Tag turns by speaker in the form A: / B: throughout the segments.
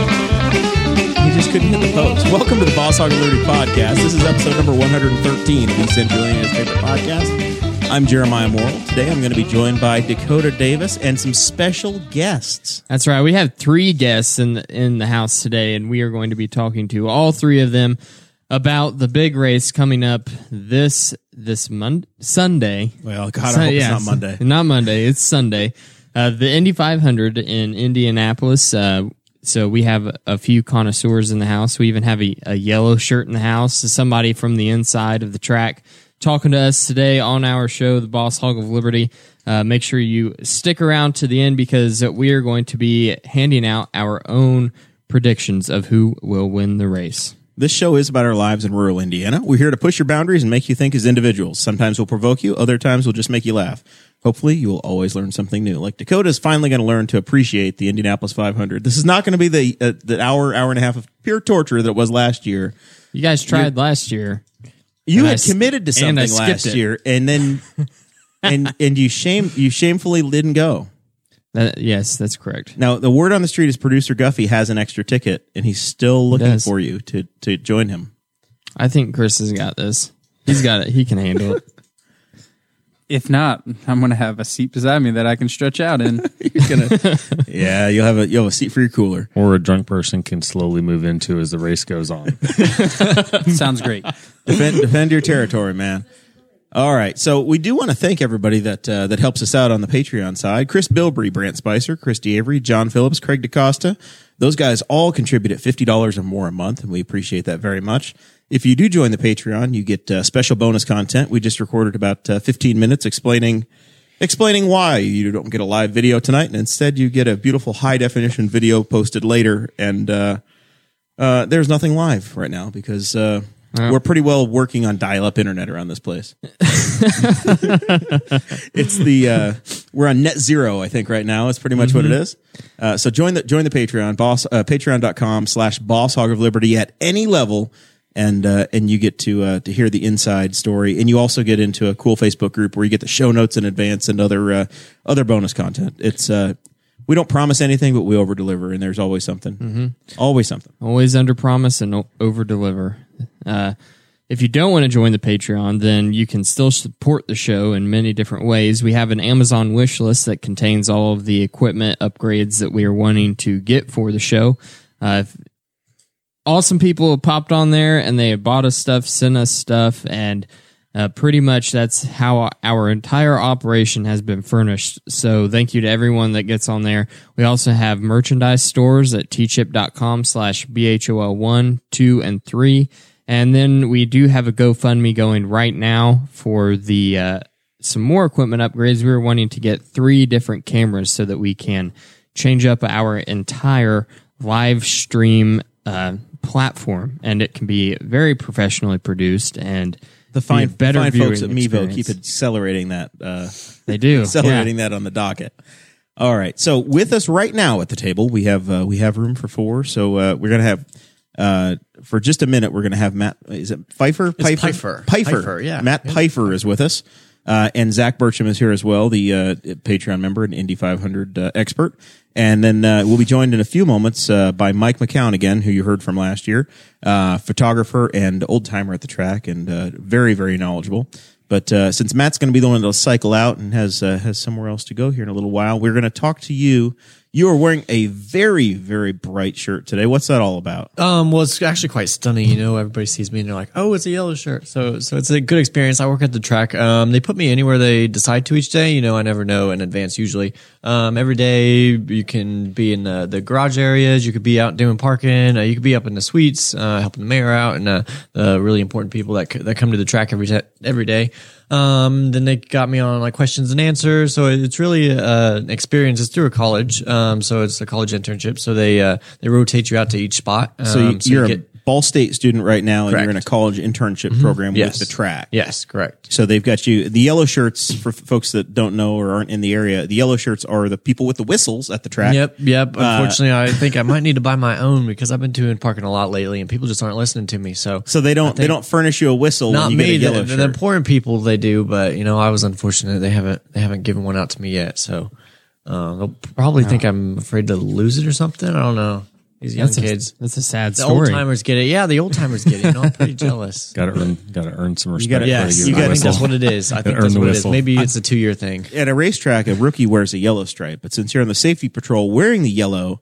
A: You just couldn't hit the post. Welcome to the Boss Hog and Liberty podcast. This is episode number 113 of East Julian's favorite podcast. I'm Jeremiah Morrill. Today I'm going to be joined by Dakota Davis and some special guests.
B: That's right. We have three guests in the, in the house today, and we are going to be talking to all three of them about the big race coming up this this Mon- Sunday.
A: Well, God, I
B: Sun-
A: hope
B: yeah,
A: it's not Monday.
B: Not Monday. It's Sunday. Uh, the Indy 500 in Indianapolis. Uh, so we have a few connoisseurs in the house. We even have a, a yellow shirt in the house. Somebody from the inside of the track talking to us today on our show, The Boss Hog of Liberty. Uh, make sure you stick around to the end because we are going to be handing out our own predictions of who will win the race.
A: This show is about our lives in rural Indiana. We're here to push your boundaries and make you think as individuals. Sometimes we'll provoke you, other times we'll just make you laugh. Hopefully, you will always learn something new. Like Dakota is finally going to learn to appreciate the Indianapolis 500. This is not going to be the uh, the hour, hour and a half of pure torture that it was last year.
B: You guys tried last year.
A: You
B: And I
A: had
B: s-
A: committed to something
B: and I skipped
A: last
B: it.
A: year, and then and and you shame you shamefully didn't go.
B: That, yes, that's correct.
A: Now the word on the street is producer Guffey has an extra ticket, and he's still looking
B: does.
A: for you to to join him.
B: I think Chris has got this. He's got it. He can handle it.
C: If not, I'm going to have a seat beside me that I can stretch out in.
A: You're gonna, yeah, you'll have a you'll have a seat for your cooler.
D: or a drunk person can slowly move into as the race goes on.
C: Sounds great.
A: defend, defend your territory, man. All right, so we do want to thank everybody that uh, that helps us out on the Patreon side: Chris Bilbrey, Brant Spicer, Christy Avery, John Phillips, Craig DaCosta. Those guys all contribute at fifty dollars or more a month, and we appreciate that very much. If you do join the Patreon, you get uh, special bonus content. We just recorded about uh, fifteen minutes explaining explaining why you don't get a live video tonight, and instead you get a beautiful high definition video posted later. And uh, uh, there's nothing live right now because uh, we're pretty well working on dial up internet around this place. it's the uh, we're on net zero, I think, right now. It's pretty much what it is. Uh, so join the join the Patreon boss uh, patreon.com slash boss hog of liberty at any level. And uh, and you get to uh, to hear the inside story, and you also get into a cool Facebook group where you get the show notes in advance and other uh, other bonus content. It's uh, we don't promise anything, but we over deliver, and there's always something, always something.
B: Always under promise and over deliver. Uh, if you don't want to join the Patreon, then you can still support the show in many different ways. We have an Amazon wish list that contains all of the equipment upgrades that we are wanting to get for the show. Uh, if- awesome people have popped on there and they have bought us stuff, sent us stuff, and uh, pretty much that's how our entire operation has been furnished. So thank you to everyone that gets on there. We also have merchandise stores at tchip.com slash BHOL1, 2, and 3. And then we do have a GoFundMe going right now for the uh, some more equipment upgrades. We were wanting to get three different cameras so that we can change up our entire live stream uh, platform, and it can be very professionally produced and
A: the
B: be a
A: fine,
B: better
A: fine folks at
B: viewing
A: Mevo
B: experience.
A: keep accelerating that uh,
B: They do
A: accelerating that on the docket. All right, so with us right now at the table, we have uh, we have room for four. So uh, we're gonna have uh, for just a minute. We're gonna have Matt. Is it Pfeiffer?
E: Pfeiffer.
A: Pfeiffer.
E: Pfeiffer, yeah.
A: Matt Pfeiffer is with us, uh, and Zach Burcham is here as well, the uh, Patreon member and Indy 500 uh, expert. And then uh, we'll be joined in a few moments uh, by Mike McCown again, who you heard from last year, uh, photographer and old timer at the track, and uh, very very knowledgeable. But uh, since Matt's going to be the one that'll cycle out and has uh, has somewhere else to go here in a little while, we're going to talk to you. You are wearing a very very bright shirt today. What's that all about?
E: Um, well, it's actually quite stunning. You know, everybody sees me and they're like, "Oh, it's a yellow shirt." So, so it's a good experience. I work at the track. Um, they put me anywhere they decide to each day. You know, I never know in advance usually. Um, every day you can be in the, the garage areas. You could be out doing parking. Uh, you could be up in the suites, uh, helping the mayor out and uh, the really important people that c- that come to the track every day every day. Um, then they got me on like questions and answers. So it's really uh, an experience. It's through a college. Um, so it's a college internship. So they uh, they rotate you out to each spot. Um,
A: So you, you're
E: get-
A: a Ball State student right now, and you're in a
E: Correct. Mm-hmm.
A: college internship program
E: Yes.
A: with the track.
E: yes, correct.
A: So they've got you the yellow shirts for f- folks that don't know or aren't in the area. The yellow shirts are the people with the whistles at the track. Uh,
E: Yep, yep. Unfortunately, I think I might need to buy my own because I've been doing parking a lot lately, and people just aren't listening to me. So
A: So they don't they don't furnish you a whistle.
E: not
A: when you
E: me.
A: Get a
E: The,
A: yellow
E: the,
A: shirt.
E: important people they do, but you know, I was unfortunate. They haven't they haven't given one out to me yet, so um, they'll probably think I'm afraid to lose it or something. I don't know. These young
F: That's a,
E: kids,
F: that's a sad
E: the old
F: story.
E: timers get it. Yeah, the old timers get it. You know, I'm pretty jealous.
D: Got to earn, got to earn some respect.
A: gotta-
D: before
A: Yeah,
E: Yes,
D: you
A: you
D: give
E: I
D: them a
E: think that's
D: whistle.
E: what it is. I think
D: Earn
E: that's
D: the
E: what it is.
D: whistle.
E: Maybe it's a two year thing.
A: at a racetrack, a rookie wears a yellow stripe, but since you're on the safety patrol wearing the yellow,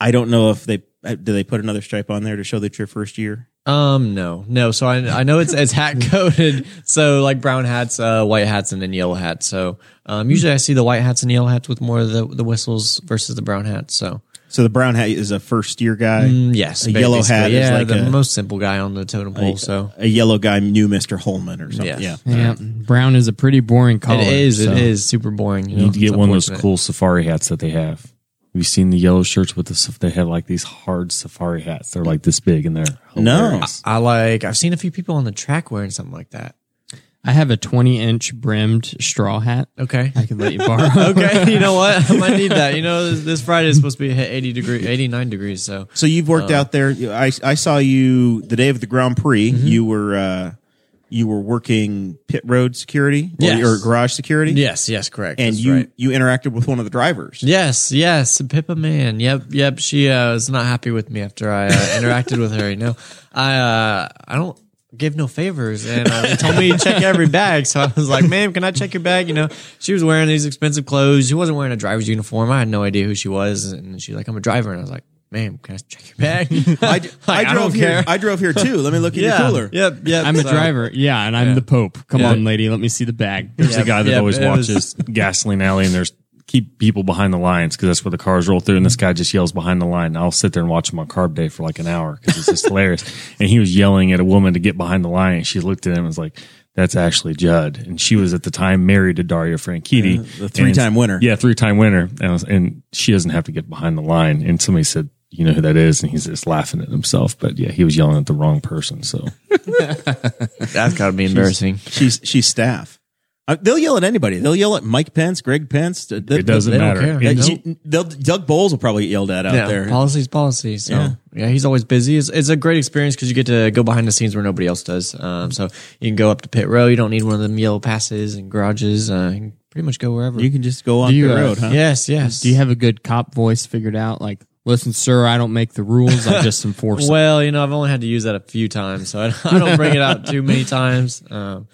A: I don't know if they uh, do they put another stripe on there to show that you're first year.
E: Um, no, no. So I I know it's it's hat coded. So like brown hats, uh, white hats, and then yellow hats. So um, usually I see the white hats and yellow hats with more of the the whistles versus the brown hats. So
A: So the brown hat is a first year guy.
E: Mm, Yes,
A: a yellow
E: basically.
A: hat is
E: Yeah,
A: like
E: the
A: a,
E: most simple guy on the totem pole. so
A: a yellow guy knew Mister Holman or something.
E: Yes.
A: Yeah,
F: Yeah, brown is a pretty boring
B: oh,
F: color.
E: it is.
F: so-
E: It is super boring. You
D: You
E: know,
D: need to
E: it's
D: get one of those
E: unfortunate.
D: cool safari hats that they have. Have you seen the yellow shirts with the? saf- They have like these hard safari hats. They're like this big, and they're
A: No.
D: hilarious.
E: I like. I've seen a few people on the track wearing something like that.
F: I have a 20 inch brimmed straw hat.
E: Okay.
F: I can let you borrow.
E: okay. You know what? I might need that. You know, this, this Friday is supposed to be hit eighty degree, eighty nine degrees. So
A: So you've worked
E: Uh-huh.
A: out there. You- I I saw you the day of the Grand Prix.
E: Mm-hmm.
A: You were uh, you were working pit road security or,
E: Yes.
A: or garage security.
E: yes, yes, correct.
A: and
E: That's
A: you
E: right.
A: you interacted with one of the drivers.
E: Yes, yes, Pippa Man. Yep, yep. She uh, was not happy with me after I uh, interacted with her. You know, I uh, I don't give no favors, and uh, they told me to check every bag. So I was like, "Ma'am, can I check your bag?" You know, she was wearing these expensive clothes. She wasn't wearing a driver's uniform. I had no idea who she was, and she's like, "I'm a driver," and I was like, "Ma'am, can I check your bag?"
A: I,
E: Like,
A: I
E: don't
A: drove here.
E: care.
A: I drove here too. Let me look at
E: yeah,
A: your cooler.
E: Yep, yep.
F: I'm a
E: so-
F: driver. Yeah, and I'm the Pope. Come on, lady. Let me see the bag.
D: There's
E: Yeah,
D: a guy that
E: yeah,
D: always
E: it was-
D: watches gasoline alley, and there's keep people behind the lines because that's where the cars roll through. And this guy just yells behind the line. And I'll sit there and watch him on carb day for like an hour because it's just hilarious. And he was yelling at a woman to get behind the line, and she looked at him and was like. That's Ashley Judd, and she was at the time married to Dario Franchitti,
A: the three-time
D: And-
A: winner.
D: Yeah, three-time winner, and, I was- and she doesn't have to get behind the line. And somebody said, "You know who that is?" And he's just laughing at himself. But yeah, he was yelling at the wrong person. So
E: That's got to be embarrassing.
A: She's she's staff. Uh, they'll yell at anybody. They'll yell at Mike Pence, Greg Pence. It
D: doesn't matter.
A: They, Uh, you- they'll- Doug Bowles will probably get yelled at out
E: yeah,
A: there.
E: Policy's policy. So yeah. he's always busy. It's, it's a great experience because you get to go behind the scenes where nobody else does. Um, so you can go up to pit row. You don't need one of them yellow passes and garages. Uh, you can pretty much go wherever.
A: You can just go on
F: you,
A: the
F: uh,
A: road, huh?
E: yes, yes.
F: Do you have a good cop voice figured out? Like, listen, sir, I don't make the rules. I just enforce them.
E: Well, you know, I've only had to use that a few times, so I don't, I don't bring it out too many times. Um,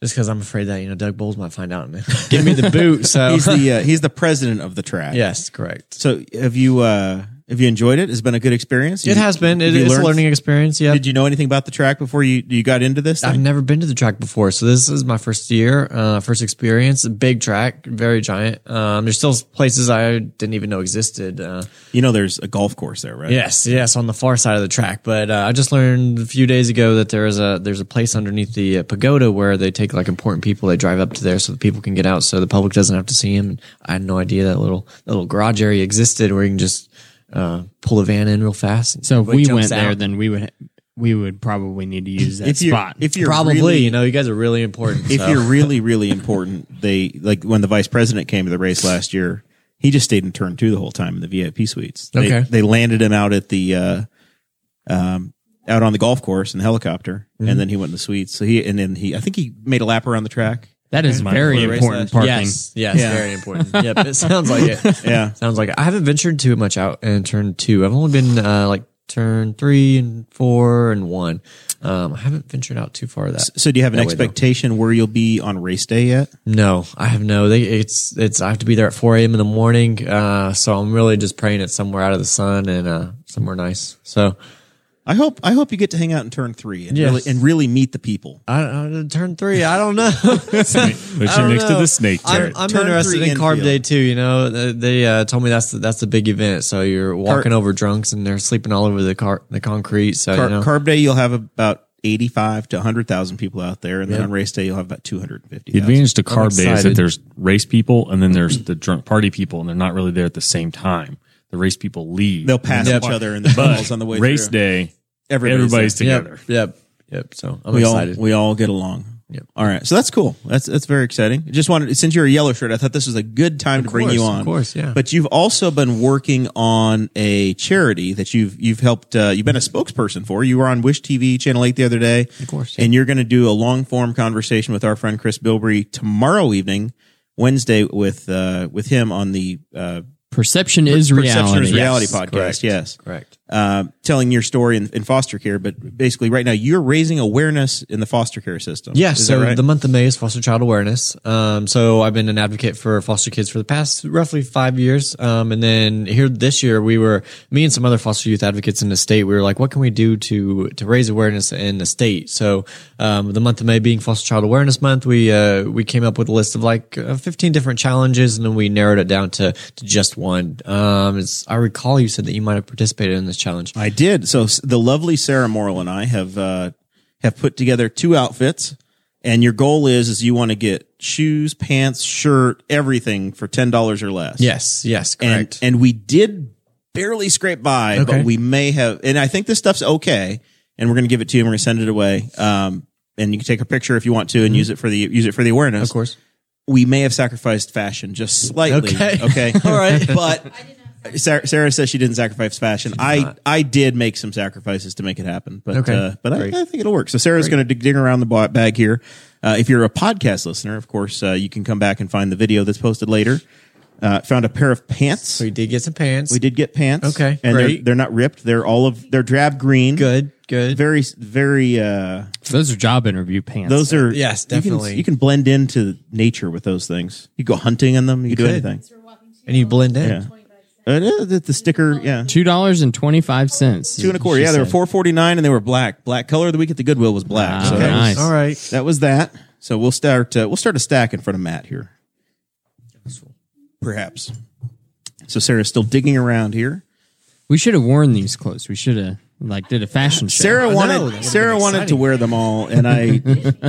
E: just because I'm afraid that you know Doug Bowles might find out and give me the boot. So
A: He's the uh, he's the president of the track.
E: yes, correct.
A: So have you uh, have you enjoyed it? Has it been a good experience?
E: It has been. It,
A: you
E: it's
A: learned-
E: a learning experience. Yeah.
A: Did you know anything about the track before you you got into this?
E: I've
A: thing?
E: never been to the track before, so this is my first year, uh, first experience. A big track, very giant. Um, there's still places I didn't even know existed. Uh,
A: You know, there's a golf course there, right?
E: yes, yes, on the far side of the track. But uh, I just learned a few days ago that there is a there's a place underneath the uh, pagoda where they take like important people. They drive up to there so the people can get out, so the public doesn't have to see them. And I had no idea that little that little garage area existed where you can just uh, pull the van in real fast. and
F: so if
E: everybody
F: we
E: jumps
F: went there,
E: out.
F: then we would we would probably need to use that
A: If you're
F: spot.
A: if you're
E: probably
A: really-
E: you know you guys are really important.
A: if
E: so.
A: you're really really important, they like when the vice president came to the race last year, he just stayed in turn two the whole time in the VIP suites. They,
E: Okay.
A: they landed him out at the uh, um, out on the golf course in the helicopter,
E: Mm-hmm.
A: and then he went in the suites. So he and then he I think he made a lap around the track.
F: that is very
A: for the race
F: important
A: last-
F: parking.
E: Yes, yes,
A: Yeah.
E: very important. Yep, it sounds like it.
A: Yeah.
E: Sounds like it. I haven't ventured too much out in turn two. I've only been uh, like turn three and four and one. Um, I haven't ventured out too far that.
A: So do you have an
E: That way, though.
A: expectation where you'll be on race day yet?
E: No, I have no. They, it's it's. I have to be there at four a.m. in the morning. Uh, so I'm really just praying it's somewhere out of the sun and uh, somewhere nice. So
A: I hope I hope you get to hang out in turn three and
E: Yes.
A: really and really meet the people.
E: I, I turn three. I don't know.
D: Put you next to the snake,
E: I'm,
D: Jared.
E: I'm
A: Turn
E: interested
A: three
E: in carb
A: infield.
E: day too. You know, they, they, uh, told me that's the, that's the big event. So you're walking over drunks and they're sleeping all over the car, the concrete. So
A: Car-
E: you know,
A: Carb day, you'll have about 85 to 100,000 people out there. And then on race day, you'll have about 250.
D: The advantage to
E: I'm
D: carb day is that
E: excited.
D: there's race people and then there's the drunk party people, and they're not really there at the same time. The race people leave.
A: They'll pass each other in the tunnels on the way
D: race
A: through.
D: day,
A: Everybody's
D: everybody's,
E: Yep,
D: together.
E: Yep. Yep. So I'm
A: we
E: excited.
A: all we all get along.
E: Yep.
A: All right, so that's cool. That's that's very exciting. Just wanted since you're a yellow shirt, I thought this was a good time to bring you
E: course, of
A: on.
E: course, yeah.
A: But you've also been working on a charity that you've you've helped. Uh, you've been a spokesperson for. You were on Wish TV Channel Eight the other day, of
E: course,
A: And you're going to do a long form conversation with our friend Chris Bilbrey tomorrow evening, Wednesday with uh, with him on the uh,
F: Perception is reality.
A: Perception is reality
F: Yes.
A: podcast. Yes,
E: Correct.
A: uh, telling your story in, in foster care, but basically right now you're raising awareness in the foster care system.
E: Yeah,
A: Is
E: so
A: that right?
E: the month of May is Foster Child Awareness. Um, so I've been an advocate for foster kids for the past roughly five years. Um, and then here this year, we were me and some other foster youth advocates in the state. We were like, what can we do to to raise awareness in the state? So um, the month of May being Foster Child Awareness Month, we uh, we came up with a list of like uh, fifteen different challenges, and then we narrowed it down to, to just one. Um, it's, I recall you said that you might have participated in this challenge.
A: I did. So s- the lovely Sarah Morrill and I have uh, have put together two outfits, and your goal is is you want to get shoes, pants, shirt, everything for ten dollars or less.
E: Yes, yes,
A: and
E: correct.
A: and we did barely scrape by,
E: Okay.
A: but we may have. And I think this stuff's okay, and we're going to give it to you. and We're going to send it away. Um, and you can take a picture if you want to, and use it for the use it for the awareness.
E: Mm-hmm. of course.
A: we may have sacrificed fashion just slightly.
E: Okay.
A: All right. But Sarah, Sarah says she didn't sacrifice fashion. I, I did make some sacrifices to make it happen, but,
E: Okay.
A: uh, but I, I think it'll work. So Sarah's going to dig, dig around the ba- bag here. Uh, if you're a podcast listener, of course, uh, you can come back and find the video that's posted later. Uh, found a pair of pants.
E: So you did get some pants.
A: we did get pants.
E: Okay,
A: And they're,
E: great.
A: they're not ripped. They're all of, they're drab green.
E: good, good.
A: Very, very, uh,
F: Those are job interview pants.
A: those are
E: Yes,
A: you can- You
E: definitely.
A: can, blend into nature with those things. You go hunting in them. You, do
E: could.
A: anything.
E: and you blend in.
A: Yeah. Uh, the- the, the sticker, yeah,
F: two dollars and twenty five cents.
A: two and a quarter. Yeah, they were four forty nine, and they were black. Black color of the week at the Goodwill was black.
F: Ah,
A: so
F: okay.
A: that, was,
F: Nice.
E: All right.
A: that was that. So we'll start. Uh, we'll start a stack in front of Matt here, perhaps. So Sarah's still digging around here.
F: We should have worn these clothes. We should have like did a fashion show.
A: Sarah wanted
E: that would've
A: Sarah
E: been
A: wanted to
E: exciting.
A: wear them all, and I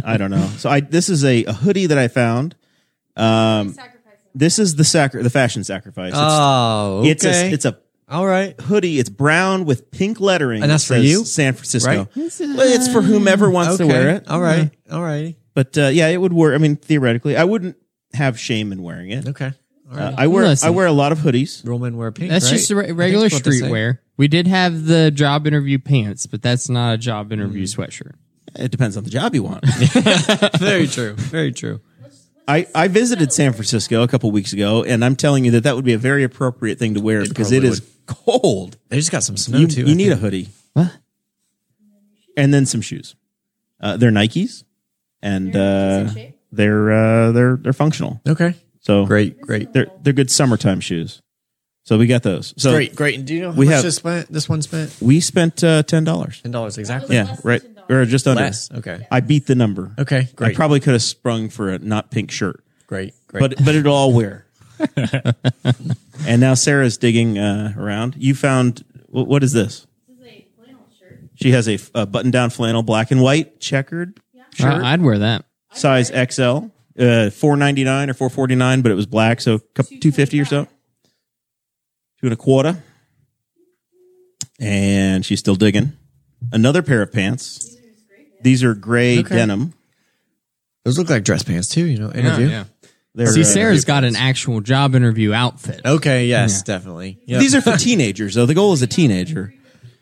A: I don't know. So I this is a, a hoodie that I found. Um, this is the sacri- the fashion sacrifice. It's,
E: Oh, okay.
A: it's a it's a
E: all right.
A: hoodie. It's brown with pink lettering,
E: And
A: that
E: that's for
A: says
E: you?
A: San Francisco.
E: Right?
A: Well, it's for whomever wants to wear it.
E: All right. All right.
A: But uh, yeah, it would work. I mean, theoretically, I wouldn't have shame in wearing it.
E: Okay. All right.
A: Uh, I wear
F: Listen.
A: I wear a lot of hoodies.
E: Roman wear pink.
F: That's
E: right?
F: just a
E: I
F: re-
E: think
F: regular
E: that's what they say.
F: streetwear. We did have the job interview pants, but that's not a job interview sweatshirt.
A: It depends on the job you want.
E: Very true. Very true.
A: I, I visited San Francisco a couple weeks ago, and I'm telling you that that would be a very appropriate thing to wear because it
E: probably
A: is cold.
E: They just got some snow
A: You,
E: too.
A: you
E: I
A: need a
E: think.
A: hoodie
F: What?
A: and then some shoes. Uh, they're Nikes, and uh,
G: shape.
A: they're uh, they're they're functional.
E: Okay.
A: So
E: Great. Great.
A: They're they're good summertime shoes. So we got those. So
E: Great. And do you know how
A: We have-
E: spent? This one spent
A: we spent uh, ten dollars.
E: ten dollars exactly.
A: Yeah, right, or just under.
E: Less. Okay.
A: I beat the number.
E: Okay.
A: I
E: Great.
A: probably could have sprung for a not pink shirt,
E: Great. Great.
A: but but it'll all wear. and now Sarah's digging uh, around. You found wh- what is this?
G: This is a flannel shirt.
A: She has a, button down flannel, black and white, checkered,
F: Uh, I'd wear that.
A: size XL, uh, four ninety nine or four forty nine, but it was black, so two fifty or so, two and a quarter. And she's still digging. Another pair of pants. These are gray
E: Okay.
A: denim.
E: those look like dress pants too. You know, interview.
A: They're,
F: See,
A: uh,
F: Sarah's got an actual job interview outfit.
E: Okay. Yes. Definitely. Yep.
A: uh, These are for teenagers, though. The goal is a teenager.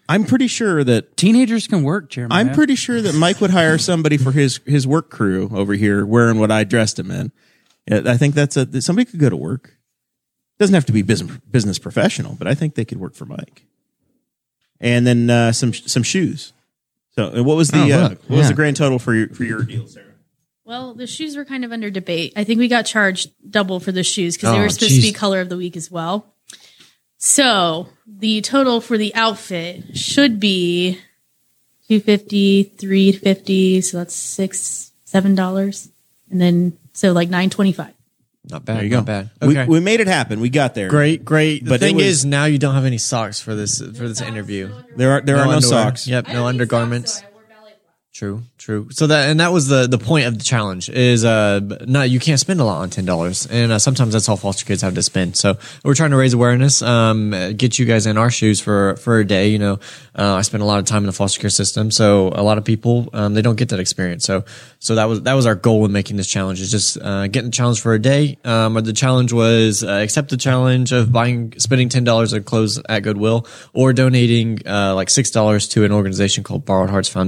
A: I'm pretty sure that
C: Teenagers can work, Jeremy.
A: I'm pretty sure that Mike would hire somebody for his his work crew over here wearing what I dressed him in. Yeah, I think that's a that somebody could go to work. Doesn't have to be business business professional, but I think they could work for Mike. And then uh, some some shoes. So and what was the
F: Oh,
A: uh,
F: look,
A: what was
F: yeah.
A: the grand total for your for your deal, Sarah?
G: Well, the shoes were kind of under debate. I think we got charged double for the shoes because they
E: Oh,
G: were supposed
E: geez.
G: to be color of the week as well. So the total for the outfit should be 250 350 so that's six seven dollars and then so like 925
E: not bad.
A: There you go.
E: not bad.
A: We-
E: Okay.
A: We, made it happen. We got there.
E: great. Great. The
A: But it
E: thing
A: was-
E: is, now you don't have any socks for this for this interview.
A: There are there are no
E: underwear.
A: socks.
E: Yep. No undergarments. True, true. So that and that was the the point of the challenge is uh no you can't spend a lot on ten dollars and uh, sometimes that's all foster kids have to spend. So we're trying to raise awareness, um, uh, get you guys in our shoes for for a day. You know, uh, I spend a lot of time in the foster care system, so a lot of people um, they don't get that experience. So so that was that was our goal in making this challenge is just uh, getting the challenge for a day. Um, or the challenge was uh, accept the challenge of buying spending ten dollars on clothes at Goodwill or donating uh, like six dollars to an organization called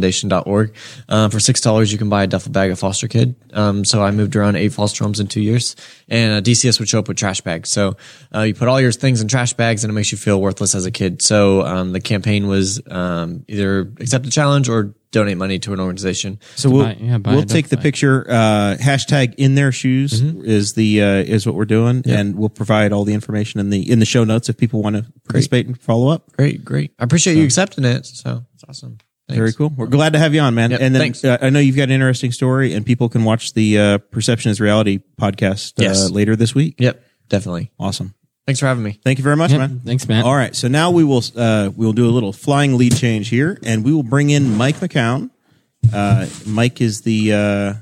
E: borrowedheartsfoundation.org. Um, for six dollars, you can buy a duffel bag of foster kid. Um, so I moved around eight foster homes in two years, and uh, DCS would show up with trash bags. So uh, you put all your things in trash bags, and it makes you feel worthless as a kid. So um, the campaign was um, either accept the challenge or donate money to an organization.
A: So we'll,
F: buy- yeah, buy
A: we'll
F: it, Mm-hmm.
A: take the
F: definitely.
A: picture. Uh, hashtag in their shoes is the uh, is what we're doing, and we'll provide all the information in the in the show notes if people want to participate and follow up.
E: Great, great. I appreciate you accepting it. So it's awesome. Thanks.
A: Very cool. We're glad to have you on, man.
E: Yep,
A: and then
E: thanks.
A: uh, I know you've got an interesting story, and people can watch the uh, Perception is Reality podcast uh,
E: Yes.
A: later this week.
E: Yep, definitely.
A: Awesome.
E: Thanks for having me.
A: Thank you very much,
F: Yep.
A: man.
F: Thanks, Matt.
A: All right, so now we will uh, we will do a little flying lead change here, and we will bring in Mike McCown. Uh, Mike is the uh,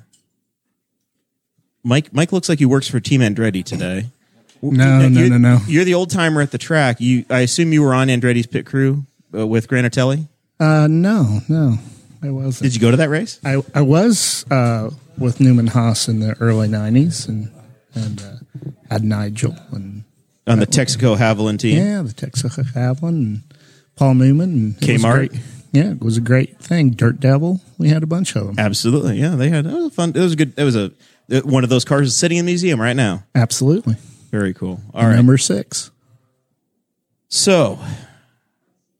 A: Mike. Mike looks like he works for Team Andretti today.
B: No, no,
A: You're-
B: no, no.
A: You're the old timer at the track. You, I assume you were on Andretti's pit crew uh, with Granatelli.
B: Uh, no, no, I wasn't.
A: Did you go to that race?
B: I, I was uh, with Newman Haas in the early '90s, and and uh, had Nigel and
A: on the Texaco Haviland team.
B: yeah, the Texas Havlin and Paul Newman and it was
A: Kmart.
B: great. Yeah, it was a great thing. Dirt Devil, we had a bunch of them.
A: Absolutely, yeah. They had that was a fun. It was a good. It was a uh, one of those cars is sitting in the museum right now.
B: Absolutely,
A: Very cool. All right.
B: number six.
A: So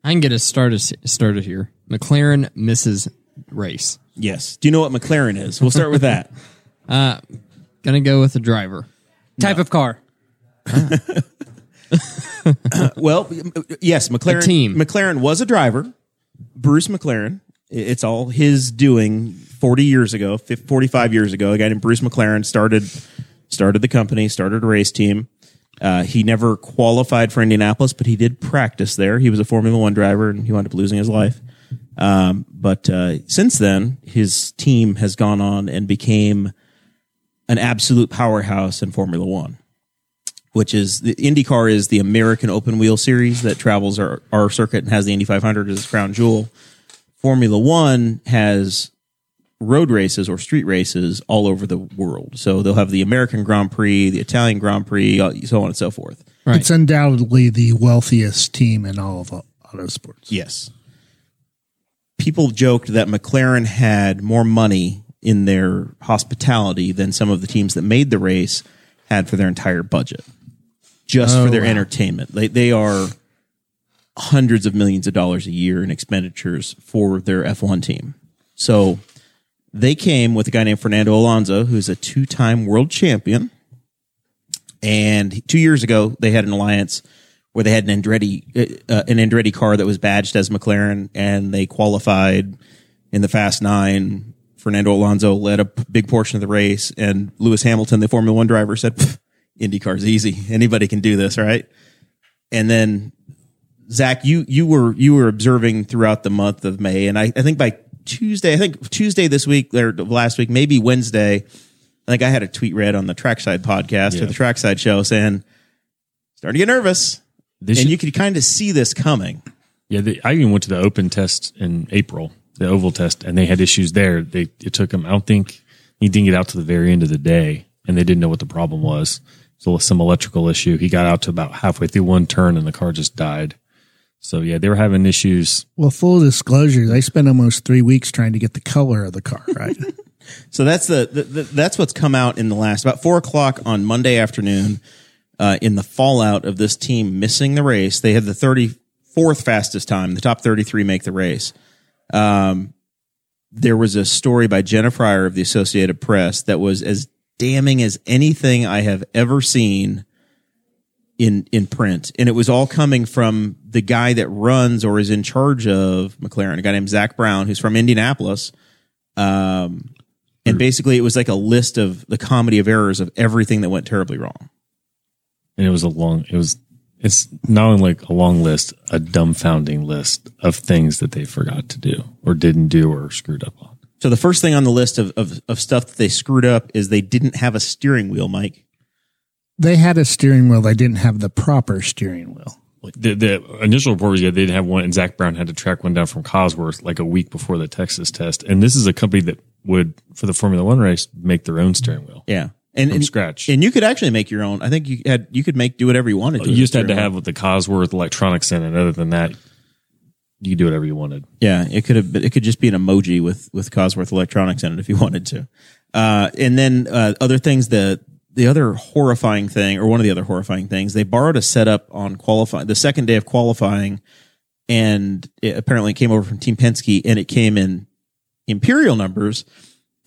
F: I can get us started started here. McLaren misses race.
A: yes, do you know what McLaren is? We'll start with that.
F: Gonna go with the driver.
C: Type of car.
A: well, m- yes, McLaren.
F: team.
A: McLaren was a driver. Bruce McLaren. I- It's all his doing. Forty years ago, fif- forty-five years ago, a guy named Bruce McLaren started started the company, started a race team. Uh, he never qualified for Indianapolis, but he did practice there. He was a Formula One driver, and he wound up losing his life. Um, but uh, since then, his team has gone on and became an absolute powerhouse in Formula One, which is the IndyCar is the American Open Wheel Series that travels our, our circuit and has the Indy 500 as its crown jewel. Formula One has road races or street races all over the world. So they'll have the American Grand Prix, the Italian Grand Prix, uh, so on and so forth.
F: Right.
B: It's undoubtedly the wealthiest team in all of au- auto sports.
A: Yes. People joked that McLaren had more money in their hospitality than some of the teams that made the race had for their entire budget, just for their entertainment. They, they are hundreds of millions of dollars a year in expenditures for their F1 team. So they came with a guy named Fernando Alonso, who's a two time world champion. And two years ago, they had an alliance where they had an Andretti, uh, uh, an Andretti car that was badged as McLaren, and they qualified in the Fast Nine. Fernando Alonso led a p- big portion of the race, and Lewis Hamilton, the Formula One driver, said, "Pff, "IndyCar's easy. Anybody can do this, right?" And then Zach, you you were you were observing throughout the month of May, and I, I think by Tuesday, I think Tuesday this week or last week, maybe Wednesday, I think I had a tweet read on the Trackside podcast or the Trackside show saying, starting to get nervous,
D: This
A: and
D: should-
A: you could kind of see this coming.
D: Yeah, they, I even went to the open test in April, the oval test, and they had issues there. They it took them. I don't think he didn't get out to the very end of the day, and they didn't know what the problem was. So some electrical issue. He got out to about halfway through one turn, and the car just died. So yeah, they were having issues.
B: Well, full disclosure, they spent almost three weeks trying to get the color of the car right.
A: So that's the, the, the that's what's come out in the last about four o'clock on Monday afternoon. Uh, in the fallout of this team missing the race, they had the thirty fourth fastest time. The top thirty three make the race. Um, there was a story by Jenna Fryer of the Associated Press that was as damning as anything I have ever seen in in print, and it was all coming from the guy that runs or is in charge of McLaren, a guy named Zach Brown, who's from Indianapolis. Um, and basically, it was like a list of the comedy of errors of everything that went terribly wrong.
D: and it was a long it was it's not only like a long list a dumbfounding list of things that they forgot to do or didn't do or screwed up on
A: So the first thing on the list of, of, of stuff that they screwed up is they didn't have a steering wheel, Mike.
B: They had a steering wheel. They didn't have the proper steering wheel.
D: The, the initial report was yeah, they didn't have one, and Zach Brown had to track one down from Cosworth like a week before the Texas test. And this is a company that would, for the Formula One race, make their own steering wheel.
A: Yeah. And,
D: From
A: and-
D: scratch.
A: And you could actually make your own. I think you had you could make do whatever you wanted to.
D: You
A: with
D: just
A: the
D: had to
A: steering
D: have the Cosworth electronics in it. Other than that, you could do whatever you wanted.
A: Yeah, it could have. been- It could just be an emoji with with Cosworth Electronics in it if you wanted to. Uh, and then uh, other things. The the other horrifying thing, or one of the other horrifying things, they borrowed a setup on qualifying the second day of qualifying, and it apparently came over from Team Penske, and it came in imperial numbers,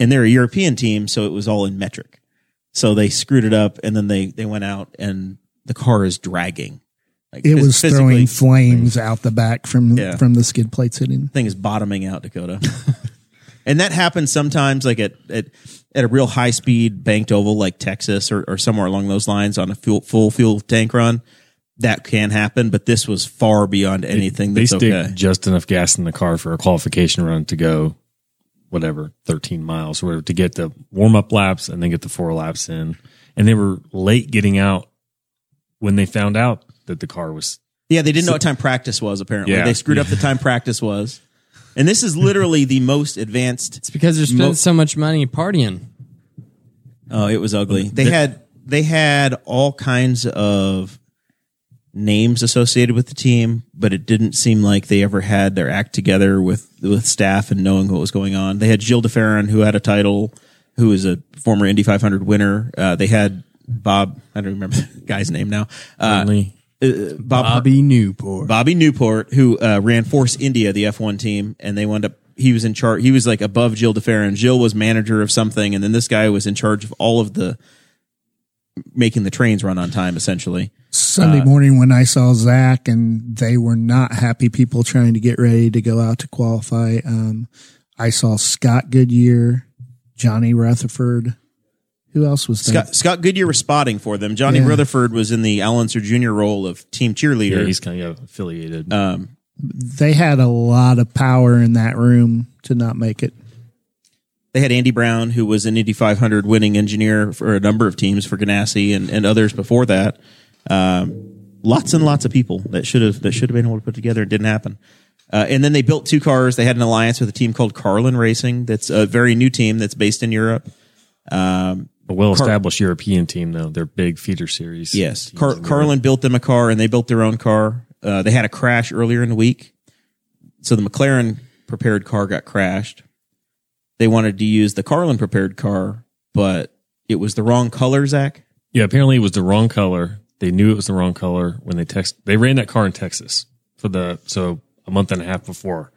A: and they're a European team, so it was all in metric. So they screwed it up, and then they they went out, and the car is dragging. Like
B: It
A: phys-
B: was
A: physically,
B: throwing flames out the back from
A: Yeah.
B: from the skid plates hitting.
A: thing is bottoming out, Dakota. and that happens sometimes, like at at, at a real high speed banked oval, like Texas or, or somewhere along those lines, on a fuel, full fuel tank run. That can happen, but this was far beyond anything
D: They
A: that's
D: stick
A: okay.
D: just enough gas in the car for a qualification run to go whatever 13 miles or whatever to get the warm up laps and then get the four laps in. And they were late getting out when they found out that the car was
A: Yeah, they didn't know what time practice was. Apparently,
D: Yeah.
A: they screwed up the time practice was. And this is literally the most advanced.
F: It's because they're spending so much money partying.
A: Oh, it was ugly. They had they had all kinds of names associated with the team, but it didn't seem like they ever had their act together with with staff and knowing what was going on. They had Gilles DeFerrin, who had a title, who is a former Indy 500 winner. Uh, they had Bob, I don't remember the guy's name now. Uh,
F: Only
A: uh, Bob,
F: Bobby Newport.
A: Bobby Newport, who uh, ran Force India, the F1 team, and they wound up. He was in charge. He was like above Jill DeFerrin. Jill was manager of something, and then this guy was in charge of all of the making the trains run on time. Essentially,
B: Sunday
A: Uh,
B: morning when I saw Zach and they were not happy people trying to get ready to go out to qualify. Um, I saw Scott Goodyear, Johnny Rutherford. Who else was there?
A: Scott, Scott Goodyear was spotting for them. Johnny
B: Yeah.
A: Rutherford was in the Allenser Jr. role of team cheerleader.
D: yeah, he's kind of affiliated.
B: They had a lot of power in that room to not make it.
A: they had Andy Brown, who was an Indy 500 winning engineer for a number of teams for Ganassi and, and others before that. Um, lots and lots of people that should have that should have been able to put together. It didn't happen. Uh, and then they built two cars. They had an alliance with a team called Carlin Racing. That's a very new team that's based in Europe.
D: a well established European team, though. They're big feeder series.
A: Yes,
D: teams
A: Car-
D: in Europe.
A: Carlin built them a car, and they built their own car. Uh, they had a crash earlier in the week, so the McLaren prepared car got crashed. They wanted to use the Carlin prepared car, but it was the wrong color, Zach.
D: Yeah, apparently it was the wrong color. They knew it was the wrong color when they text. They ran that car in Texas for the so a month and a half before,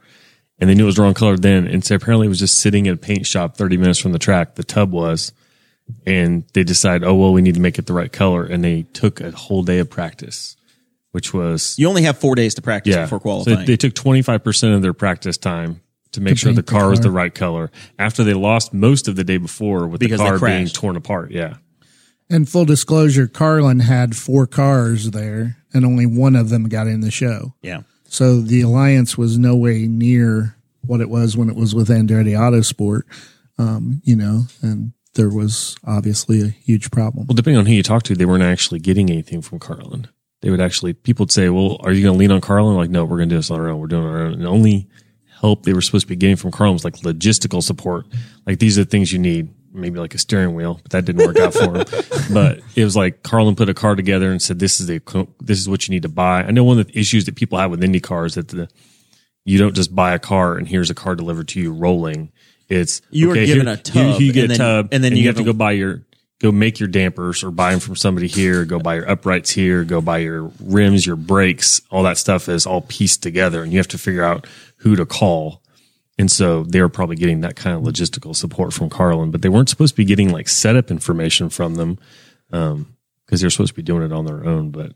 D: and they knew it was the wrong color then. And so apparently it was just sitting at a paint shop thirty minutes from the track. The tub was, and they decided, oh well, we need to make it the right color, and they took a whole day of practice, which was
A: You only have four days to practice
D: yeah.
A: before
D: So
A: qualifying.
D: they took twenty five percent of their practice time. To make
B: To
D: sure the
B: paint the
D: car, was the
B: color.
D: right color after they lost most of the day before with
A: Because
D: the
A: they
D: car being
A: crashed.
D: torn apart. Yeah.
B: And full disclosure, Carlin had four cars there and only one of them got in the show.
A: yeah,
B: So the alliance was no way near what it was when it was with Andretti Autosport, um, you know, and there was obviously a huge problem.
D: Well, depending on who you talk to, they weren't actually getting anything from Carlin. They would actually, people would say, well, are you going to lean on Carlin? Like, no, we're going to do this on our own. We're doing our own. And the only help they were supposed to be getting from Carlin was like logistical support. Like, these are the things you need. Maybe like a steering wheel, but that didn't work out for him. But it was like Carlin put a car together and said, this is the, co- this is what you need to buy. I know one of the issues that people have with Indy cars that the, you don't just buy a car and here's a car delivered to you rolling. It's
A: You are given a tub
D: You, you get
A: and
D: a
A: then-
D: tub,
A: and then you
D: you have
A: have
D: to
A: a-
D: go buy your go make your dampers or buy them from somebody here. Go buy your uprights here. Go buy your rims, your brakes. All that stuff is all pieced together, and you have to figure out who to call. And so they were probably getting that kind of logistical support from Carlin, but they weren't supposed to be getting like setup information from them because they're supposed to be doing it on their own. But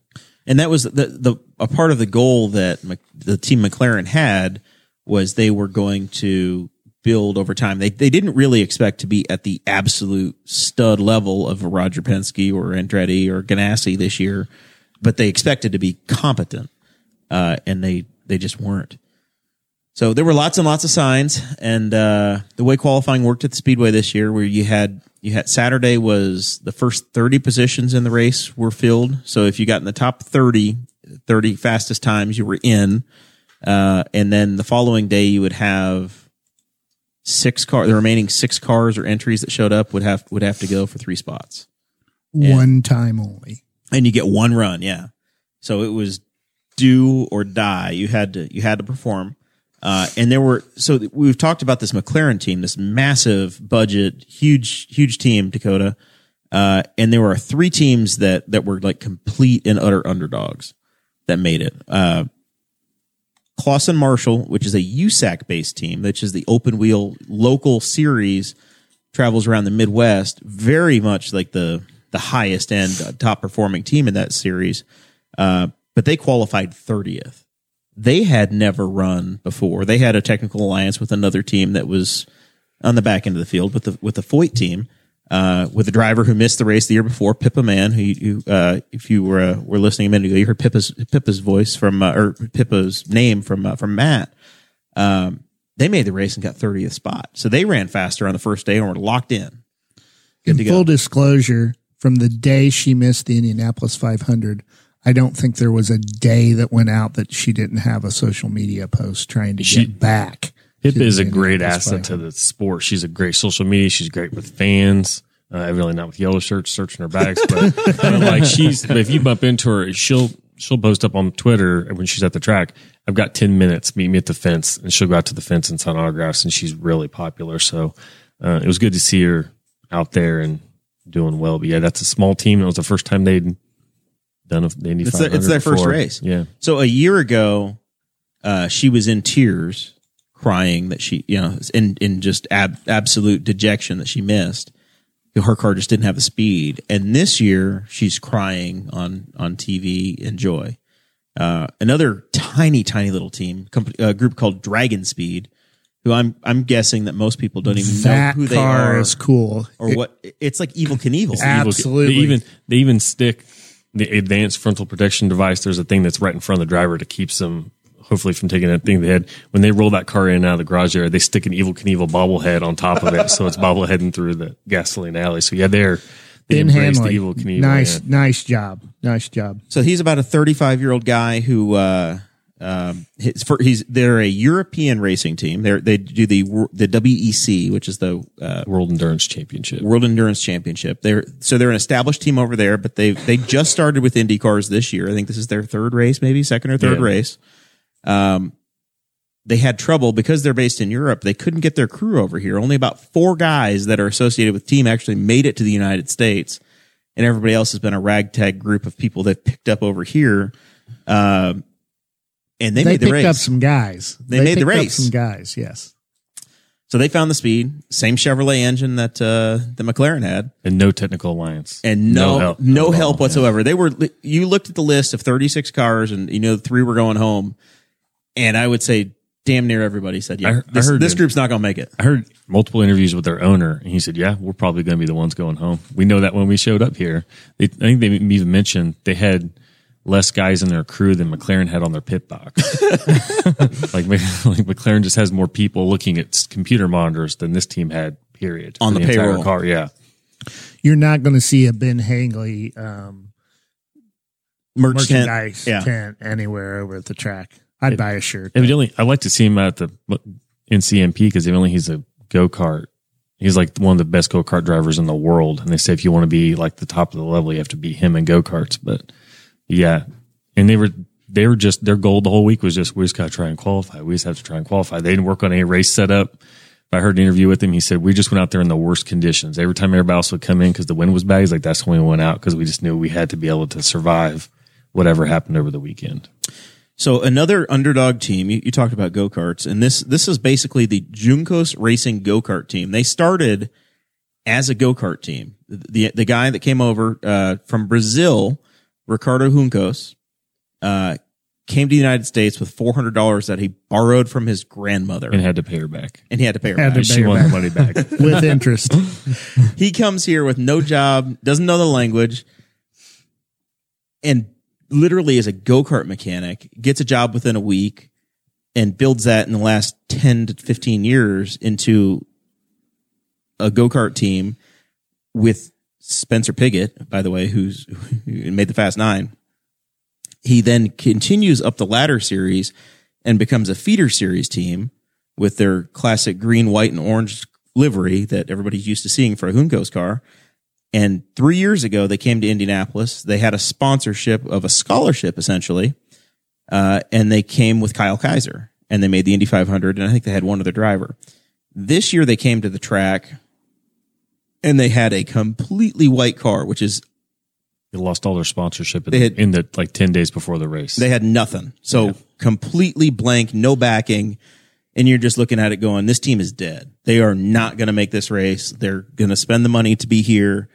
A: and that was the the a part of the goal that Mc, the team McLaren had was they were going to build over time. They they didn't really expect to be at the absolute stud level of a Roger Penske or Andretti or Ganassi this year, but they expected to be competent, uh, and they they just weren't. So there were lots and lots of signs, and uh, the way qualifying worked at the speedway this year, where you had you had Saturday was the first thirty positions in the race were filled. So if you got in the top 30, 30 fastest times, you were in. Uh, and then the following day, you would have six car. The remaining six cars or entries that showed up would have would have to go for three spots
B: one time only.
A: and you get one run. Yeah, so it was do or die. You had to you had to perform. Uh, and there were so th- we've talked about this McLaren team, this massive budget, huge huge team, Dakota. Uh, and there were three teams that that were like complete and utter underdogs that made it. Uh, Clausen Marshall, which is a USAC based team, which is the open wheel local series, travels around the Midwest, very much like the the highest end uh, top performing team in that series. Uh, but they qualified 30th. They had never run before. They had a technical alliance with another team that was on the back end of the field with the with the Foyt team, uh, with a driver who missed the race the year before, Pippa Man, who, you- who uh, if you were uh, were listening a minute ago, you heard Pippa's Pippa's voice from uh, or Pippa's name from uh, from Matt. Um, they made the race and got 30th spot, so they ran faster on the first day and were locked in. Good
B: In
A: to go.
B: full disclosure, from the day she missed the Indianapolis 500, I don't think there was a day that went out that she didn't have a social media post trying to
D: She-
B: get back.
D: Pippa
B: to
D: is
B: the
D: a great
B: Indianapolis
D: asset to
B: 500.
D: the sport. She's a great social media. She's great with fans. Uh, really not with yellow shirts searching her bags, but uh, like she's. But if you bump into her, she'll she'll post up on Twitter when she's at the track. I've got ten minutes. Meet me at the fence, and she'll go out to the fence and sign autographs. And she's really popular. So uh, it was good to see her out there and doing well. But yeah, that's a small team. That was the first time they'd done a, the Indy
A: It's their, it's
D: 500
A: their first
D: before.
A: race.
D: Yeah,
A: So a year ago, uh, she was in tears, crying that she, you know, in in just ab- absolute dejection that she missed. Her car just didn't have the speed. And this year, she's crying on on TV in joy. Uh, another tiny, tiny little team, company, a group called Dragon Speed, who I'm I'm guessing that most people don't even
B: That
A: know who they
B: car
A: are
B: is cool.
A: or
B: It-
A: what. It's like Evil Knievel.
D: evil-
B: Absolutely.
D: They even they even stick the advanced frontal protection device. There's a thing that's right in front of the driver to keeps them hopefully from taking that thing to the head. When they roll that car in and out of the garage area, they stick an evil Knievel bobblehead on top of it, so it's bobbleheading through the gasoline alley. So yeah, they're they
B: Ben
D: embrace
B: Hanley.
D: the evil Knievel.
B: nice,
D: yeah.
B: nice job. Nice job.
A: So he's about a 35 year old guy who, uh, um, his, for, he's they're a European racing team. They they do the wor- the WEC, which is the uh,
D: World Endurance Championship.
A: World Endurance Championship. They're so they're an established team over there, but they they just started with Indy cars this year. I think this is their third race, maybe second or third
D: Yeah.
A: race. Um, they had trouble because they're based in Europe. They couldn't get their crew over here. Only about four guys that are associated with the team actually made it to the United States, and everybody else has been a ragtag group of people they've picked up over here. Um, and they,
B: They,
A: made the
B: picked
A: race.
B: up some guys.
A: They made the
B: picked up
A: race.
B: some guys, yes.
A: so they found the speed, same Chevrolet engine that uh, the McLaren had.
D: And no technical alliance.
A: and no no help,
D: at all, yeah.
A: whatsoever. They were you looked at the list of 36 cars and you know three were going home and I would say damn near everybody said
D: I
A: yeah
D: he- I
A: this,
D: heard
A: this
D: it.
A: group's not going to make it.
D: I heard multiple interviews with their owner, and he said, "Yeah, we're probably going to be the ones going home. We know that when we showed up here. They, I think they even mentioned they had less guys in their crew than McLaren had on their pit box. like, Mc- like McLaren just has more people looking at s- computer monitors than this team had. Period
A: On
D: For
A: the
D: entire
A: payroll.
D: car. Yeah,
B: You're not going to see a Ben Hangley um,
A: Merch tent.
B: merchandise
A: Yeah.
B: tent, anywhere over at the track. I'd buy a shirt.
D: evidently, I like to see him at the NCMP because evidently he's a go kart. He's like one of the best go kart drivers in the world, and they say if you want to be like the top of the level, you have to beat him in go karts. But yeah, and they were they were just their goal the whole week was just we just got to try and qualify. We just have to try and qualify. They didn't work on any race setup. I heard an interview with him. He said we just went out there in the worst conditions. Every time everybody else would come in because the wind was bad, he's like that's when we went out because we just knew we had to be able to survive whatever happened over the weekend.
A: So another underdog team you, you talked about go-karts and this this is basically the Juncos Racing go-kart team. They started as a go-kart team. The the guy that came over uh, from Brazil, Ricardo Juncos, uh, came to the United States with $400 that he borrowed from his grandmother.
D: And had to pay her back.
A: and he had to pay her
B: Had
A: back.
B: to
D: She
B: pay
D: wanted the
B: back
D: money back.
B: with interest.
A: He comes here with no job, doesn't know the language, and literally is a go kart mechanic. Gets a job within a week, and builds that in the last 10 to 15 years into a go-kart team with Spencer Piggott, by the way, who's who made the Fast 9. He then continues up the ladder series and becomes a feeder series team with their classic green, white, and orange livery that everybody's used to seeing for a Hunko's car. And three years ago, they came to Indianapolis. They had a sponsorship of a scholarship, essentially, uh, and they came with Kyle Kaiser and they made the Indy 500. And I think they had one other driver. This year, they came to the track and they had a completely white car, which is
D: They lost all their sponsorship in,
A: They had-
D: in the like ten days before the race.
A: They had nothing. So completely blank, no backing. And you're just looking at it going, this team is dead. They are not going to make this race. They're going to spend the money to be here.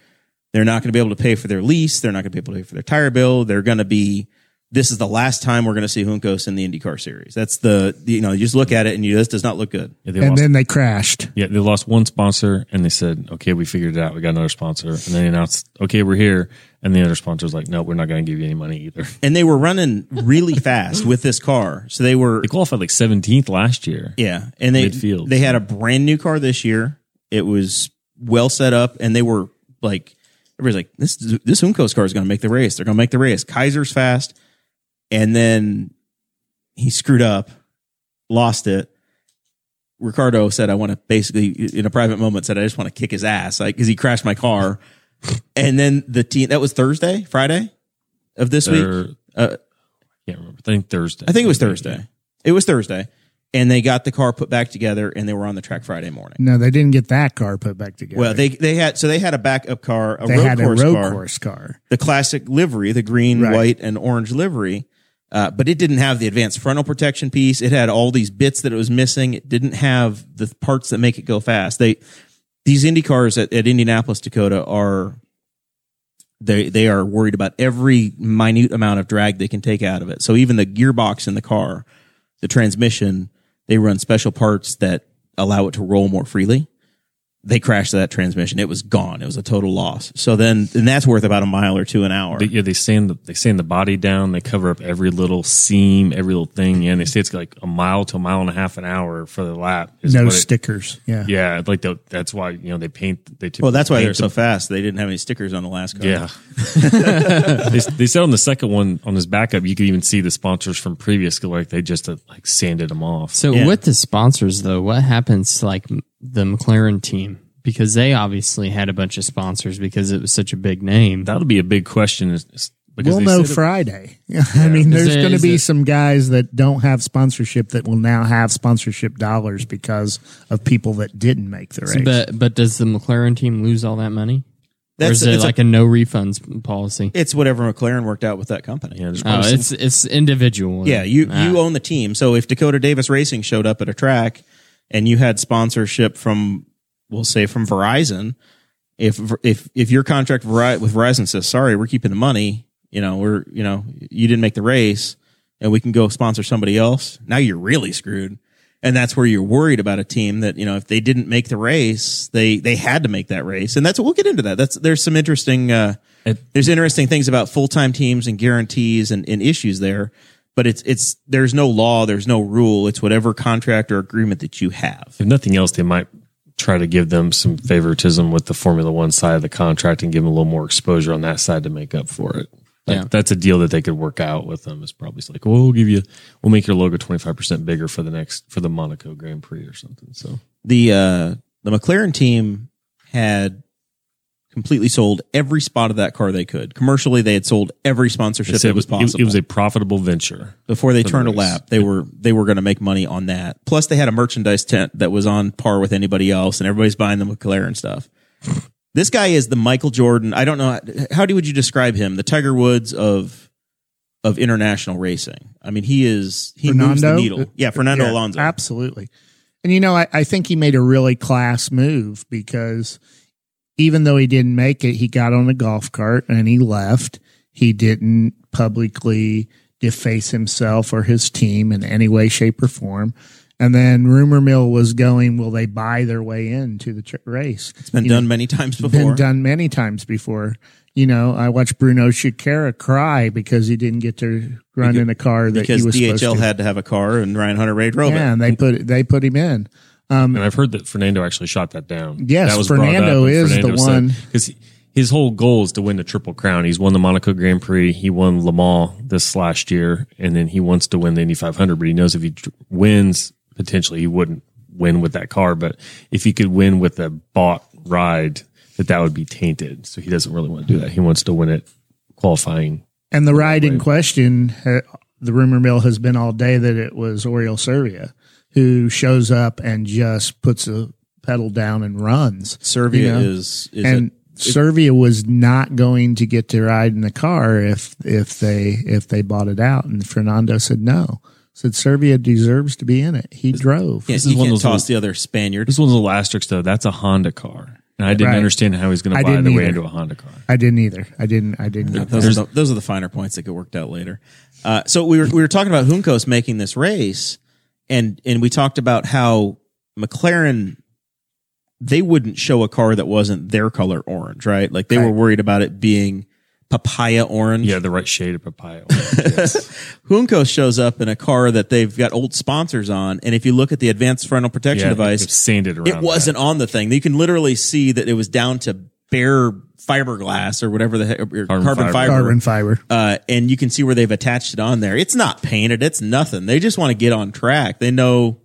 A: They're not going to be able to pay for their lease. They're not going to be able to pay for their tire bill. They're going to be, this is the last time we're going to see Juncos in the IndyCar series. That's the, you know, you just look at it and you, this does not look good.
D: yeah, they
B: and
D: lost,
B: then they crashed.
D: yeah, they lost one sponsor, and they said, "Okay, we figured it out. We got another sponsor." And they announced, "Okay, we're here." And the other sponsor's like, "No, we're not going to give you any money either."
A: And they were running really fast with this car. So they were,
D: They qualified like seventeenth last year.
A: Yeah, and they
D: Midfield.
A: they had a brand new car this year. It was well set up, and they were like everybody's like this this Hunkos car is going to make the race. They're going to make the race. Kaiser's fast, and then he screwed up, lost it. Ricardo said, "I want to basically in a private moment said I just want to kick his ass, like because he crashed my car." and then the team that was Thursday, Friday of this week.
D: They're-
A: Uh,
D: can't remember. I think Thursday.
A: I think it was Thursday. It was Thursday. And they got the car put back together and they were on the track Friday morning.
B: No, they didn't get that car put back together.
A: Well, they they had so they had a backup car, a
B: they
A: road
B: had
A: course
B: a road
A: car,
B: course car.
A: the classic livery, the green,
B: Right.
A: white, and orange livery. Uh, but it didn't have the advanced frontal protection piece. It had all these bits that it was missing. It didn't have the parts that make it go fast. They these Indy cars at, at Indianapolis, Dakota are they they are worried about every minute amount of drag they can take out of it. So even the gearbox in the car, the transmission, they run special parts that allow it to roll more freely. They crashed that transmission. It was gone. It was a total loss. So then, and that's worth about a mile or two an hour.
D: They, yeah, they sand the, they sand the body down. They cover up every little seam, every little thing, and they say it's like a mile to a mile and a half an hour for the lap. is
B: No
D: what it-
B: stickers. yeah.
D: Yeah, like the, that's why you know they paint. They
A: Well, that's why they're
D: paint
A: so
D: or
A: fast. They didn't have any stickers on the last car.
D: something. Yeah, they, they said on the second one on his backup, you could even see the sponsors from previous, like they just uh, like sanded them off.
F: So
A: Yeah.
F: with the sponsors though, what happens to like m- the McLaren team because they obviously had a bunch of sponsors because it was such a big name.
D: that'll be a big question. Is, is- because
B: We'll
D: they
B: know
D: said it-
B: Friday. I mean,
F: Is
B: there's
F: it-
B: going to
F: is
B: be
F: it-
B: some guys that don't have sponsorship that will now have sponsorship dollars because of people that didn't make the race.
F: But but does the McLaren team lose all that money? or
A: That's
F: is it
A: it's,
F: like
A: a,
F: a, no refunds policy?
A: it's whatever McLaren worked out with that company.
D: Yeah, there's
F: Oh,
D: probably
F: it's it's individual.
A: Yeah, you
F: Ah.
A: you own the team. So if Dakota Davis Racing showed up at a track and you had sponsorship from we'll say from Verizon, if if if your contract Veri- with Verizon says, "Sorry, we're keeping the money. You know, we're you know, you didn't make the race and we can go sponsor somebody else." Now you're really screwed. And that's where you're worried about a team that, you know, if they didn't make the race, they they had to make that race. And that's we'll get into that. That's there's some interesting uh there's interesting things about full-time teams and guarantees and, and issues there but it's it's there's no law there's no rule it's whatever contract or agreement that you have
D: if nothing else, they might try to give them some favoritism with the Formula One side of the contract and give them a little more exposure on that side to make up for it. Like,
F: Yeah.
D: That's a deal that they could work out with them. Is probably like, well, we'll give you, we'll make your logo twenty five percent bigger for the next for the Monaco Grand Prix or something. So
A: the uh the mclaren team had completely sold every spot of that car they could commercially they had sold every
D: They
A: sponsorship
D: said
A: that was possible
D: It, was a profitable venture.
A: before they
D: for the
A: turned a
D: race.
A: lap they were they were going to make money on that plus they had a merchandise tent that was on par with anybody else and everybody's buying the mclaren stuff this guy is the michael jordan i don't know how do would you describe him the tiger woods of of international racing i mean he is he moves the
F: Uh,
A: needle yeah fernando
B: Yeah,
A: alonso
B: Absolutely. And you know, I, I think he made a really class move because even though he didn't make it, he got on a golf cart and he left. He didn't publicly deface himself or his team in any way, shape, or form.
F: And then rumor mill was going, will they buy their way into the tr- race?
A: It's been
F: You
A: done
F: know,
A: many times before.
F: been done many times before. You know, I watched Bruno Shakira cry because he didn't get to run in a car that
A: because
F: he was supposed
A: DHL
F: to.
A: had to have a car and Ryan Hunter Raid Robo.
F: yeah, and they put they put him in.
D: and I've heard that Fernando actually shot that down.
F: Yes,
D: that
F: Fernando is the one.
D: because his whole goal is to win the Triple Crown. He's won the Monaco Grand Prix. He won Le Mans this last year, and then he wants to win the Indy 500. But he knows if he tr- wins, potentially he wouldn't win with that car. But if he could win with a bought ride, that that would be tainted. So he doesn't really want to do that. He wants to win it qualifying.
F: And the ride in question, uh, the rumor mill has been all day that it was Oriel Servia who shows up and just puts a pedal down and runs.
A: Servia
F: you know?
A: is, is
F: and Servia was not going to get to ride in the car if if they if they bought it out. And Fernando said no. Said Servia deserves to be in it. He drove.
A: a, yeah,
D: is
A: you
D: one of
A: can't
D: those
A: toss the other Spaniard.
D: This one's a little asterisk though. That's a Honda car, and I didn't
F: Right.
D: understand how he's going
F: I
D: to buy
F: didn't
D: the way
F: either.
D: into a Honda car.
F: I didn't either. I didn't. I didn't. Get that.
A: Those are, the, those are the finer points that get worked out later. Uh, so we were we were talking about Juncos making this race, and and we talked about how McLaren they wouldn't show a car that wasn't their color orange, right? Like they were worried about it being papaya orange.
D: Yeah, the right shade of papaya.
A: Juncos shows up in a car that they've got old sponsors on, and if you look at the advanced frontal protection
D: yeah,
A: device,
D: they've sanded around.
A: it wasn't on the thing. You can literally see that it was down to bare fiberglass or whatever the heck, or carbon, fiber.
D: Carbon fiber.
F: Carbon fiber.
A: Uh, and you can see where they've attached it on there. It's not painted. It's nothing. They just want to get on track. They know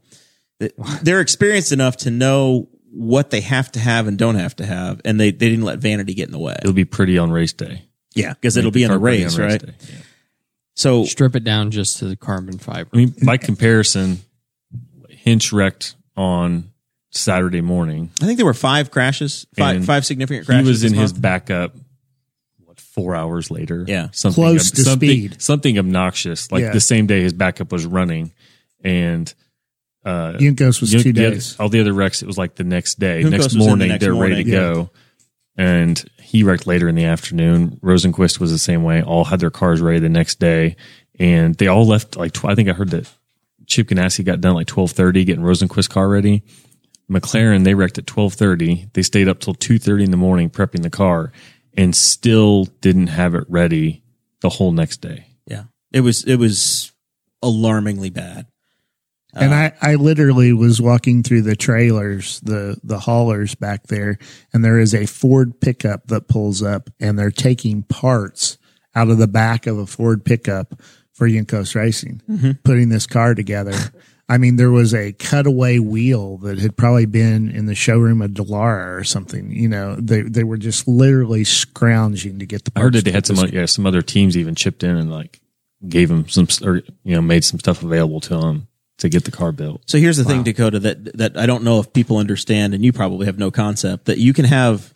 A: that they're experienced enough to know what they have to have and don't have to have. And they, they didn't let vanity get in the way.
D: It'll be pretty on race day.
A: Yeah. Cause it'll be in the race, right? So
B: Strip it down just to the carbon fiber.
D: I mean, by comparison, Hinch wrecked on Saturday morning.
A: I think there were five crashes, five,
D: And
A: five significant crashes.
D: he was in
A: this
D: his
A: month.
D: backup. What four hours later?
A: Yeah.
D: something
F: Close to
D: something,
F: speed.
D: Something obnoxious. Like
F: Yeah.
D: the same day his backup was running, and uh,
F: Junkos was
D: you-
F: two
D: the other-
F: days.
D: all the other wrecks, it was like the next day,
A: Junkos was
D: next
A: in the
D: morning,
A: next
D: they're ready
A: morning,
D: to go. And he wrecked later in the afternoon. Rosenquist was the same way. All had their cars ready the next day, and they all left like tw- I think I heard that Chip Ganassi got done like twelve thirty, getting Rosenquist car ready. McLaren they wrecked at twelve thirty. They stayed up till two thirty in the morning prepping the car, and still didn't have it ready the whole next day.
A: yeah, it was, it was alarmingly bad.
F: and
D: Uh-huh.
F: I, I literally was walking through the trailers, the the haulers back there, and there is a Ford pickup that pulls up, and they're taking parts out of the back of a Ford pickup for Yunkos Racing,
D: Mm-hmm.
F: putting this car together. I mean, there was a cutaway wheel that had probably been in the showroom of Delara or something. You know, they they were just literally scrounging to get the.
D: I
F: Parts
D: heard that they had some o- yeah some other teams even chipped in and like gave him some s- or you know made some stuff available to him to get the car built.
A: So here's the thing, Dakota, that that I don't know if people understand, and you probably have no concept that you can have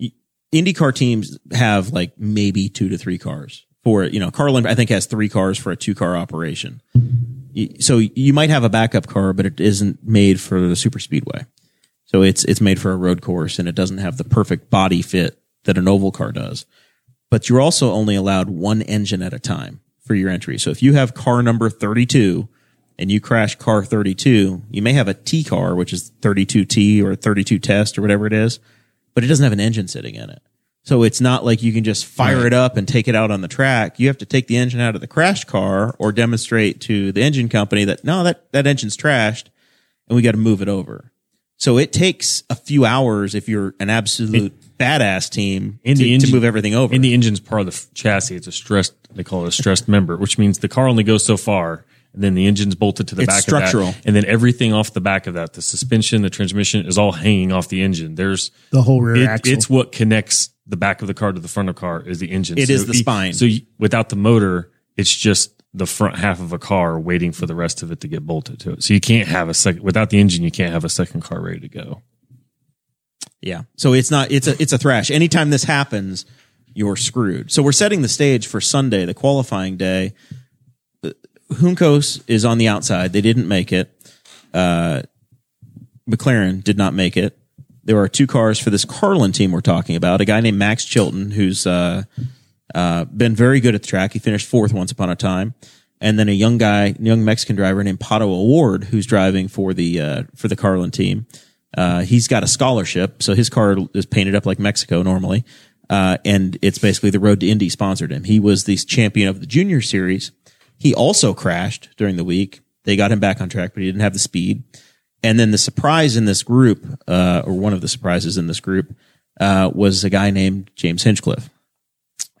A: y- IndyCar teams have like maybe two to three cars for you know. Carlin, I think, has three cars for a two car operation. Y- So you might have a backup car, but it isn't made for the super speedway. So it's it's made for a road course, and it doesn't have the perfect body fit that an oval car does. But you're also only allowed one engine at a time for your entry. So if you have car number 32 and you crash car 32, you may have a T car, which is 32T or 32 test or whatever it is, but it doesn't have an engine sitting in it. So it's not like you can just fire it up and take it out on the track. You have to take the engine out of the crash car or demonstrate to the engine company that no, that, that engine's trashed and we got to move it over. So it takes a few hours if you're an absolute badass team to,
D: And the
A: to
D: engine-
A: move everything over.
D: And the engine's part of the f- chassis. It's a stressed they call it a stressed member, which means the car only goes so far. And then the engine's bolted to the
A: It's
D: back
A: structural.
D: of that, and then everything off the back of that, the suspension, the transmission, is all hanging off the engine. There's
F: The whole rear
D: it-
F: axle.
D: It's what connects the back of the car to the front of the car is the engine.
A: It is the
D: e-
A: spine.
D: So you, without the motor, it's just the front half of a car waiting for the rest of it to get bolted to it. So you can't have a second without the engine. You can't have a second car ready to go.
A: Yeah. So it's not it's a it's a thrash. Anytime this happens, you're screwed. So we're setting the stage for Sunday, the qualifying day. Uh, Juncos is on the outside. They didn't make it. Uh, McLaren did not make it. There are two cars for this Carlin team we're talking about. A guy named Max Chilton, who's uh, uh, been very good at the track. He finished fourth once upon a time. and then a young guy, young Mexican driver named Pato Award, who's driving for the uh, for the Carlin team. Uh, he's got a scholarship, so his car is painted up like Mexico normally, uh, and it's basically the Road to Indy sponsored him. He was the champion of the Junior Series. He also crashed during the week. They got him back on track, but he didn't have the speed. And then the surprise in this group, uh, or one of the surprises in this group, uh, was a guy named James Hinchcliffe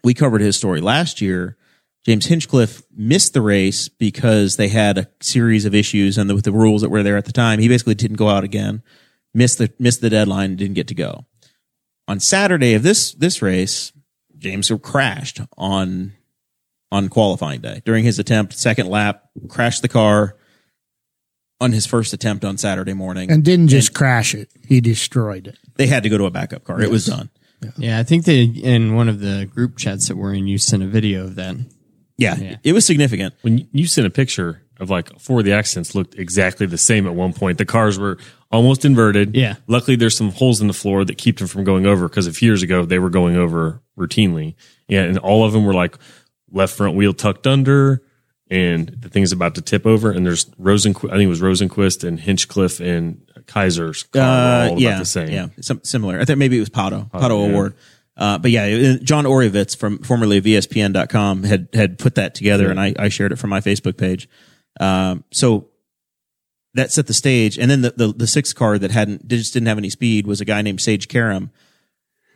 A: we covered his story last year. James Hinchcliffe missed the race because they had a series of issues and the, with the rules that were there at the time. He basically didn't go out again, missed the missed the deadline, didn't get to go. On Saturday of this this race, James crashed on on qualifying day during his attempt, second lap, crashed the car on his first attempt on Saturday morning.
B: and didn't just crash it. He destroyed it.
A: they had to go to a backup car. It was done.
F: Yeah, I think they in one of the group chats that we're in, you sent a video of that.
A: Yeah, yeah. it was significant.
D: When you- you sent a picture of like four of the accidents looked exactly the same at one point. The cars were almost inverted.
F: Yeah.
D: Luckily, there's some holes in the floor that keep them from going over because a few years ago they were going over routinely. Yeah. And all of them were like left front wheel tucked under and the thing's about to tip over. And there's Rosenquist, I think it was Rosenquist and Hinchcliffe and Kaiser's car were all
A: Uh,
D: about
A: yeah,
D: the same.
A: yeah, some, similar. I think maybe it was Pato, Pato,
D: yeah.
A: Award. Uh, but yeah, it- John Orovitz from formerly of E ESPN.com had had put that together, and I, I shared it from my Facebook page. Um, so that set the stage, and then the, the the sixth car that hadn't just didn't have any speed was a guy named Sage Karam.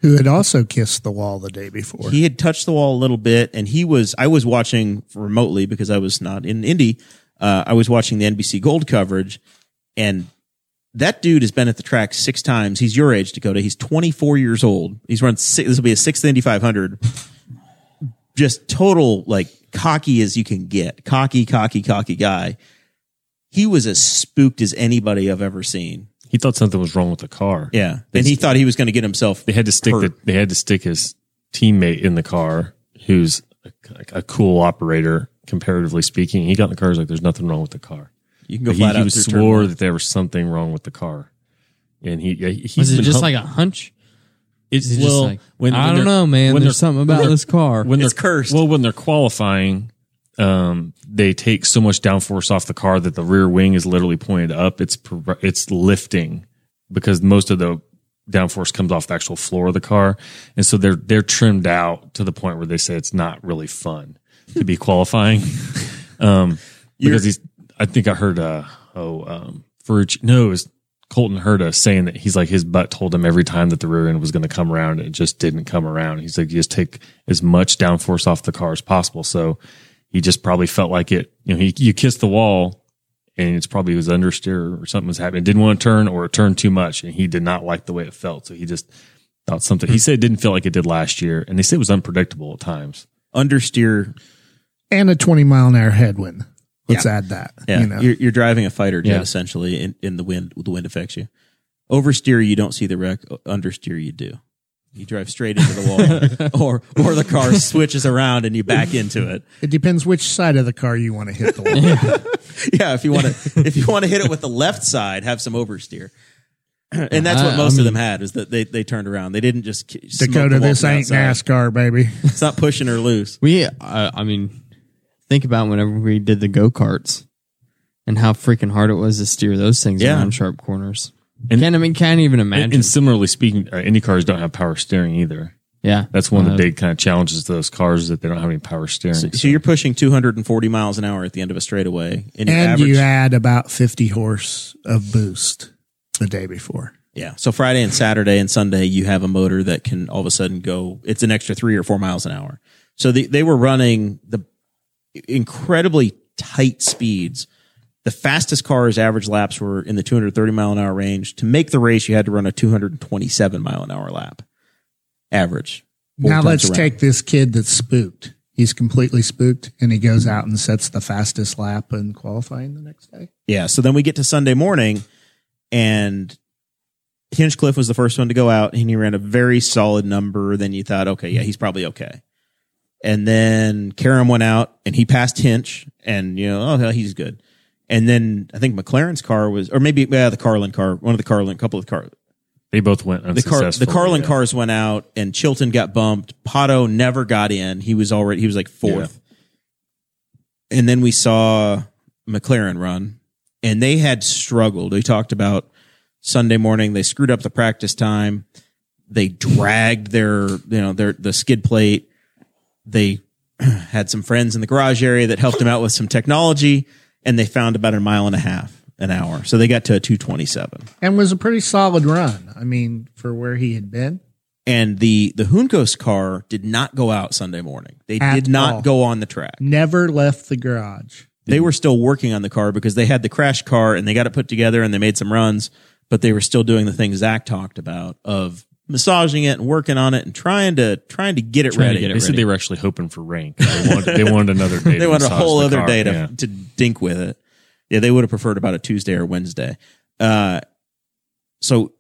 B: Who had also kissed the wall the day before.
A: He had touched the wall a little bit, and he was. I was watching remotely because I was not in Indy. Uh, I was watching the NBC Gold coverage, and that dude has been at the track six times. He's your age, Dakota. He's 24 years old. He's run six, this will be a sixth Indy 500. Just total like cocky as you can get. Cocky, cocky, cocky guy. He was as spooked as anybody I've ever seen.
D: He thought something was wrong with the car.
A: Yeah, and he thought he was going to get himself.
D: they had to stick the,
A: hurt.
D: they had to stick his teammate in the car who's a, a cool operator comparatively speaking he got in the car he's like there's nothing wrong with the car
A: You can go
D: but he,
A: flat
D: he
A: out.
D: was
A: through turn
D: swore
A: one.
D: that there was something wrong with the car and he yeah, he's
F: Was it
D: been
F: just
D: hum-
F: like a hunch?
D: it's
F: Is it
D: well,
F: just like,
D: when, when
F: I don't
D: they're-
F: know, man.
D: when
F: There's
D: they're-
F: something about this car.
D: when
A: It's
D: they're
A: cursed.
D: Well, when they're qualifying, um, they take so much downforce off the car that the rear wing is literally pointed up. It's pro- it's lifting because most of the downforce comes off the actual floor of the car, and so they're they're trimmed out to the point where they say it's not really fun to be qualifying. um, because he's, I think I heard uh oh um Ferrucci no it was Colton heard us saying that he's like his butt told him every time that the rear end was going to come around and it just didn't come around. He's like, you just take as much downforce off the car as possible. So he just probably felt like it, you know, he, you kiss the wall and it's probably his understeer or something was happening. It didn't want to turn or it turned too much and he did not like the way it felt. So he just thought something. He said it didn't feel like it did last year and they said it was unpredictable at times.
A: understeer
B: and a 20 mile an hour headwind. Let's add that.
A: Yeah,
B: You know,
A: are you're driving a fighter jet
D: Yeah.
A: essentially, and in, the wind, the wind affects you. Oversteer, you don't see the wreck. O- Understeer, you do. You drive straight into the wall, or or the car switches around and you back into it.
B: it depends which side of the car you want to hit the wall.
A: Yeah, if you want to, if you want to hit it with the left side, have some oversteer. And that's what
F: I- I
A: most of them
F: mean-
A: had is that they, they turned around. They didn't just ki- smoke
B: Dakota,
A: the wall
B: this
A: from
B: ain't
A: outside.
B: NASCAR, baby.
A: It's not pushing her loose.
F: We, uh, I mean, think about whenever we did the go karts and how freaking hard it was to steer those things
A: Yeah.
F: around sharp corners. And can't, I mean, can't even imagine.
D: And, and similarly speaking, uh, Indy cars don't have power steering either.
F: yeah,
D: That's one of the
F: Uh,
D: big kind of challenges to those cars is that they don't have any power steering.
A: So, so you're pushing 240 miles an hour at the end of a straightaway, and, your
B: and
A: average,
B: you add about 50 horse of boost the day before.
A: Yeah. So Friday and Saturday and Sunday, you have a motor that can all of a sudden go, it's an extra three or four miles an hour. So the, they were running the incredibly tight speeds. The fastest cars average laps were in the 230 mile an hour range. To make the race, you had to run a 227 mile an hour lap average. Four
B: now
A: times
B: let's
A: around.
B: take this kid that's spooked. He's completely spooked and he goes out and sets the fastest lap in qualifying the next day.
A: Yeah. So then we get to Sunday morning, and Hinchcliffe was the first one to go out, and he ran a very solid number. Then you thought, okay, yeah, he's probably okay. And then Karam went out, and he passed Hinch, and you know, oh, hell, he's good. And then I think McLaren's car was, or maybe yeah, the Carlin car, one of the Carlin, couple of car,
D: they both went
A: the
D: unsuccessful.
A: car, the Carlin
D: Yeah.
A: cars went out, and Chilton got bumped. Pato never got in. He was already, he was like fourth. and then we saw McLaren run, and they had struggled. We talked about Sunday morning. They screwed up the practice time. They dragged their you know their the skid plate. They had some friends in the garage area that helped them out with some technology, and they found about a mile and a half an hour. So they got to a two twenty seven.
E: and was a pretty solid run. I mean, for where he had been.
A: And the the Hunkos car did not go out Sunday morning. They
E: At
A: did not
E: all.
A: go on the track.
E: Never left the garage.
A: they were still working on the car because they had the crash car and they got it put together and they made some runs, but they were still doing the thing Zach talked about of massaging it and working on it and trying to trying to get it ready.
D: They said they were actually hoping for rain. 'cause They wanted, they wanted another day.
A: they
D: to
A: wanted a
D: massage
A: whole
D: the
A: other
D: car.
A: day to,
D: Yeah.
A: to dink with it. Yeah, they would have preferred about a Tuesday or Wednesday. Uh, so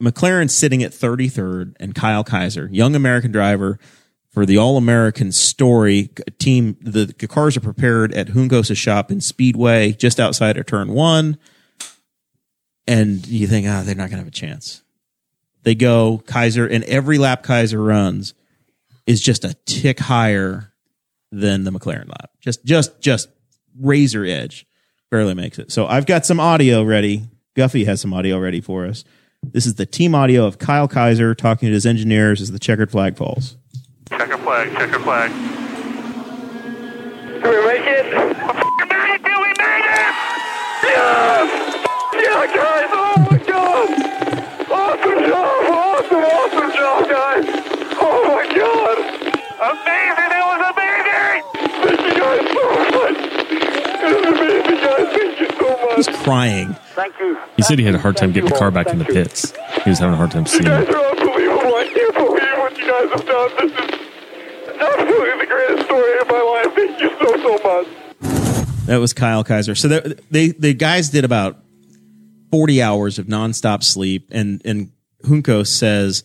A: McLaren's sitting at 33rd, and Kyle Kaiser, young American driver for the All American story a team. The, the cars are prepared at Hungos' shop in Speedway, just outside of turn one. And you think, ah, they're not going to have a chance. They go Kaiser, and every lap Kaiser runs is just a tick higher than the McLaren lap. Just just just razor edge barely makes it. So I've got some audio ready. Guffey has some audio ready for us. This is the team audio of Kyle Kaiser talking to his engineers as the checkered flag falls.
F: Checker flag, checker flag. Did we make it? We made it, dude, we made it! Yes! Yeah, guys, oh my god! Awesome job, awesome, awesome job, guys! Oh my god! Amazing, that was amazing! Thank you guys so much! It was amazing, guys, thank you so
A: He's
F: much!
A: crying.
F: Thank you.
D: He said he had a hard time getting the car back in the pits. He was having a hard time
F: You
D: seeing
F: guys
D: it.
F: are unbelievable. I can't believe what you guys have done. This is absolutely the greatest story of my life. Thank you so, so much.
A: That was Kyle Kaiser. So that, they the guys did about 40 hours of nonstop sleep and and Junko says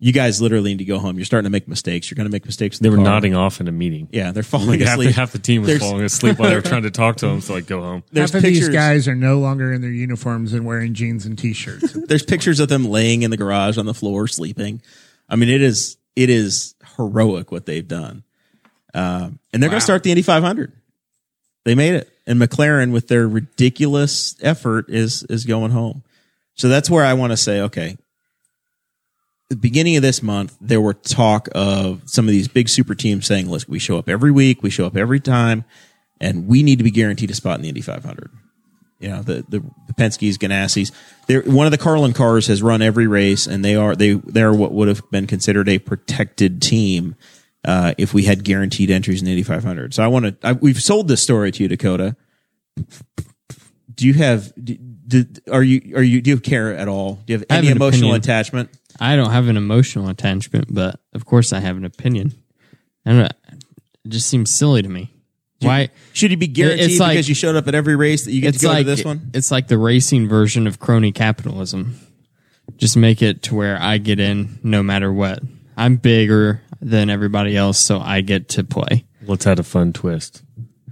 A: you guys literally need to go home. You're starting to make mistakes. You're going to make mistakes. in
D: They
A: the
D: were
A: car."
D: nodding off in a meeting.
A: Yeah, they're falling
D: Like half,
A: asleep.
D: the, half the team was
A: There's-
D: falling asleep while they were trying to talk to him. So like, go home.
A: There's
E: Half of
A: pictures.
E: these guys are no longer in their uniforms and wearing jeans and t-shirts.
A: There's pictures of them laying in the garage on the floor sleeping. I mean, it is it is heroic what they've done. Um, and they're going to start the Indy 500. They made it, and McLaren with their ridiculous effort is is going home. So that's where I want to say, okay. The beginning of this month, there were talk of some of these big super teams saying, "Listen, we show up every week, we show up every time, and we need to be guaranteed a spot in the Indy 500." you know the the, the Penske's, Ganassi's. They're, one of the Carlin cars has run every race, and they are they they're what would have been considered a protected team uh, if we had guaranteed entries in the 8500. So I want to we've sold this story to you, Dakota. Do you have? Do, do, are you are you do you care at all? Do you have
B: I have
A: any
B: an
A: emotional
B: opinion.
A: attachment?
B: I don't have an emotional attachment, but of course I have an opinion. I
F: uh,
B: don't know. It just seems silly to me. Why?
A: Should you be guaranteed
B: It's like-
A: because you showed up at every race that you get to
B: It's
A: go
B: like
A: to this one?
B: it's like the racing version of crony capitalism. Just make it to where I get in no matter what. I'm bigger than everybody else, so I get to play.
D: Let's add a fun twist.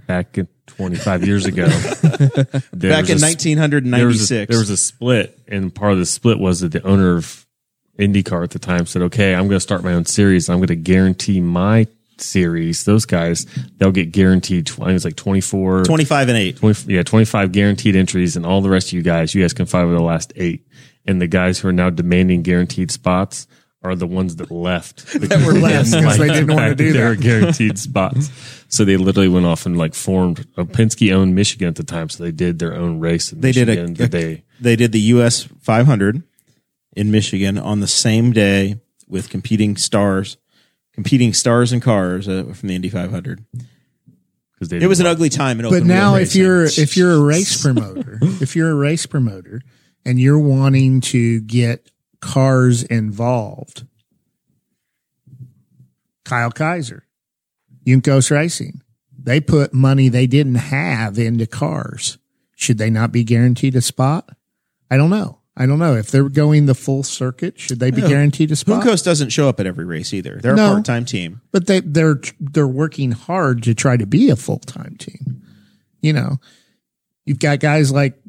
D: Back in 25 years ago,
A: Back in
D: there was, a,
A: 1996,
D: there was a split, and part of the split was that the owner of IndyCar at the time said, "Okay, I'm going to start my own series. I'm going to guarantee my series. Those guys, they'll get guaranteed. Tw- I think it was like 24,
A: 25 and eight.
D: 20 yeah, 25 guaranteed entries, and all the rest of you guys, you guys can fight over the last eight. And the guys who are now demanding guaranteed spots are the ones that left that
E: were left 'cause they didn't wanna do
D: They
E: that.
D: were guaranteed spots, so they literally went off and like formed. Uh, Penske owned Michigan at the time, so they did their own race. In
A: They did a-
D: Michigan that they
A: they did the U.S. 500 in Michigan on the same day with competing stars, competing stars and cars uh, from the Indy 500.
D: because they
A: It was an
D: didn't
A: ugly time in open
E: but now
A: wheel
E: if
A: racing.
E: you're if you're a race promoter, if you're a race promoter and you're wanting to get cars involved, Kyle Kaiser, Yunkos Racing, they put money they didn't have into cars. Should they not be guaranteed a spot? I don't know. I don't know if th're going the full circuit. Should they be guaranteed a spot?
A: Hunkos doesn't show up at every race either. They're a
E: No.
A: part-time team.
E: but they they're they're working hard to try to be a full time team. You know, you've got guys like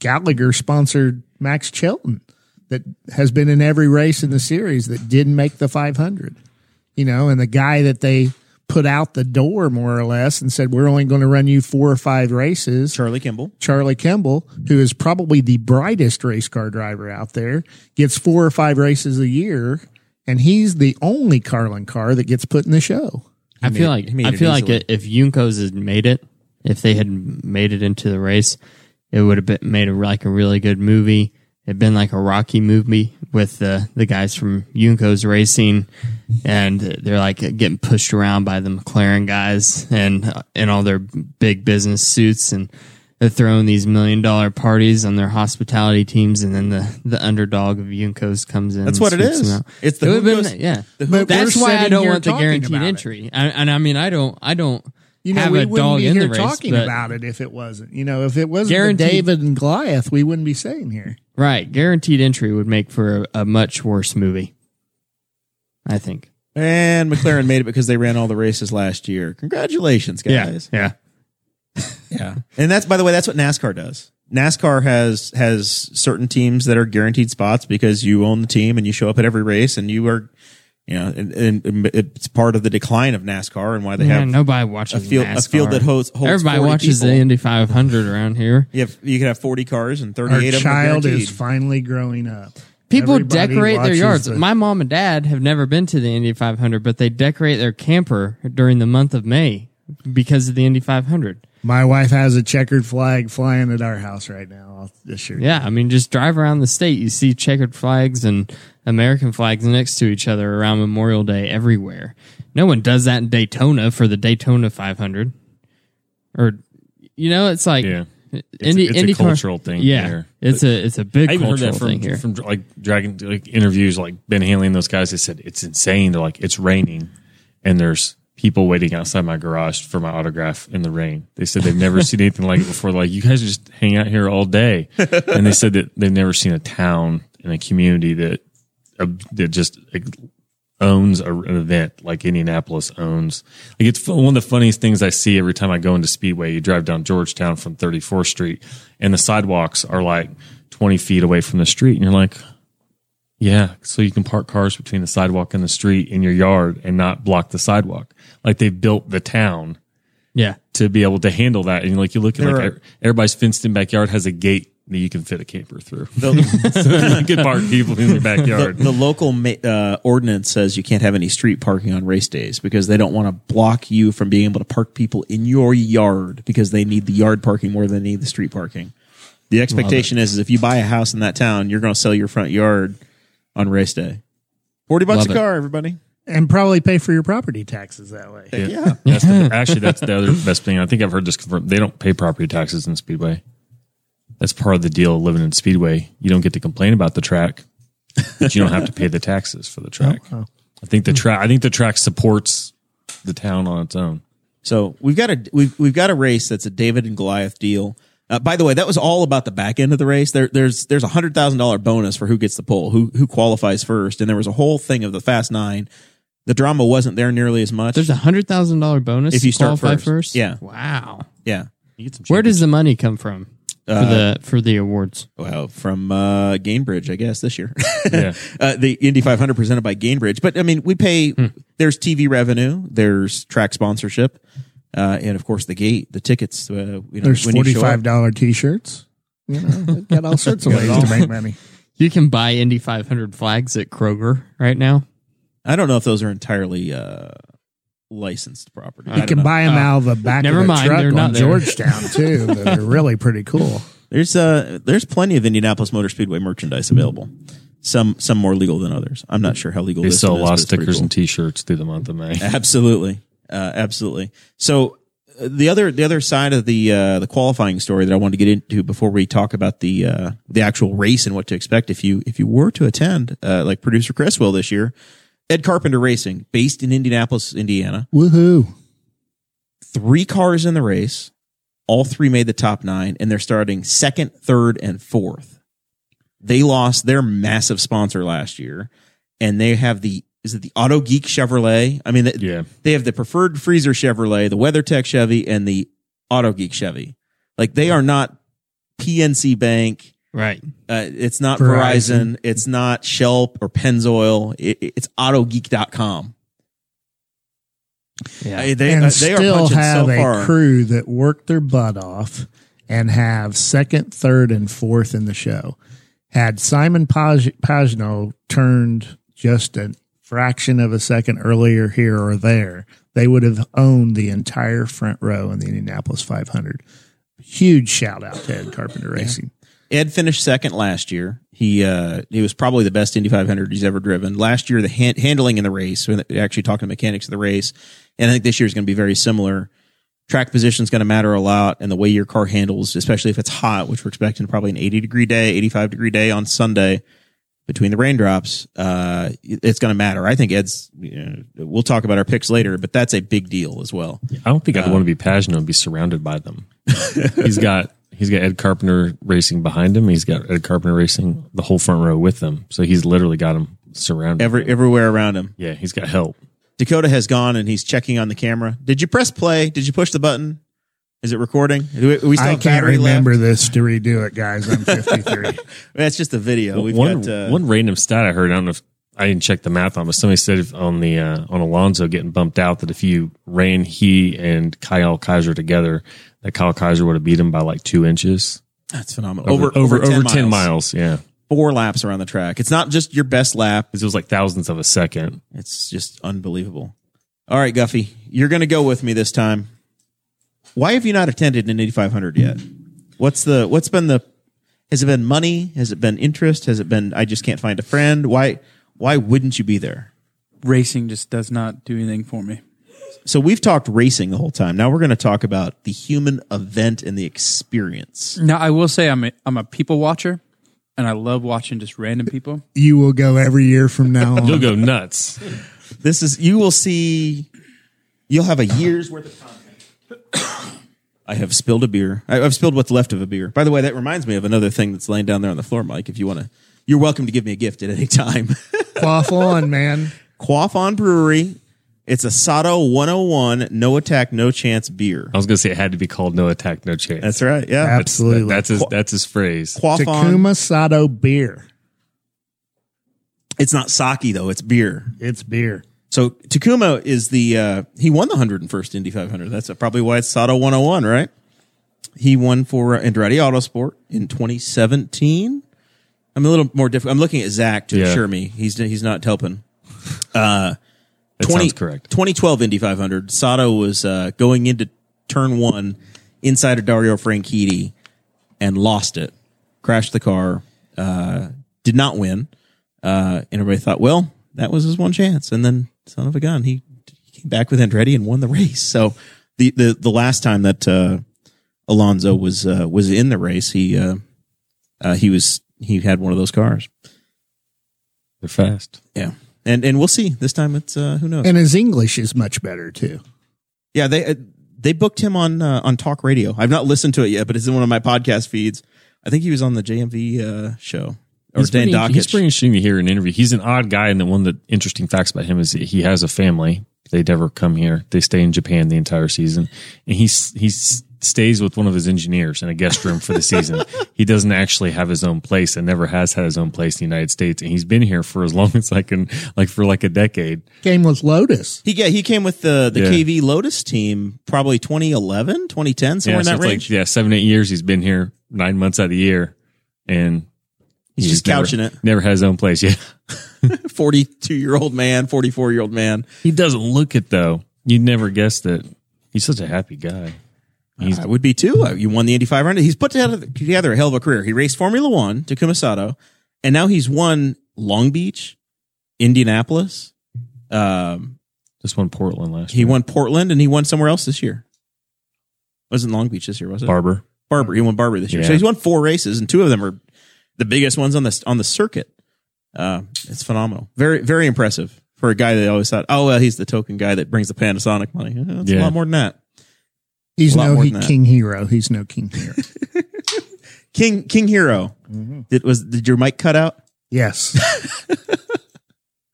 E: Gallagher sponsored Max Chilton that has been in every race in the series that didn't make the 500. You know, and the guy that they put out the door more or less and said, we're only going to run you four or five races.
A: Charlie Kimball.
E: Charlie Kimball, who is probably the brightest race car driver out there, gets four or five races a year, and he's the only Carlin car that gets put in the show.
B: I feel like
A: he made
B: I
A: it
B: feel like
A: easily.
B: if Yunkos had made it, if they had made it into the race, it would have been made a, like a really good movie. It'd been like a Rocky movie with the the guys from Yunkos Racing, and they're like getting pushed around by the McLaren guys and in all their big business suits, and they're throwing these million dollar parties on their hospitality teams, and then the the underdog of Yunkos comes in.
A: That's
B: and
A: what it
B: swoops
A: is.
B: them out.
A: It's the
B: it would have
A: Juncos-
B: been yeah.
A: the But Juncos
B: That's
E: we're
B: why I
E: sitting
B: don't
E: here
B: want the
E: talking
B: guaranteed
E: about it.
B: entry. I, and I mean, I don't, I don't
E: You know,
B: have
E: we
B: a
E: wouldn't
B: dog
E: be
B: in
E: here
B: the race,
E: talking
B: but-
E: about it if it wasn't. You know, if it wasn't the
B: Guaranteed-
E: David and Goliath, we wouldn't be sitting here.
B: Right, guaranteed entry would make for a, a much worse movie. I think.
A: And McLaren made it because they ran all the races last year. Congratulations, guys.
B: yeah.
A: Yeah. And that's by the way, that's what NASCAR does. NASCAR has has certain teams that are guaranteed spots because you own the team and you show up at every race and you are you know, and, and, and it's part of the decline of NASCAR and why they
B: yeah
A: have
B: nobody watches
A: a field- a
B: NASCAR.
A: field that holds- holds
B: Everybody
A: 40
B: watches the
A: people.
B: Indy 500 around here.
A: you have you can have 40 cars and
E: Our
A: 38 of them are
E: child
A: guaranteed.
E: is finally growing up.
B: People
E: Everybody
B: decorate their
E: watches
B: yards.
E: the-
B: My mom and dad have never been to the Indy 500, but they decorate their camper during the month of May because of the Indy 500.
E: my wife has a checkered flag flying at our house right now. I'll just sure.
B: Yeah, I mean, just drive around the state. You see checkered flags and American flags next to each other around Memorial Day everywhere. No one does that in Daytona for the Daytona 500, or you know, it's like
D: Yeah.
B: Indy,
D: it's a
B: Indy
D: cultural thing
B: Yeah,
D: here.
B: it's a it's a big
D: I even heard
B: cultural
D: that from,
B: thing here.
D: from like dragon like interviews like Ben Hanley and those guys that said it's insane. They're like it's raining and there's people waiting outside my garage for my autograph in the rain. They said they've never seen anything like it before. Like you guys just hang out here all day, and they said that they've never seen a town and a community that uh, that just like, owns a, an event like Indianapolis owns. Like it's fu- one of the funniest things I see every time I go into Speedway. You drive down Georgetown from 34th Street, and the sidewalks are like 20 feet away from the street, and you're like, yeah, so you can park cars between the sidewalk and the street in your yard and not block the sidewalk. Like they built the town
B: yeah,
D: to be able to handle that. And like you look at like e- everybody's fenced in backyard has a gate that you can fit a camper through.
A: the,
D: so you can park people in your
A: the,
D: backyard.
A: the local ma- uh, ordinance says you can't have any street parking on race days because they don't want to block you from being able to park people in your yard because they need the yard parking more than they need the street parking. The expectation is, is if you buy a house in that town, you're going to sell your front yard on race day. 40 bucks
B: Love
A: a
B: it.
A: car, everybody.
E: and probably pay for your property taxes that way.
A: Yeah.
D: That's the, actually, that's the other best thing. I think I've heard this confirmed. They don't pay property taxes in Speedway. That's part of the deal of living in Speedway. You don't get to complain about the track, but you don't have to pay the taxes
A: Oh,
D: for the track. I think
A: Hmm.
D: the track. I think the track supports the town on its own.
A: So we've got a we've we've got a race that's a David and Goliath deal. Uh, by the way, that was all about the back end of the race. There, there's there's a hundred thousand dollar bonus for who gets the pole, who who qualifies first, and there was a whole thing of the Fast Nine. The drama wasn't there nearly as much.
B: there's a hundred thousand dollar bonus
A: If you
B: to
A: start
B: qualify
A: first. Yeah.
B: wow.
A: yeah,
B: Where does the money come from for
D: Uh,
B: the for the awards?
A: well, from uh, Gainbridge, I guess this year.
D: Yeah.
A: uh, the Indy 500 presented by Gainbridge. But I mean, we pay.
B: Hmm.
A: There's TV revenue. There's track sponsorship, uh, and of course the gate, the tickets. Uh, you know,
E: There's
A: when you
E: forty
A: show up.
E: five dollar t shirts. You know, they've got all sorts of ways to make money.
B: You can buy Indy 500 flags at Kroger right now.
A: I don't know if those are entirely uh, licensed property. I
E: You
A: don't
E: can
A: know. Ah.
E: buy them out of the back
B: Never
E: of the
B: mind,
E: truck
B: they're
E: on
B: not there.
E: Georgetown too. but they're really pretty cool.
A: There's uh there's plenty of Indianapolis Motor Speedway merchandise available. Some some more legal than others. I'm not sure how legal
D: They
A: this
D: sell a
A: one is,
D: lot of
A: but it's pretty
D: stickers
A: cool.
D: and T-shirts through the month of May.
A: Absolutely, uh, absolutely. So uh, the other the other side of the uh, the qualifying story that I wanted to get into before we talk about the uh, the actual race and what to expect if you if you were to attend uh, like producer Chris will this year, Ed Carpenter Racing, based in Indianapolis, Indiana,
E: Woohoo!
A: three cars in the race. All three made the top nine, and they're starting second, third, and fourth. They lost their massive sponsor last year, and they have the is it the Auto Geek Chevrolet? I mean, the,
D: Yeah.
A: they have the preferred freezer Chevrolet, the WeatherTech Chevy, and the Auto Geek Chevy. Like they are not PNC Bank.
B: Right.
A: Uh, it's not Verizon.
E: Verizon.
A: It's not Shelp or Pennzoil. It, it's AutoGeek.com.
B: Yeah. They, and
A: uh, they are
B: still
A: punching so
B: have
A: far.
B: a crew that worked their butt off and have second, third, and fourth in the show. Had Simon Pag- Pagino turned just a fraction of a second earlier here or there, they would have owned the entire front row in the Indianapolis 500. Huge shout out to Ed Carpenter Racing.
A: Ed finished second last year. He uh, he was probably the best Indy 500 he's ever driven. Last year, the han- handling in the race, when they actually talking to mechanics of the race, and I think this year is going to be very similar. Track position is going to matter a lot, and the way your car handles, especially if it's hot, which we're expecting probably an 80 degree day, 85 degree day on Sunday between the raindrops, uh, it's going to matter. I think Ed's. You know, we'll talk about our picks later, but that's a big deal as well.
D: I don't think I'd want to be passionate and be surrounded by them. he's got he's got Ed Carpenter racing behind him. He's got Ed Carpenter racing the whole front row with them. So he's literally got him surrounded.
A: Every everywhere around him.
D: yeah, he's got help.
A: Dakota has gone and he's checking on the camera. Did you press play? Did you push the button? Is it recording? Do we, we still
B: I
A: have
B: can't
A: battery
B: remember
A: left?
B: this to redo it, guys. I'm 53.
A: That's just a video. We've
D: one
A: got uh,
D: one random stat I heard. I don't know if I didn't check the math on, but somebody said if on the uh, on Alonso getting bumped out that if you ran he and Kyle Kaiser together, that Kyle Kaiser would have beat him by like two inches
A: That's phenomenal. Over over,
D: over ten miles. Yeah,
A: Four laps around the track. It's not just your best lap.
D: 'Cause it was like thousandths of a second.
A: It's just unbelievable. All right, Guffy, you're going to go with me this time. Why have you not attended an 8500 yet? What's the what's been the has it been money? Has it been interest? Has it been I just can't find a friend? Why why wouldn't you be there?
C: Racing just does not do anything for me.
A: So we've talked racing the whole time. Now we're going to talk about the human event and the experience.
C: Now I will say I'm a, I'm a people watcher, and I love watching just random people.
B: you will go every year from now on.
D: You'll go nuts.
A: This is you will see. You'll have a year's worth of content. I have spilled a beer. I, I've spilled what's left of a beer. By the way, that reminds me of another thing that's laying down there on the floor, Mike. If you want to, you're welcome to give me a gift at any time.
B: Quaff on, man.
A: Quaff on Brewery. It's a Sato 101 No Attack No Chance beer.
D: I was gonna say it had to be called No Attack, No Chance.
A: That's right. Yeah.
D: That's- that-
B: Absolutely.
D: that's his that's his phrase.
A: Quaff on.
B: Takuma Sato beer.
A: It's not sake though. It's beer.
B: It's beer.
A: So Takuma is the uh, he won the 101st Indy 500. That's probably why it's Sato 101, right? He won for uh, Andretti Autosport in 2017. I'm a little more different. I'm looking at Zach to
D: Yeah.
A: assure me he's he's not helping.
D: That
A: 20
D: sounds correct.
A: 2012 Indy 500. Sato was uh, going into turn one inside of Dario Franchitti and lost it. Crashed the car. Uh, did not win. Uh, and everybody thought, well, that was his one chance. And then, son of a gun, he, he came back with Andretti and won the race. So the the, the last time that uh, Alonso was uh, was in the race, he uh, uh, he was he had one of those cars.
D: They're fast.
A: Yeah. And and we'll see. This time it's uh, who knows.
B: And his English is much better too.
A: Yeah, they uh, they booked him on uh, on talk radio. I've not listened to it yet, but it's in one of my podcast feeds. I think he was on the JMV uh, show or
D: He's
A: Dan
D: pretty, he's
A: Dockett.
D: pretty interesting to hear in an interview. He's an odd guy, and the one of the interesting facts about him is that he has a family. They never come here. They stay in Japan the entire season, and he's he's stays with one of his engineers in a guest room for the season. he doesn't actually have his own place and never has had his own place in the United States. And he's been here for as long as I can, like for like a decade.
B: Game was Lotus.
A: he yeah, he came with the the
D: Yeah.
A: KV Lotus team probably 2011, 2010 somewhere
D: yeah, so
A: in
D: it's
A: that range.
D: like yeah, seven eight years. He's been here nine months out of the year, and
A: He's just
D: never-
A: couching it.
D: Never has his own place. Yeah.
A: 42 year old man, 44 year old man.
D: He doesn't look it though. You'd never guess that. He's such a happy guy. He's-
A: I would be too. Uh, You won the Indy 500. He's put together, together a hell of a career. He raced Formula One to Kumasato, and now he's won Long Beach, Indianapolis. Um,
D: Just won Portland last
A: He
D: year.
A: won Portland and he won somewhere else this year. Wasn't Long Beach this year, was it?
D: Barber.
A: Barber. He won Barber this year.
D: Yeah.
A: So he's won four races and two of them are the biggest ones on the on the circuit. Uh, it's phenomenal. Very very impressive for a guy that always thought, oh well, he's the token guy that brings the Panasonic money. Eh, That's a
D: Yeah.
A: lot more than that.
B: He's
A: A lot
B: no
A: more
B: he,
A: than that.
B: king hero. He's no king hero.
A: King King Hero. Did was did your mic cut out?
B: yes.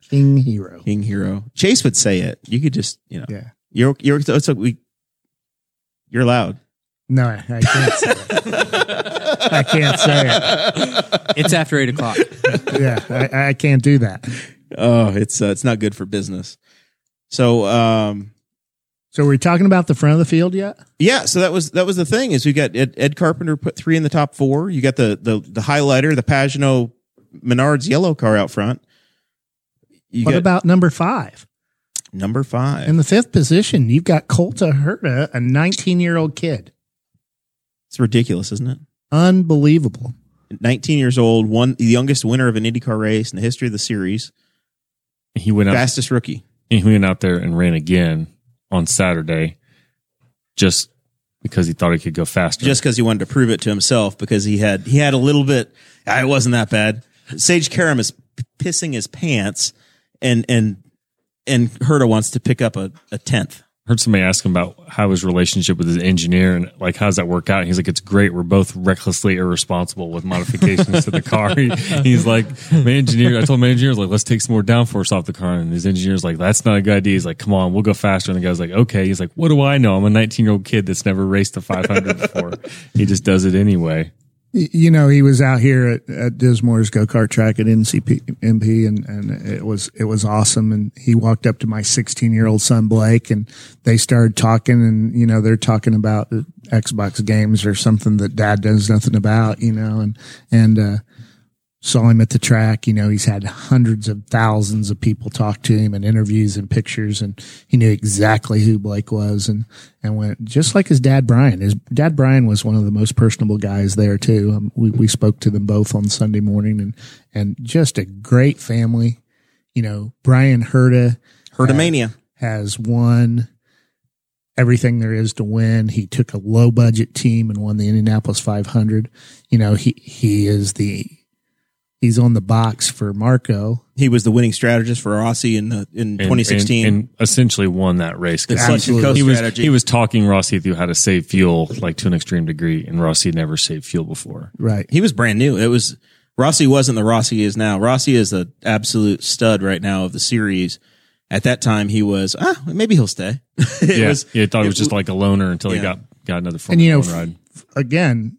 B: king hero.
A: King Hero. Chase would say it. You could just you know
B: Yeah.
A: you're you're it's like we you're loud.
B: No, I, I can't say it. I can't say
C: It's after eight o'clock.
B: it. Yeah, I, I can't do that.
A: Oh, it's uh, it's not good for business. So, um,
B: So, were we talking about the front of the field yet?
A: Yeah, so that was that was the thing is we got Ed, Ed Carpenter put three in the top four. You got the the the highlighter, the Pagano Menards yellow car out front. You
B: what
A: got
B: about number five?
A: number five?
B: In the fifth position, you've got Colta Herta, a 19 year old kid.
A: It's ridiculous, isn't it?
B: Unbelievable.
A: 19 years old, one the youngest winner of an IndyCar race in the history of the series,
D: He went out.
A: fastest rookie.
D: He went out there and ran again on Saturday, just because he thought he could go faster.
A: just because he wanted to prove it to himself because he had he had a little bit ah, it wasn't that bad sage karam is p- pissing his pants and and and herda wants to pick up a, a tenth
D: heard somebody ask him about how his relationship with his engineer and like how's that work out. And he's like, it's great. We're both recklessly irresponsible with modifications to the car. He- he's like, my engineer. I told my engineer I was like, let's take some more downforce off the car. And his engineer's like, that's not a good idea. He's like, come on, we'll go faster. And the guy's like, okay. He's like, what do I know? I'm a 19 year old kid that's never raced a 500 before. he just does it anyway.
B: Y- You know, he was out here at, at Dismore's go kart track at NCP MP, and, and it was it was awesome. And he walked up to my 16 year old son Blake, and they started talking, and you know, they're talking about Xbox games or something that Dad knows nothing about, you know, and and uh, saw him at the track. You know, he's had hundreds of thousands of people talk to him and interviews and pictures, and he knew exactly who Blake was and, and went just like his dad, Brian. His dad, Brian, was one of the most personable guys there, too. Um, we, we spoke to them both on Sunday morning and, and just a great family. You know, Brian Herta
A: herda mania
B: has won everything there is to win. He took a low budget team and won the Indianapolis 500. You know, he he is the he's on the box for Marco.
A: he was the winning strategist for rossi in the in
D: And-
A: 2016
D: And, and essentially won that race. 'cause
A: The clutch and coast
D: he was,
A: strategy.
D: he was talking Rossi through how to save fuel like to an extreme degree. And Rossi had never saved fuel before.
B: Right.
A: he was brand new it was rossi wasn't the rossi he is now rossi is the absolute stud right now of the series at that time he was ah maybe he'll stay it
D: yeah.
A: was
D: yeah, I thought it was just like a loner until he
A: Yeah.
D: got got another
B: And you
D: Formula
B: know,
D: One ride.
B: f- again,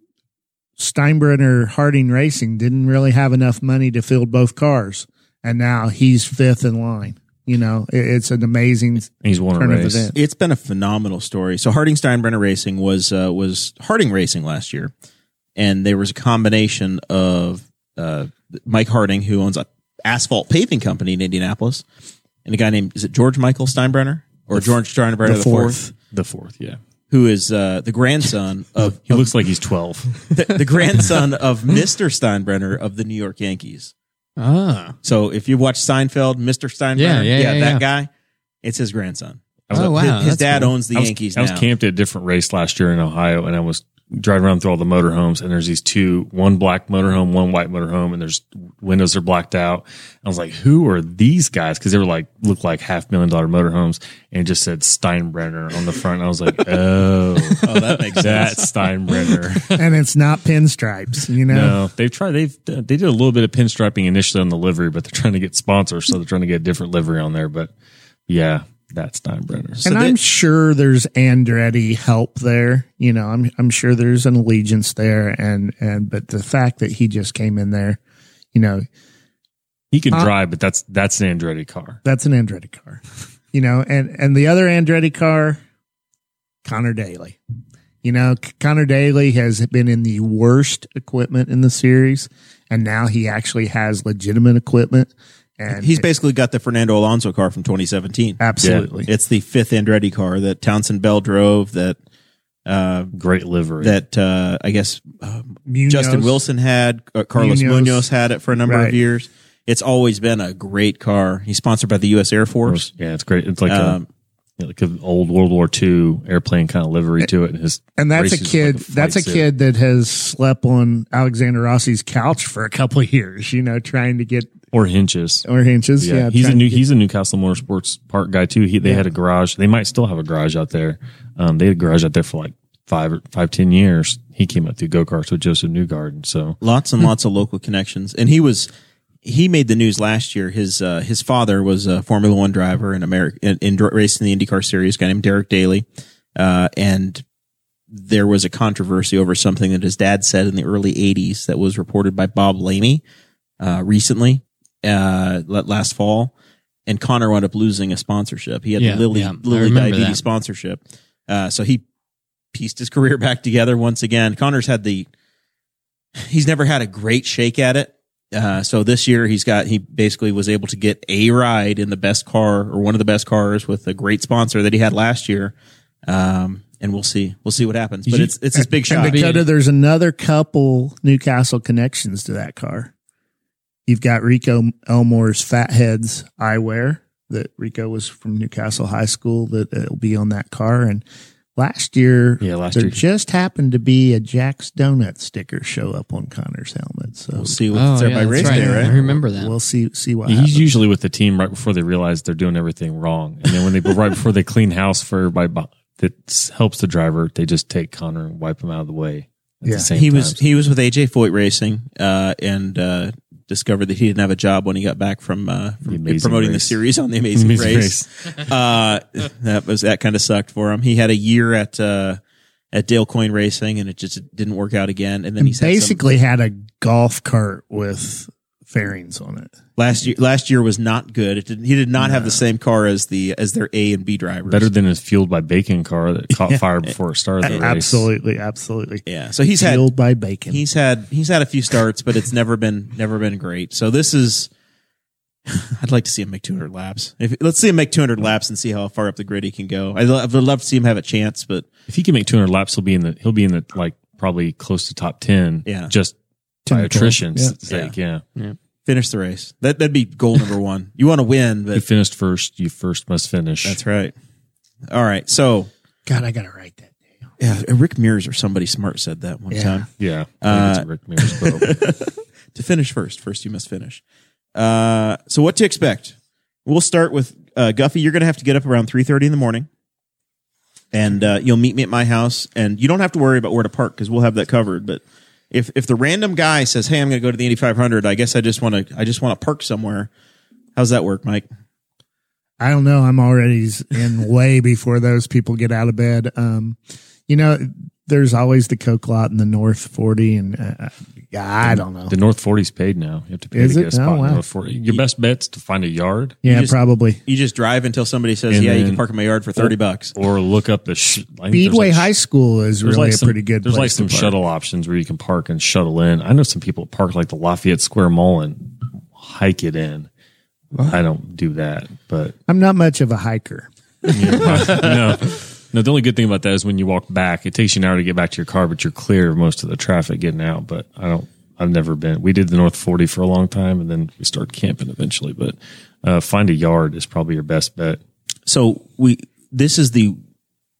B: Steinbrenner Harding Racing didn't really have enough money to field both cars, and now he's fifth in line. You know, it, it's an amazing
D: And he's won a
B: turn of
D: race.
B: event.
A: It's been a phenomenal story. So Harding Steinbrenner Racing was uh, was Harding Racing last year, and there was a combination of uh, Mike Harding, who owns a asphalt paving company in Indianapolis, and a guy named is it George Michael Steinbrenner or George Steinbrenner the, fourth.
D: The fourth, yeah.
A: who is uh, the grandson of
D: He looks like he's twelve.
A: the, the grandson of Mister Steinbrenner of the New York Yankees.
F: Ah,
A: So if you watch Seinfeld, Mister Steinbrenner,
F: Yeah, yeah, yeah,
A: that
F: yeah.
A: guy, it's his grandson.
F: oh wow,
A: his, his
F: that's
A: dad
F: cool.
A: owns the
D: I was,
A: Yankees.
D: I was
A: now.
D: camped at a different race last year in Ohio, and I was driving around through all the motorhomes, and there's these two, one black motorhome, one white motorhome, and there's windows are blacked out. I was like, who are these guys? Because they were like looked like half million dollar motorhomes, and it just said Steinbrenner on the front. And I was like, oh,
A: Oh, that makes sense.
D: that's Steinbrenner.
B: and it's not pinstripes. You know,
D: No, they've tried. They've they did a little bit of pinstriping initially on the livery, but they're trying to get sponsors, so they're trying to get a different livery on there. But yeah, that's Steinbrenner.
B: and
A: that-
B: I'm sure there's Andretti help there. You know, I'm I'm sure there's an allegiance there, and and but the fact that he just came in there, you know,
D: He can
B: Huh?
D: drive, but that's that's an Andretti car.
B: that's an Andretti car. You know, and and the other Andretti car, Connor Daly. You know, C- Connor Daly has been in the worst equipment in the series, and now he actually has legitimate equipment. And
A: He's basically got the Fernando Alonso car from 2017.
B: absolutely
A: It's the fifth Andretti car that Townsend Bell drove. That uh,
D: Great livery.
A: that uh, I guess uh,
B: Munoz.
A: Justin Wilson had. Uh, Carlos
B: Munoz.
A: Munoz. had it for a number
B: Right.
A: of years. It's always been a great car. He's sponsored by the U.S. Air Force.
D: yeah, it's great. It's like
A: Um,
D: a like an old World War II airplane kind of livery to it. And his
B: And that's a
D: races
B: kid.
D: like a flight
B: that's a
D: suit.
B: kid that has slept on Alexander Rossi's couch for a couple of years. You know, trying to get
D: or hinges.
B: or hinges.
D: Yeah,
B: Oh, Yeah,
D: he's a
B: trying
D: new
B: to get-
D: he's a Newcastle Motorsports Park guy too. He they had a garage. They might still have a garage out there. Um, they had a garage out there for like five or five ten years. He came up through go karts with Joseph Newgarden. So
A: Lots and lots of local connections, and he was he made the news last year. His uh, his father was a Formula One driver in America in, in raced in the IndyCar series. A guy named Derek Daly, uh, and there was a controversy over something that his dad said in the early 80s that was reported by Bob Laney uh, recently, uh, la- last fall. and Connor wound up losing a sponsorship. He had
F: Yeah,
A: Lilly
F: yeah, I
A: Lilly
F: remember
A: diabetes
F: that.
A: sponsorship, uh, so he pieced his career back together once again. Connor's had the he's never had a great shake at it. Uh, so this year he's got he basically was able to get a ride in the best car or one of the best cars with a great sponsor that he had last year. Um, and we'll see we'll see what happens. But it's it's this big
B: And
A: shot.
B: Dakota, there's another couple Newcastle connections to that car. You've got Rico Elmore's Fatheads eyewear that Rico was from Newcastle High School that it'll be on that car. And last year,
D: Yeah, last
B: there
D: year.
B: just happened to be a Jack's Donut sticker show up on Connor's helmet. So
A: We'll see what's there by
F: that's
A: race
F: right.
A: day, right?
F: I remember that.
B: We'll see see what
D: Yeah,
B: happens.
D: he's usually with the team right before they realize they're doing everything wrong, and then when they right before they clean house for everybody bo- that s- helps the driver, they just take Connor and wipe him out of the way. At
B: Yeah.
D: the same
A: he was
D: time.
A: he was with AJ Foyt Racing uh, and uh, discovered that he didn't have a job when he got back from, uh, from
D: Amazing
A: promoting the
D: Race.
A: series on the Amazing,
D: Amazing
A: Race. uh, that was that kind of sucked for him. He had a year at uh, at Dale Coyne Racing and it just didn't work out again. And then
B: and
A: he's had some-
B: basically had a golf cart with fairings on it.
A: last year last year was not good. It didn't, he did not have the same car as the as their A and B drivers.
D: better than his fueled by bacon car that caught fire before it started. The race.
B: Absolutely, absolutely.
A: yeah. So he's had
B: Fueled by bacon.
A: He's had he's had a few starts, but it's never been never been great. So this is. I'd like to see him make 200 laps. If, let's see him make 200 laps and see how far up the grid he can go. I'd, lo- I would love to see him have a chance, but
D: If he can make 200 laps, he'll be in the he'll be in the like probably close to top 10.
A: Yeah.
D: just by attrition's sake. Yeah.
A: finish the race. That that'd be goal number one. You want to win,
D: you
A: but
D: finished first. You first must finish.
A: that's right. All right. So
B: God, I gotta write that.
A: yeah, Rick Mears or somebody smart said that one
B: Yeah.
A: time.
D: Yeah, I
B: Uh,
D: think it's a Rick Mears quote.
A: to finish first. First, you must finish. Uh, so, what to expect? We'll start with uh, Guffey. You're going to have to get up around three thirty in the morning, and uh, you'll meet me at my house. And you don't have to worry about where to park because we'll have that covered. But if if the random guy says, "Hey, I'm going to go to the Indy 500," I guess I just want to I just want to park somewhere. How's that work, Mike?
B: I don't know. I'm already s- in way before those people get out of bed. Um, you know, there's always the Coke lot in the North 40, and uh, uh, I don't know.
D: the North 40's paid now. You have to pay
B: Is
D: to
B: it?
D: get
B: Oh,
D: a spot. in
B: wow.
D: North 40. Your best bet's to find a yard
B: Yeah,
A: just-
B: probably.
A: You just drive until somebody says,
D: And
A: "Yeah, you
D: then-
A: can park in my yard for thirty bucks."
D: or look up the sh- I think there's,
B: Speedway
D: like,
B: High School is
D: there's
B: really
D: like
B: a
D: some-
B: pretty good.
D: There's
B: place
D: like some
B: to park.
D: shuttle options where you can park and shuttle in. I know some people that park like the Lafayette Square Mall and hike it in. I don't do that, but
B: I'm not much of a hiker.
D: no. No, the only good thing about that is when you walk back, it takes you an hour to get back to your car, but you're clear of most of the traffic getting out. But I don't, I've never been. We did the North 40 for a long time and then we started camping eventually. But uh, find a yard is probably your best bet.
A: So we this is the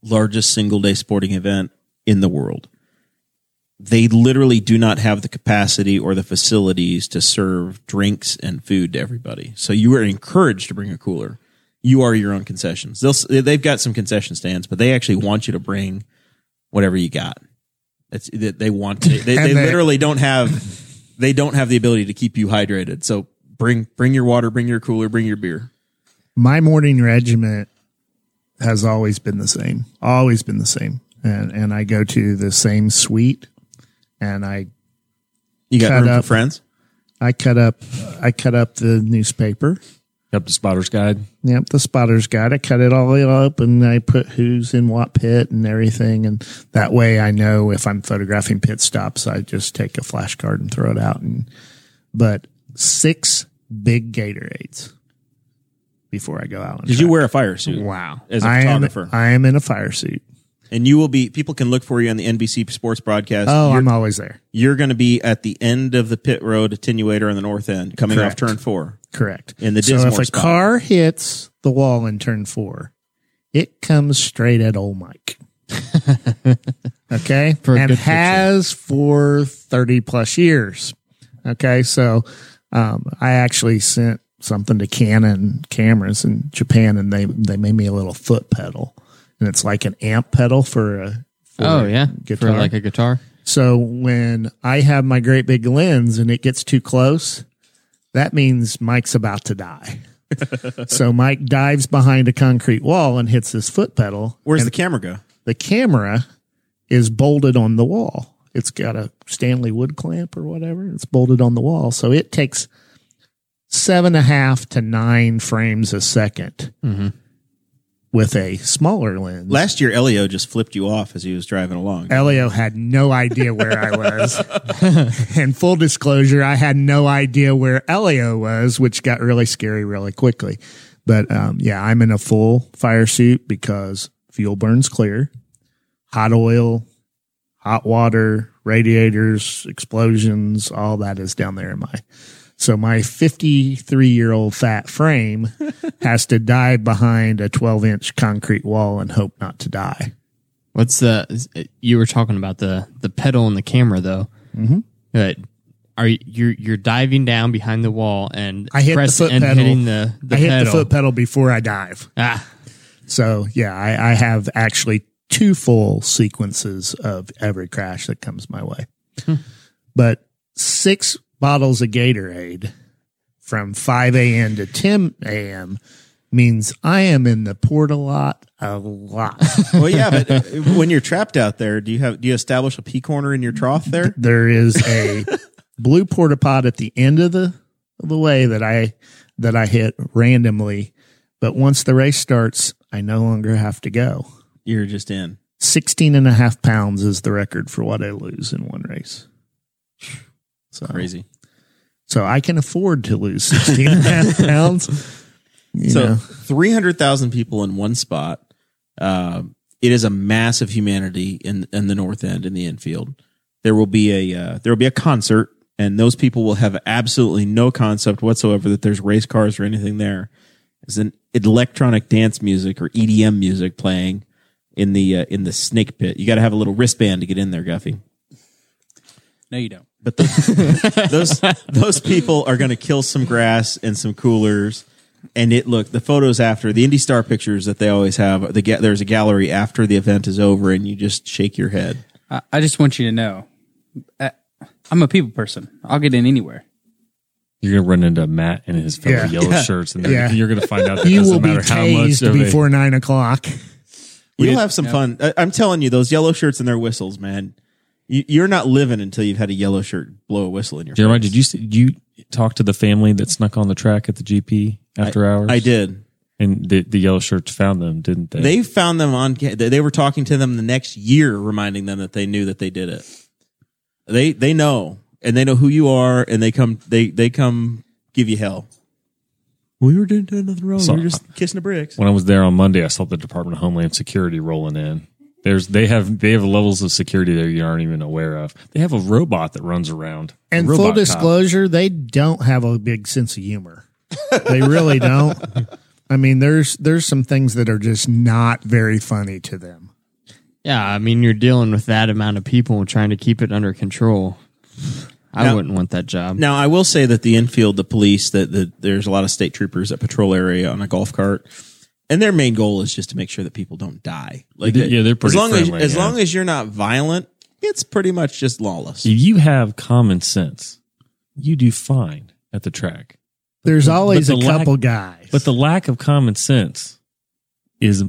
A: largest single day sporting event in the world. They literally do not have the capacity or the facilities to serve drinks and food to everybody. So you are encouraged to bring a cooler. You are your own concessions. They'll, s- they've got some concession stands, but they actually want you to bring whatever you got. It's, they, they want to, they, they
B: And they-
A: literally don't have they don't have the ability to keep you hydrated. So bring bring your water, bring your cooler, bring your beer.
B: My morning regiment has always been the same, always been the same, and and I go to the same suite, and I
A: You got
B: Shut
A: room
B: up.
A: for friends?
B: I cut up I cut up the newspaper.
D: Up to Spotter's Guide.
B: Yep, the spotter's got it. Cut it all up, and I put who's in what pit and everything, and that way I know if I'm photographing pit stops, I just take a flashcard and throw it out. And but six big Gatorades before I go out. on
A: Did you
B: track.
A: wear a fire suit?
F: Wow.
A: As a
B: I am,
A: photographer.
B: I am in a fire suit.
A: and you will be, people can look for you on the NBC sports broadcast.
B: Oh,
A: you're,
B: I'm always there.
A: you're going to be at the end of the pit road attenuator on the north end coming
B: Correct.
A: off turn four.
B: Correct.
A: In the
B: so if
A: Dismore
B: a
A: spot.
B: car hits the wall in turn four, it comes straight at old Mike. okay,
F: For a
B: and
F: good picture.
B: has for thirty plus years. Okay, so um, I actually sent something to Canon cameras in Japan, and they they made me a little foot pedal, and it's like an amp pedal for a. For
F: Oh yeah,
B: guitar.
F: for like a guitar.
B: So when I have my great big lens and it gets too close, that means Mike's about to die. so Mike dives behind a concrete wall and hits his foot pedal.
A: Where's
B: and
A: the camera go?
B: the camera is bolted on the wall. It's got a Stanley wood clamp or whatever. It's bolted on the wall. So it takes seven and a half to nine frames a 2nd with a smaller lens.
A: Last year, Elio just flipped you off as he was driving along.
B: Elio had no idea where I was. and full disclosure, I had no idea where Elio was, which got really scary really quickly. But um, yeah, I'm in a full fire suit because fuel burns clear, hot oil, hot water, radiators, explosions, all that is down there in my. So my 53 year old fat frame has to dive behind a 12 inch concrete wall and hope not to die.
F: What's the? is- uh, You were talking about the the pedal and the camera though. Mm-hmm. But are you you're, you're diving down behind the wall and
B: I hit the
F: press
B: foot
F: and
B: pedal.
F: hitting the, the
B: I hit
F: pedal.
B: the foot pedal before I dive.
F: Ah,
B: So yeah, I, I have actually two full sequences of every crash that comes my way.
F: Hmm.
B: But six bottles of Gatorade from 5 a.m. to 10 a.m. means I am in the port a lot, a lot.
A: Well, yeah, but uh, when you're trapped out there, do you have do you establish a pea corner in your trough there?
B: there is a blue porta pot at the end of the of the way that I that I hit randomly, but once the race starts, I no longer have to go.
A: You're just in.
B: 16 and a half pounds is the record for what I lose in one race. So,
A: Crazy.
B: So I can afford to lose 16 and a half pounds. You
A: so
B: know,
A: three hundred thousand people in one spot. Um, it is a massive humanity in in the north end in the infield. There will be a uh, there will be a concert, and those people will have absolutely no concept whatsoever that there's race cars or anything there. There's an electronic dance music or EDM music playing in the uh, in the snake pit. You got to have a little wristband to get in there, Guffy.
C: No, you don't.
A: But the, those those people are going to kill some grass and some coolers. And it look the photos after the Indy Star pictures that they always have. The ga- there's a gallery after the event is over, and you just shake your head.
C: I, I just want you to know, I, I'm a people person. I'll get in anywhere.
D: You're gonna run into Matt and his fellow
B: Yeah.
D: yellow shirts, and
B: Yeah.
D: you're gonna find out that
B: you
D: doesn't
B: will be
D: matter how much
B: tased
D: of a-
B: before nine o'clock.
A: You'll have some fun. I, I'm telling you, those yellow shirts and their whistles, man. You, you're not living until you've had a yellow shirt blow a whistle in your.
D: Jeremiah, did you see- did you talk to the family that snuck on the track at the GP after hours?
A: I did.
D: and the, the yellow shirts found them, didn't they?
A: They found them on. ca- They they were talking to them the next year, reminding them that they knew that they did it. They they know and they know who you are, and they come they they come give you hell. We were doing, doing nothing wrong.
D: So-
A: we were just kissing the bricks.
D: when I was there on Monday, I saw the Department of Homeland Security rolling in. There's they have they have levels of security there you aren't even aware of. They have a robot that runs around. a
B: And
D: robot
B: full
D: cop.
B: disclosure, they don't have a big sense of humor. they really don't. I mean, there's there's some things that are just not very funny to them.
F: yeah. I mean, you're dealing with that amount of people and trying to keep it under control. I
A: Now-
F: wouldn't want that job.
A: Now, I will say that the infield, the police, that the, there's a lot of state troopers that patrol area on a golf cart, and their main goal is just to make sure that people don't die. Like,
D: They- yeah, they're pretty
A: as long
D: friendly,
A: as as
D: yeah.
A: long as you're not violent, it's pretty much just lawless.
D: If you have common sense, you do fine at the track.
B: There's always
D: the
B: a
D: lack-
B: couple guys.
D: But the lack of common sense is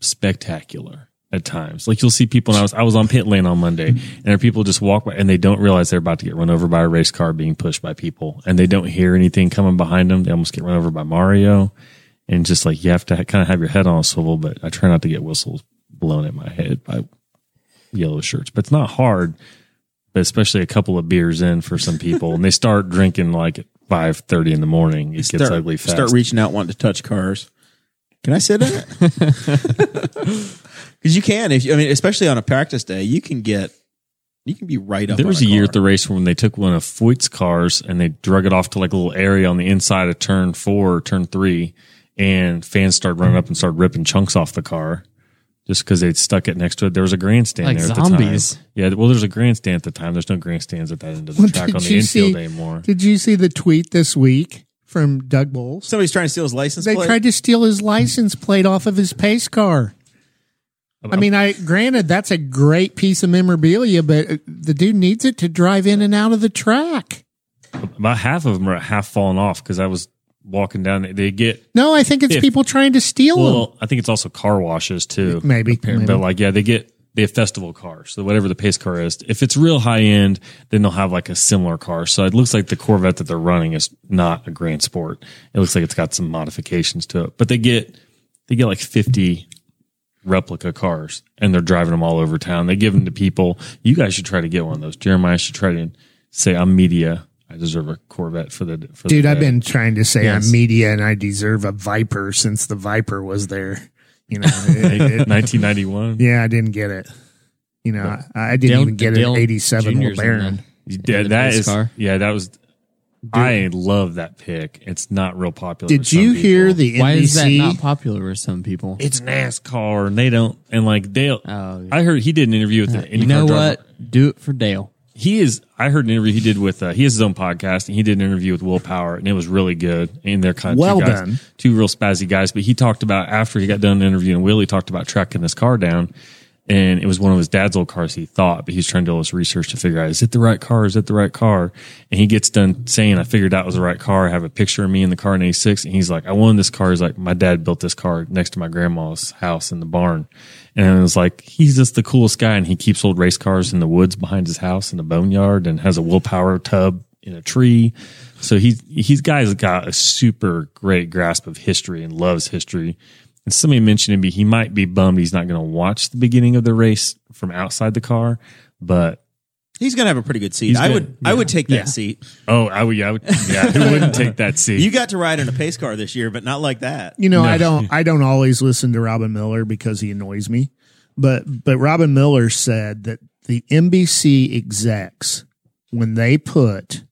D: spectacular at times. Like you'll see people. And I was I was on pit lane on Monday, and there are people just walk by and they don't realize they're about to get run over by a race car being pushed by people, and they don't hear anything coming behind them. They almost get run over by Mario, and just like you have to kind of have your head on a swivel. But I try not to get whistles blown at my head by yellow shirts. But it's not hard. But especially a couple of beers in for some people, and they start drinking like at five thirty in the morning. It gets ugly fast.
A: Start reaching out, wanting to touch cars. Can I sit in it? Because you can. If you, I mean, especially on a practice day, you can get, you can be right up.
D: There
A: on
D: was a year
A: car.
D: at the race when they took one of Foyt's cars and they drug it off to like a little area on the inside of turn four or turn three, and fans started running up and started ripping chunks off the car just because they'd stuck it next to it. There was a grandstand
F: Like
D: there at
F: zombies.
D: the time. Yeah, well, there's a grandstand at the time. There's no grandstands at that end of the
B: Well,
D: track on
B: did
D: the
B: you
D: infield
B: see-
D: anymore.
B: Did you see the tweet this week from Doug Bowles?
A: somebody's trying to steal his license.
B: They
A: plate.
B: tried to steal his license plate off of his pace car. I mean, I granted that's a great piece of memorabilia, but uh, the dude needs it to drive in and out of the track.
D: About half of them are half falling off because I was walking down. They- They get
B: No, I think it's
D: If-
B: people trying to steal them.
D: well. I think it's also car washes too.
B: Maybe,
D: Apparently,
B: maybe.
D: But like, yeah, they get they have festival cars. So whatever the pace car is, if it's real high end, then they'll have like a similar car. So it looks like the Corvette that they're running is not a Grand Sport. It looks like it's got some modifications to it, but they get they get like fifty replica cars and they're driving them all over town. They give them to people. You guys should try to get one of those. Jeremiah should try to say, "I'm media. I deserve a Corvette for the for
B: Dude,
D: The
B: I've
D: day."
B: been trying to say
D: Yes.
B: I'm media and I deserve a Viper since the Viper was there. You know, it- it-
D: 1991.
B: yeah, I didn't get it. You know, I, I didn't
F: Dale-
B: even get
F: Dale
B: an '87
F: Junior's in
B: LeBaron.
F: the-
D: Yeah,
F: in the
D: that
F: pace
D: is.
F: car.
D: Yeah, that was. I love that pick. It's not real popular. with
B: Did
D: some
B: you hear
D: people.
B: the
F: Why
B: NBC?
F: is that not popular with some people?
D: It's NASCAR, and they don't. And like Dale,
F: Oh, yeah.
D: I heard he did an interview with the.
F: You know
D: IndyCar driver.
F: what? Do it for Dale.
D: he is i heard an interview he did with uh, he has his own podcast and he did an interview with will power and it was really good and they're kind of
B: Well
D: two, guys,
B: done.
D: two real spazzy guys but he talked about after he got done interviewing willie talked about tracking this car down and it was one of his dad's old cars he thought but he's trying to do all this research to figure out is it the right car is it the right car and he gets done saying i figured out it was the right car i have a picture of me in the car in 86 and he's like i won this car he's like my dad built this car next to my grandma's house in the barn and it was like he's just the coolest guy, and he keeps old race cars in the woods behind his house in the boneyard, and has a willpower tub in a tree. So he's he's guy's got a super great grasp of history and loves history. And somebody mentioned to me he might be bummed he's not going to watch the beginning of the race from outside the car, but
A: He's gonna have a pretty good seat.
D: He's
A: I
D: gonna-
A: would I would take that seat.
D: oh, I would, yeah, I would, yeah, who wouldn't take that seat?
A: You got to ride in a pace car this year, but not like that.
B: You know, I don't. I don't always listen to Robin Miller because he annoys me. But but Robin Miller said that the NBC execs when they put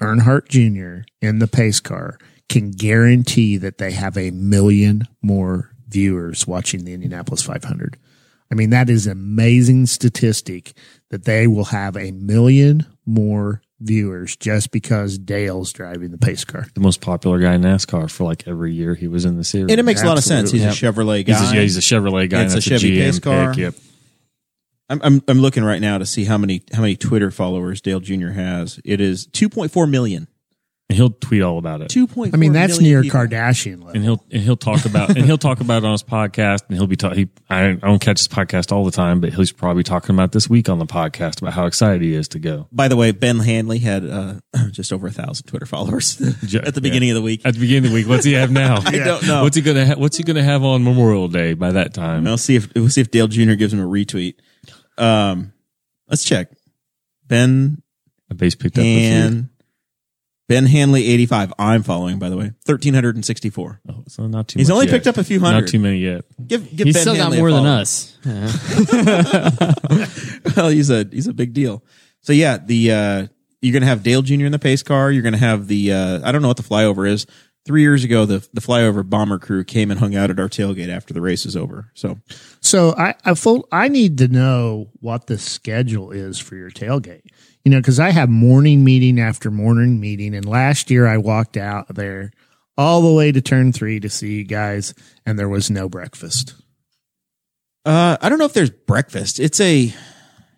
B: Earnhardt Jr. in the pace car can guarantee that they have a million more viewers watching the Indianapolis 500. I mean, that is an amazing statistic that they will have a million more viewers just because Dale's driving the pace car.
D: the most popular guy in NASCAR for like every year he was in the series.
A: And it makes a lot of sense. He's a Chevrolet guy.
D: He's a, yeah, he's a Chevrolet guy.
A: It's
D: and
A: a
D: that's
A: Chevy
D: GM
A: pace car.
D: Pick. Yep.
A: I'm, I'm I'm looking right now to see how many how many Twitter followers Dale Jr. has. It is 2.4 million.
D: And he'll tweet all about it.
A: 2.4
B: I mean, that's
A: million
B: near
A: people.
B: Kardashian level.
D: and he'll and he'll talk about and he'll talk about it on his podcast and he'll be talking. He, I, don't- I don't catch his podcast all the time, but he's probably talking about this week on the podcast about how excited he is to go.
A: By the way, Ben Hanley had uh, just over a thousand Twitter followers at the beginning
D: Yeah.
A: of the week.
D: At the beginning of the week, what's he have now?
A: I don't know.
D: What's he gonna ha- What's he gonna have on Memorial Day by that time?
A: I'll see if we'll see if Dale Jr. gives him a retweet. Um, let's check. Ben
D: The base picked up. a few.
A: Han Ben Hanley eighty five. I'm following by the way. Thirteen hundred and sixty four.
D: Oh, so not too.
A: He's
D: much
A: only
D: yet.
A: picked up a few
D: Not
A: hundred.
D: too many yet.
A: Give, give
F: He's
A: Ben
F: still
A: Hanley a
F: got more than
A: follow.
F: us. Yeah.
A: well, he's a he's a big deal. So yeah, the uh, you're gonna have Dale Jr. in the pace car. You're gonna have the uh, I don't know what the flyover is. Three years ago, the the flyover bomber crew came and hung out at our tailgate after the race is over. So
B: So I I, full, I need to know what the schedule is for your tailgate. You know, because I have morning meeting after morning meeting, and last year I walked out there all the way to turn three to see you guys, and there was no breakfast.
A: uh, I don't know if there's breakfast. It's a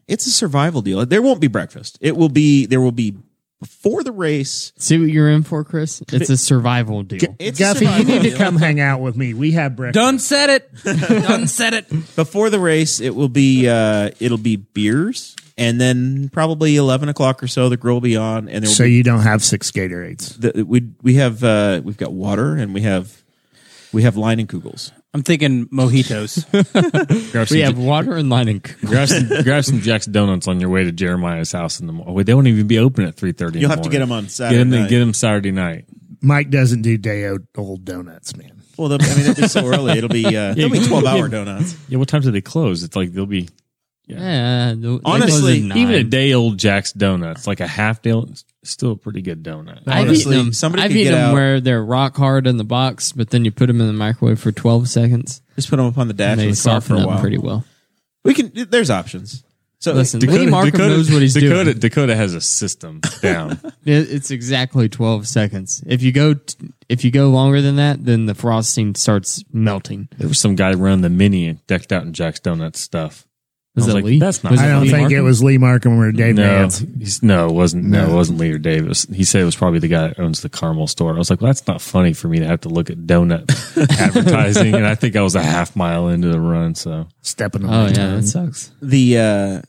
A: it's a survival deal. There won't be breakfast. It will be there will be before the race.
F: See what you're in for, Chris? It's a survival deal.
A: It's a
B: Guffy, you
A: survival
B: need to
A: deal.
B: come hang out with me. We have breakfast.
C: Done said it. Done said it.
A: before the race it will be uh it'll be beers and then probably 11 o'clock or so the grill will be on and there will
B: So
A: be
B: you don't have six Gatorades.
A: the, we we have uh we've got water and we have we have line and kugels
C: I'm thinking mojitos.
D: Grab some,
F: We have water and lining.
D: grab some grab some Jack's donuts on your way to Jeremiah's house in the morning. They won't even be open at three thirty.
A: You'll have to get 'em on
D: Get
A: Saturday
D: them,
A: night.
D: get them Saturday night.
B: Mike doesn't do day old- old donuts, man.
A: well they'll- i mean it's so early it'll be uh it'll be 12 hour donuts
D: Yeah, what time do they close? It's like they'll be
F: Yeah. they- they
A: Honestly,
F: close at
D: even a
F: nine.
D: day old Jack's donuts, like a half day, old, it's still a pretty good donut.
F: I've
A: Honestly,
F: eaten them.
A: somebody
F: I've
A: could
F: eaten
A: get
F: them
A: out-
F: where they're rock hard in the box, but then you put them in the microwave for 12 seconds
A: just put them up on the dash
F: and
A: of
F: they
A: the car for
F: soften
A: a
F: up
A: while
F: pretty well.
A: we can there's options so
F: Listen, Lee Markham knows what he's
D: Dakota,
F: doing.
D: Dakota has a system down.
F: It- It's exactly 12 seconds. If you go t- if you go longer than that, then the frosting starts melting.
D: there was some guy running the mini and decked out in Jack's Donuts stuff. I
F: Was,
D: was
F: that
D: like,
F: Lee?
D: that's not-
F: Was
B: I don't
F: Lee
B: think it
F: Markham?
B: was Lee Markham or Dave
D: no,
B: Nance.
D: he's- no, it wasn't. No.
B: No.
D: it wasn't Lee or Davis. He said it was probably the guy that owns the caramel store. I was like, well, that's not funny for me to have to look at donut advertising. And I think I was a half mile into the run. So
B: Stepping on
F: Oh
B: my
F: yeah,
B: toes.
F: that sucks.
A: the uh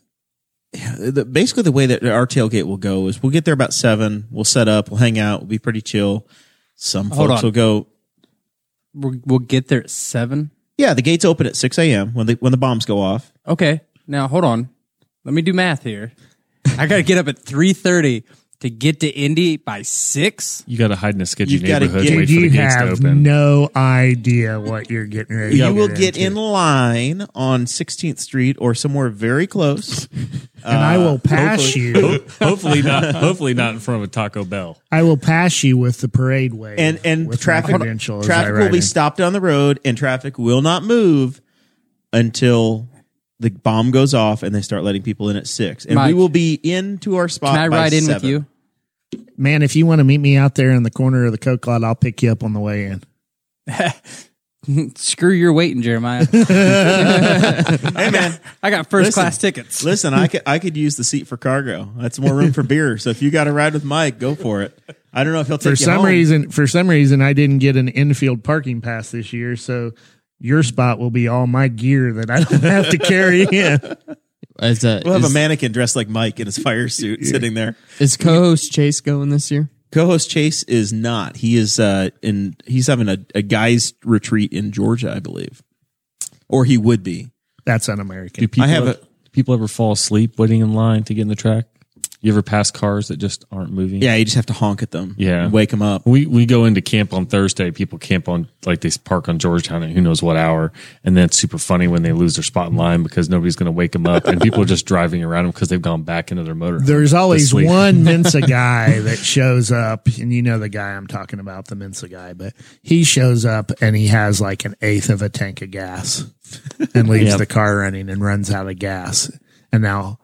A: yeah, the, basically the way that our tailgate will go is we'll get there about seven we'll set up we'll hang out we'll be pretty chill some
C: Hold
A: folks
C: on.
A: will go
C: We'll, we'll get there at seven.
A: yeah the gates open at 6 a.m when the when the bombs go off
C: Okay, now hold on. Let me do math here. I gotta get up at three thirty to get to Indy by six.
D: you got to hide in a sketchy
A: You've gotta
D: neighborhood
A: get-
D: and wait
B: Dude,
D: for the
B: you
D: gates to
B: have
D: open.
B: no idea what you're getting ready.
A: you will get
B: into.
A: in line on 16th street or somewhere very close
B: and
A: uh,
B: I will pass you.
D: hopefully not. Hopefully not in front of a Taco Bell.
B: I will pass you with the parade wave
A: and and
B: with
A: traffic
B: my credential as I
A: traffic
B: ride
A: will be
B: in.
A: stopped on the road and traffic will not move until the bomb goes off and they start letting people in at six and we
C: Mike,
A: will be into our spot
C: Can I
A: by
C: ride in with
A: seven.
C: you?
B: Man, if you want to meet me out there in the corner of the Coke lot, I'll pick you up on the way in.
C: Screw your waiting, Jeremiah.
A: hey man
C: I got first
A: Listen.
C: class tickets.
A: Listen, I could I could use the seat for cargo. That's more room for beer. So if you got to ride with Mike, go for it. I don't know if he'll take
B: For
A: you
B: some
A: home.
B: reason, for some reason, I didn't get an infield parking pass this year, so your spot will be all my gear that I don't have to carry in.
F: Is, uh,
A: We'll have
F: is-
A: a mannequin dressed like Mike in his fire suit sitting there.
F: is co-host Chase going this year?
A: Co-host Chase is not. He is uh in he's having a, a guy's retreat in Georgia, I believe. Or he would be.
B: That's
D: Do
B: un-American.
D: people,
A: I have a-
D: do people ever fall asleep waiting in line to get in the track? You ever pass cars that just aren't moving?
A: Yeah, you just have to honk at them.
D: Yeah.
A: and wake them up.
D: We we go into camp on Thursday. People camp on like they park on Georgetown at who knows what hour, and then it's super funny when they lose their spot in line because nobody's going to wake them up, and people are just driving around them because they've gone back into their motor.
B: There's always
D: sleep.
B: one Mensa guy that shows up, and you know the guy I'm talking about, the Mensa guy, but he shows up and he has like an eighth of a tank of gas and leaves
D: Yep.
B: the car running and runs out of gas. And now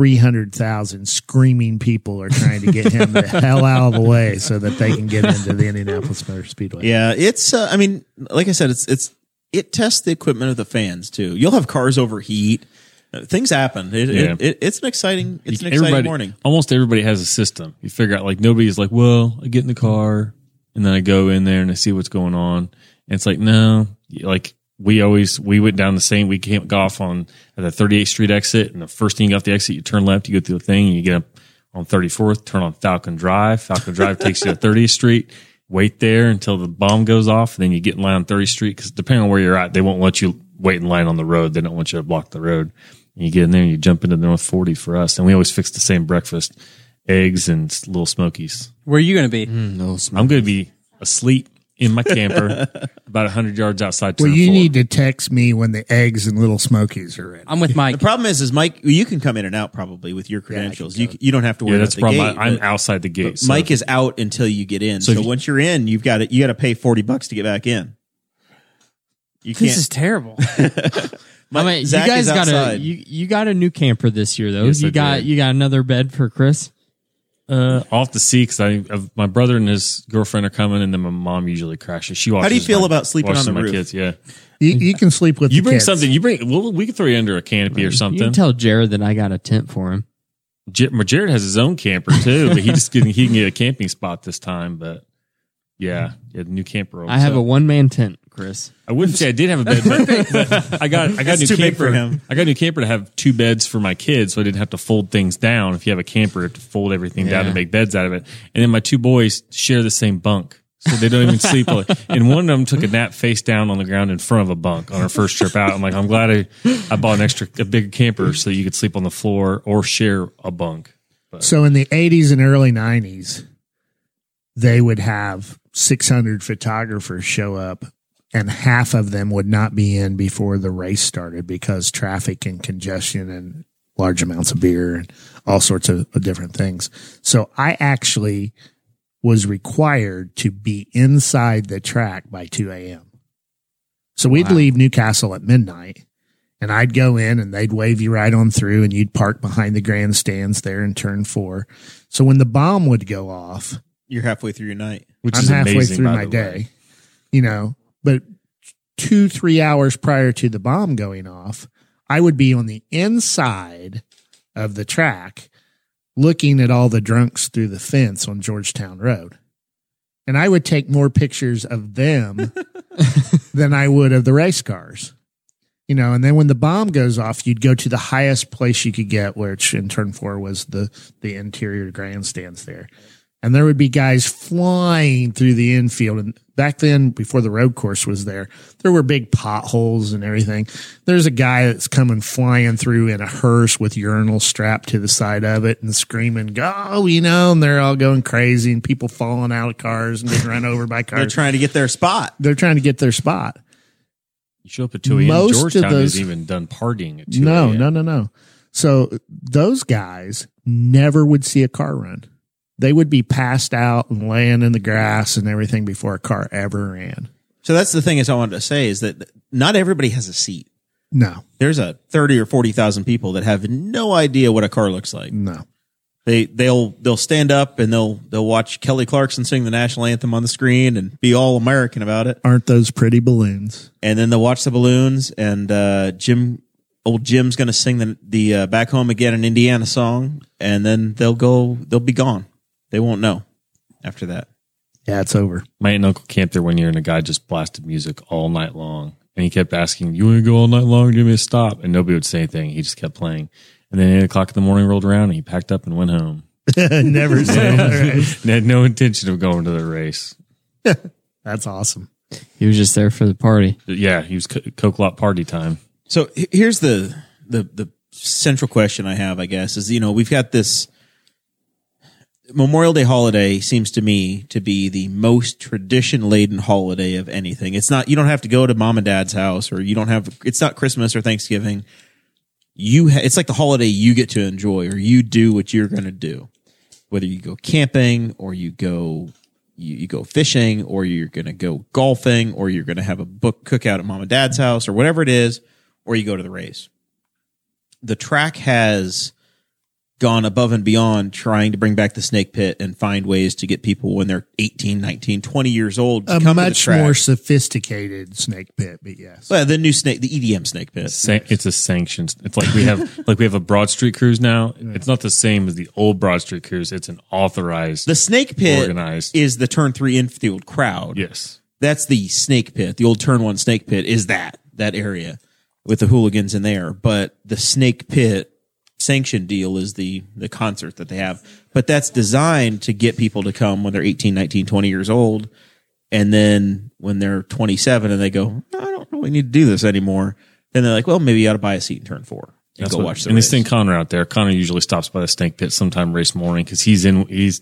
B: 300,000 screaming people are trying to get him the hell out of the way so that they can get into the Indianapolis Motor Speedway.
A: Yeah, it's. Uh, I mean, like I said, it's it's it tests the equipment of the fans too. You'll have cars overheat. Uh, things happen. It,
D: Yeah.
A: it, it, it's an exciting. It's an exciting
D: everybody,
A: morning.
D: almost everybody has a system. You figure out like nobody's like, well, I get in the car and then I go in there and I see what's going on. And it's like, no, like we always we went down the same. We came got off on at the 38th Street exit, and the first thing you got off the exit, you turn left, you go through the thing, and you get up on 34th, turn on Falcon Drive. Falcon Drive takes you to 30th Street. Wait there until the bomb goes off, and then you get in line on 30th Street because depending on where you're at, they won't let you wait in line on the road. They don't want you to block the road. And you get in there and you jump into the North 40 for us. And we always fix the same breakfast eggs and s- little smokies.
C: Where are you gonna be?
F: Mm.
D: I'm going to be asleep in my camper about 100 yards outside.
B: Well,
D: turn
B: you
D: four.
B: need to text me when the eggs and little smokies are ready.
C: I'm with Mike.
A: The problem is, is Mike, you can come in and out probably with your credentials. you you don't have to worry
D: Yeah,
A: about
D: that's the
A: the
D: problem.
A: gate,
D: I, I'm
A: but-
D: outside the
A: but
D: gate. so-
A: Mike is out until you get in. So,
D: if you-
A: once you're in, you've got to You got to pay forty bucks to get back in. You can't.
C: This is terrible.
A: Mike-
F: I mean, you
A: Zach
F: guys
A: is
F: got a
A: outside.
F: you, you got a new camper this year though.
D: Yes,
F: you
D: I
F: got
D: did.
F: you got another bed for Chris.
D: Uh, I'll have to see because I I've- my brother and his girlfriend are coming, and then my mom usually crashes. She watches.
A: do you feel
D: my-
A: about sleeping
D: watches
A: on the
D: my
A: roof?
D: Kids, yeah,
B: You, you can sleep with
D: you
B: the
D: bring
B: kids.
D: something. You bring. Well, we can throw you under a canopy or
F: You can
D: something.
F: tell Jared that I got a tent for him.
D: J- Jared has his own camper too, but he just can, he can get a camping spot this time. But yeah, yeah the new camper.
F: I have a one man tent, Chris.
D: I wouldn't say I did have a bed, but, but I got I got a new
A: too big
D: camper.
A: for him.
D: I got a new camper to have two beds for my kids, so I didn't have to fold things down. If you have a camper, you have to fold everything down
F: Yeah.
D: and make beds out of it. And then my two boys share the same bunk, so they don't even sleep. on it. And one of them took a nap face down on the ground in front of a bunk on our first trip out. I'm like, I'm glad I, I bought an extra a big camper so you could sleep on the floor or share a bunk.
B: So in the 80s and early 90s, they would have 600 photographers show up, and half of them would not be in before the race started because traffic and congestion and large amounts of beer and all sorts of, of different things. So I actually was required to be inside the track by 2 a.m. So we'd leave Newcastle at midnight and I'd go in and they'd wave you right on through and you'd park behind the grandstands there in turn four. So when the bomb would go off,
A: you're halfway through your night.
D: Which
B: I'm
D: is
B: halfway
D: amazing,
B: through
D: by
B: my
D: the
B: day,
D: way.
B: you know, but two, three hours prior to the bomb going off, I would be on the inside of the track looking at all the drunks through the fence on Georgetown Road. And I would take more pictures of them than I would of the race cars. You know, and then when the bomb goes off, you'd go to the highest place you could get, which in turn four was the the interior grandstands there. And there would be guys flying through the infield. And back then, before the road course was there, there were big potholes and everything. There's a guy that's coming flying through in a hearse with urinal strapped to the side of it and screaming, go, you know, and they're all going crazy and people falling out of cars and getting run over by cars.
A: They're trying to get their spot.
B: they're trying to get their spot.
D: You show up at 2 a.m.
B: Most of
D: Georgetown
B: those-
D: is even done partying at 2
B: No,
D: a.m.
B: no, no, no. So those guys never would see a car run. They would be passed out and laying in the grass and everything before a car ever ran.
A: So that's the thing is I wanted to say is that not everybody has a seat.
B: No,
A: There's a thirty or forty thousand people that have no idea what a car looks like.
B: no.
A: They they'll they'll stand up and they'll they'll watch Kelly Clarkson sing the national anthem on the screen and be all American about it.
B: Aren't those pretty balloons?
A: and then they'll watch the balloons and uh, Jim old Jim's gonna sing the the uh, back home again an Indiana song and then they'll go they'll be gone they won't know after that
B: Yeah, it's over.
D: My aunt and uncle camped there one year, and a guy just blasted music all night long. And he kept asking, "You want to go all night long? Give me a stop." And nobody would say anything. He just kept playing. And then eight o'clock in the morning rolled around, and he packed up and went home.
B: Never said
D: And had no intention of going to the race.
B: That's awesome.
F: He was just there for the party.
D: But yeah, he was co- Coke Lot party time.
A: so he- here's the the the central question I have I guess is you know we've got this Memorial Day holiday seems to me to be the most tradition laden holiday of anything. It's not, you don't have to go to mom and dad's house or you don't have, it's not Christmas or Thanksgiving. You, ha- it's like the holiday you get to enjoy or you do what you're going to do. Whether you go camping or you go, you, you go fishing or you're going to go golfing or you're going to have a book cookout at mom and dad's house or whatever it is, or you go to the race. The track has, gone above and beyond trying to bring back the snake pit and find ways to get people when they're 18, 19, 20 years old to
B: A
A: come
B: much
A: to the track.
B: more sophisticated snake pit, but yes.
A: well, the new snake, the EDM snake pit.
D: San- It's a sanctions. It's like we have like we have a Broad Street cruise now. It's not the same as the old Broad Street cruise. It's an authorized.
A: The snake pit
D: Organized.
A: is the turn three infield crowd.
D: yes,
A: That's the snake pit. The old turn one snake pit is that, that area with the hooligans in there. But the snake pit sanction deal is the, the concert that they have. But that's designed to get people to come when they're 18, 19, 20 years old. And then when they're 27 and they go, I don't really need to do this anymore. Then they're like, well, maybe you ought to buy a seat and turn four and
D: That's
A: go
D: what-
A: watch the
D: And
A: race.
D: they send Connor out there. Connor usually stops by the snake pit sometime race morning because he's in he's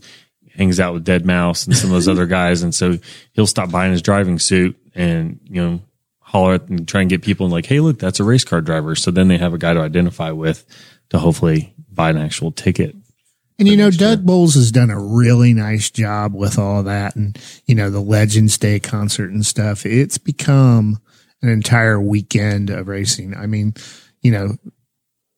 D: hangs out with Dead Mouse and some of those other guys, and so he'll stop by in his driving suit and you know holler at and try and get people and like, hey, look, that's a race car driver. So then they have a guy to identify with to hopefully buy an actual ticket.
B: And you know, Doug Bowles has done a really nice job with all that and, you know, the Legends Day concert and stuff. It's become an entire weekend of racing. I mean, you know,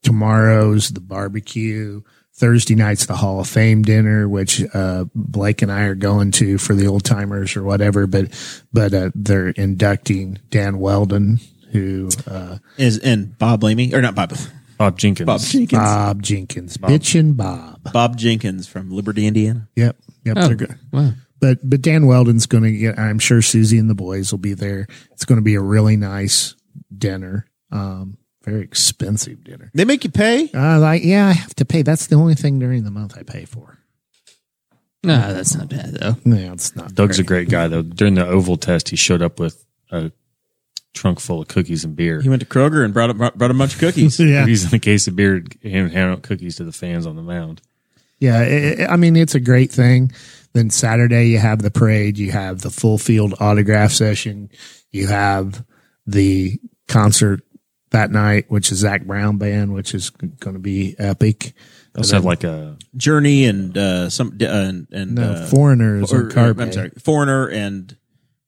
B: tomorrow's the barbecue, Thursday night's the Hall of Fame dinner, which uh, Blake and I are going to for the old timers or whatever. But, but uh, they're inducting Dan Weldon, who uh,
A: is, and Bob Lamy, or not Bob,
D: Bob Jenkins.
A: Bob Jenkins.
B: Bob Jenkins, bitchin' Bob.
A: Bob Jenkins from Liberty, Indiana.
B: Yep. Yep.
F: Oh,
B: they're good.
F: wow.
B: But but Dan Weldon's going to get. I'm sure Susie and the boys will be there. It's going to be a really nice dinner. Um, very expensive dinner.
A: They make you pay.
B: Uh, like yeah, I have to pay. That's the only thing during the month I pay for.
F: No, that's not bad though.
B: No, it's not.
D: Doug's a great guy though. During the oval test, he showed up with a trunk full of cookies and beer.
A: He went to Kroger and brought a, brought a bunch of cookies.
B: Yeah,
D: Cookies in a case of beer, and hand out cookies to the fans on the mound.
B: yeah. i I I mean, it's a great thing. Then Saturday you have the parade. You have the full field autograph session. You have the concert that night, which is Zach Brown band, which is going to be epic.
D: They also have like a
A: Journey and uh, some uh, and, and
B: No,
A: uh,
B: foreigners
A: or-
B: or,
A: or-
B: carpet.
A: I'm sorry, foreigner and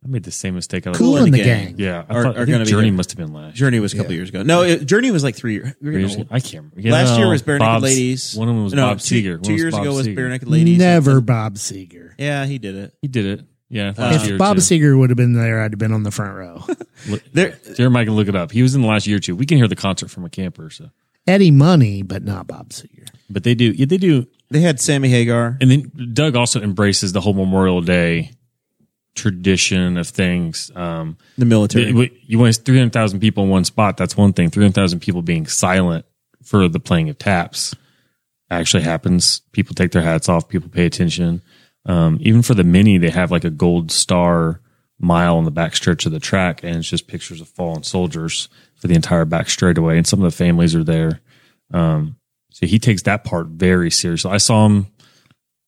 D: I made the same mistake. I
B: Cool in the gang.
D: Yeah, I
A: Are-
D: thought,
A: are
D: I
A: gonna
D: think
A: be
D: Journey
A: here.
D: must have been last.
A: Journey was a couple years ago. No, it, Journey was like three years.
D: Three years ago. I can't remember. Yeah,
A: Last year
D: no,
A: was Bare Naked
D: Bob's-
A: Ladies.
D: One of them was
A: no,
D: Bob
A: two-
D: Seeger.
A: Two years ago was Bare
D: Naked.
A: Naked Ladies.
B: Never Bob Seeger.
A: Yeah, he did it.
D: He did it. Yeah,
A: Uh,
D: last year or
B: If Bob
D: two.
B: Seeger would have been there, I'd have been on the front row.
D: Look-
A: There-
D: Jeremiah can look it up. He was in the last year or two. We can hear the concert from a camper. So,
B: Eddie Money, but not Bob Seeger.
D: but they do. Yeah, they do.
A: They had Sammy Hagar.
D: And then Doug also embraces the whole Memorial Day tradition of things. Um,
A: The military.
D: It- it- you want 300,000 people in one spot. That's one thing. 300,000 people being silent for the playing of taps actually happens. People take their hats off. People pay attention. Um, even for the mini, they have like a gold star mile on the back stretch of the track, and it's just pictures of fallen soldiers for the entire back straightaway. And some of the families are there. Um, so he takes that part very seriously. I saw him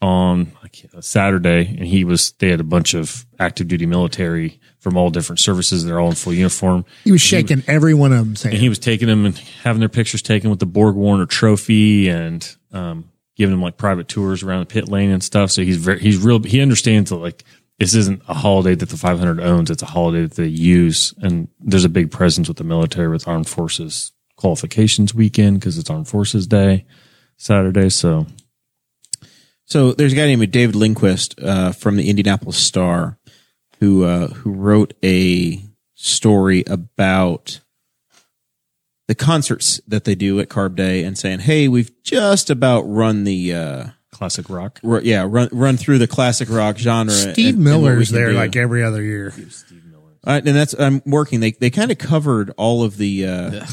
D: on I can't- Saturday, and he was they had a bunch of active duty military from all different services. They're all in full uniform,
B: He was shaking every one of them, saying,
D: and he was taking them and having their pictures taken with the Borg Warner Trophy, and um, giving them like private tours around the pit lane and stuff. So he's very he's real. He understands that like this isn't a holiday that the 500 owns; it's a holiday that they use, and there's a big presence with the military with Armed Forces qualifications weekend because it's Armed Forces Day Saturday. So
A: So there's a guy named David Lindquist uh, from the Indianapolis Star who uh, who wrote a story about the concerts that they do at Carb Day and saying, "Hey, we've just about run the uh,
D: classic rock.
A: ru- yeah run run through the classic rock genre." and-
B: Steve
A: and what we
B: Miller's
A: can
B: there
A: do."
B: like every other year.
A: All right, and that's I'm working. They they kind of covered all of the uh,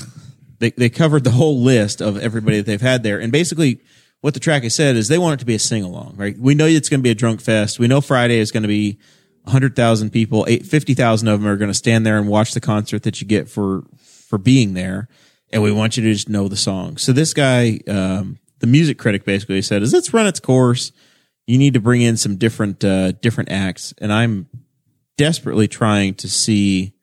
A: they they covered the whole list of everybody that they've had there, and basically what the track has said is they want it to be a sing along. Right? We know it's going to be a drunk fest. We know Friday is going to be hundred thousand people. Eight fifty thousand of them are going to stand there and watch the concert that you get for for being there, and we want you to just know the song. So this guy, um, the music critic, basically said, "Is let's run its course." You need to bring in some different uh, different acts, and I'm desperately trying to see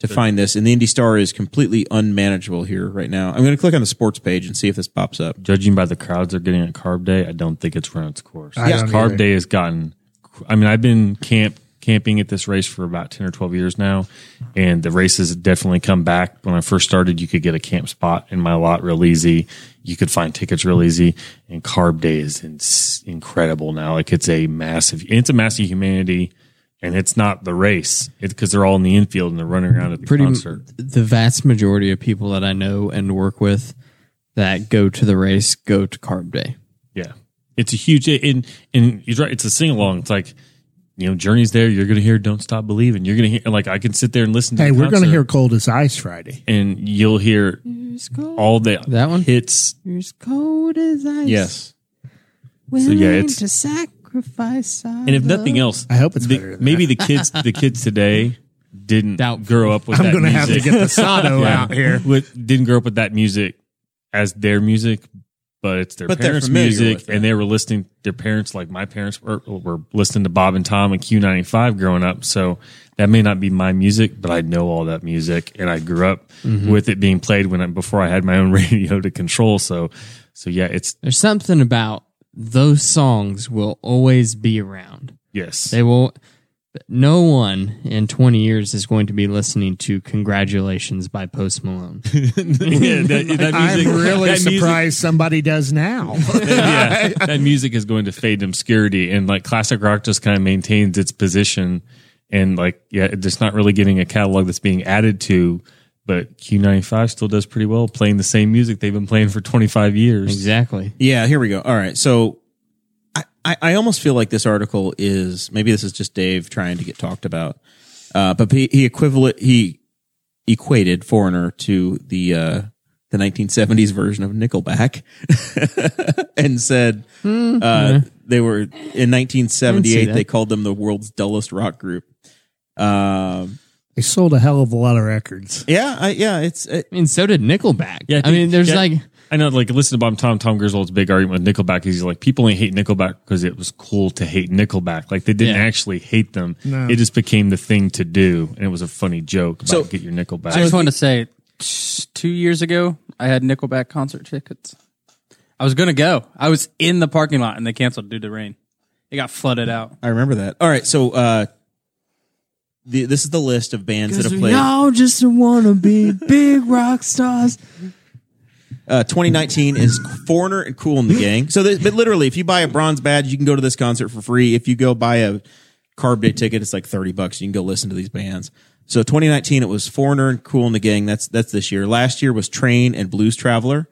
A: to find this, and the Indy Star is completely unmanageable here right now. I'm going to click on the sports page and see if this pops up.
D: judging by the crowds they're getting at Carb Day, I don't think it's run its course.
B: I don't
D: Carb
B: either.
D: Day has gotten. I mean, I've been camp camping at this race for about ten or twelve years now, and the race has definitely come back. When I first started, you could get a camp spot in my lot real easy. You could find tickets real easy, and Carb Day is ins incredible now. Like it's a massive, it's a massive humanity. And it's not the race because they're all in the infield and they're running around at the
F: pretty
D: concert.
F: the vast majority of people that I know and work with that go to the race go to carb day.
D: Yeah, it's a huge and and he's right. It's a sing along. It's like you know, Journey's there. You're gonna hear "Don't Stop Believing." You're gonna hear like I can sit there and listen. to
B: Hey,
D: the
B: we're going to
D: concert
B: hear Cold as Ice Friday.
D: and you'll hear all the
F: That one?
D: hits.
F: You're as cold as ice.
A: Yes,
D: So yeah, it's
F: sacrifice.
D: and if nothing else,
B: I hope it's
D: the-
B: better than
D: maybe the kids the kids today didn't
F: Doubtful.
D: grow up with.
B: I'm
D: that
B: going to have to
D: music.
B: get the
A: Oh,
B: Sado
D: Yeah.
B: out here.
D: with, didn't grow up with that music as their music, but it's their
A: But they're
D: parents'
A: familiar
D: music,
A: with it.
D: and they were listening. Their parents, like my parents, were, were listening to Bob and Tom and Q ninety five growing up. So that may not be my music, but I know all that music, and I grew up
A: Mm-hmm.
D: with it being played when I, before I had my own radio to control. So, so yeah, it's
F: There's something about those songs will always be around.
D: yes,
F: They will. No one in 20 years is going to be listening to "Congratulations" by Post Malone.
D: yeah, that, that music,
B: I'm really
D: that music-
B: surprised somebody does now.
D: yeah, that music is going to fade to obscurity, and like classic rock just kind of maintains its position, and like yeah, it's just not really getting a catalog that's being added to. But Q95 still does pretty well playing the same music they've been playing for 25 years.
F: exactly.
A: yeah. Here we go. All right, so I, I, I almost feel like this article is maybe this is just Dave trying to get talked about, uh, but he, he equivalent he equated Foreigner to the uh, the 1970s version of Nickelback, and said uh, they were in 1978
F: that.
A: they called them the world's dullest rock group. Um,
B: they sold a hell of a lot of records.
A: Yeah, I, yeah, it's it,
F: I mean, so did Nickelback.
D: Yeah,
F: I, mean, there's
D: yeah.
F: like
D: I know, like, listen to Bob Tom Tom Griswold's big argument with Nickelback. He's like, people only hate Nickelback because it was cool to hate Nickelback. Like, they didn't
F: Yeah.
D: actually hate them.
B: No.
D: It just became the thing to do, and it was a funny joke about
A: So-
D: get your Nickelback.
C: I just wanted to say, t- two years ago, I had Nickelback concert tickets. I was gonna go. I was in the parking lot and they canceled due to rain. It got flooded out.
A: I remember that. All right, so uh the, this is the list of bands that have played.
F: y'all just wanna be big rock stars.
A: Uh, 2019 is Foreigner and Cool in the Gang. So, this, but literally, if you buy a bronze badge, you can go to this concert for free. If you go buy a Carb Day ticket. It's like thirty bucks. You can go listen to these bands. So 2019, it was Foreigner and Cool in the Gang. That's that's this year. Last year was Train and Blues Traveler.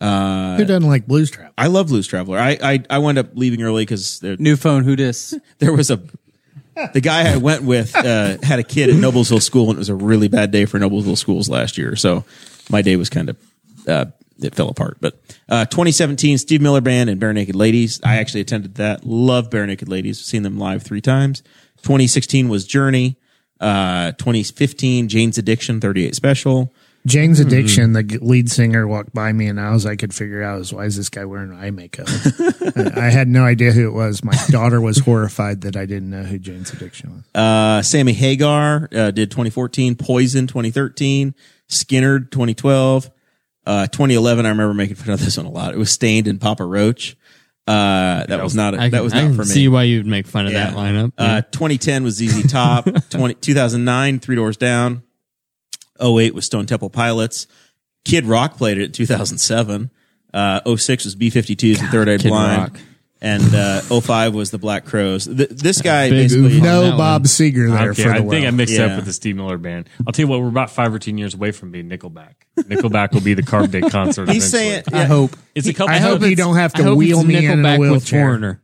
B: Who doesn't like blues travel?
A: I love Blues Traveler. I I, I wound up leaving early because there,
C: New phone, who dis?
A: there was a the guy I went with uh, had a kid at Noblesville School, and it was a really bad day for Noblesville schools last year. So my day was kind of uh, it fell apart. But uh, 2017, Steve Miller Band and Bare Naked Ladies. I actually attended that. Love Bare Naked Ladies. Seen them live three times. 2016 was Journey. Uh, 2015, Jane's Addiction, 38 Special.
B: Jane's Addiction, the g- lead singer walked by me, and all I could figure out is why is this guy wearing eye makeup? I I had no idea who it was. My daughter was horrified that I didn't know who Jane's Addiction was.
A: Uh, Sammy Hagar uh, did 2014, Poison 2013, Skinner 2012, uh, 2011. I remember making fun of this one a lot. It was Stained and Papa Roach. Uh, that was not a,
F: I can,
A: that was
F: I
A: not
F: can
A: for me.
F: see why you'd make fun of that
A: Yeah.
F: lineup.
A: Uh, 2010 was ZZ Top. 20, 2009, Three Doors Down. 08 was Stone Temple Pilots. Kid Rock played it in 2007. Uh, 06 was B-52s and Third Eye
F: Kid
A: Blind.
F: Rock.
A: And uh, 05 was the Black Crows. Th- this guy
F: Big
A: basically...
F: oof. that
B: No
F: one.
B: Bob Seger there
D: Okay,
B: for the
D: I think I
B: world.
D: mixed
A: Yeah.
D: up with the Steve Miller band. I'll tell you what, we're about five or ten years away from being Nickelback. Nickelback will be the Carb Day concert.
A: He's
D: eventually.
A: saying...
B: I hope.
D: it's a couple.
B: I hope
D: it's-
B: you don't have
F: I
B: to
F: hope
B: wheel
F: it's
B: me in a
F: Nickelback with
B: wheelchair.
F: Foreigner.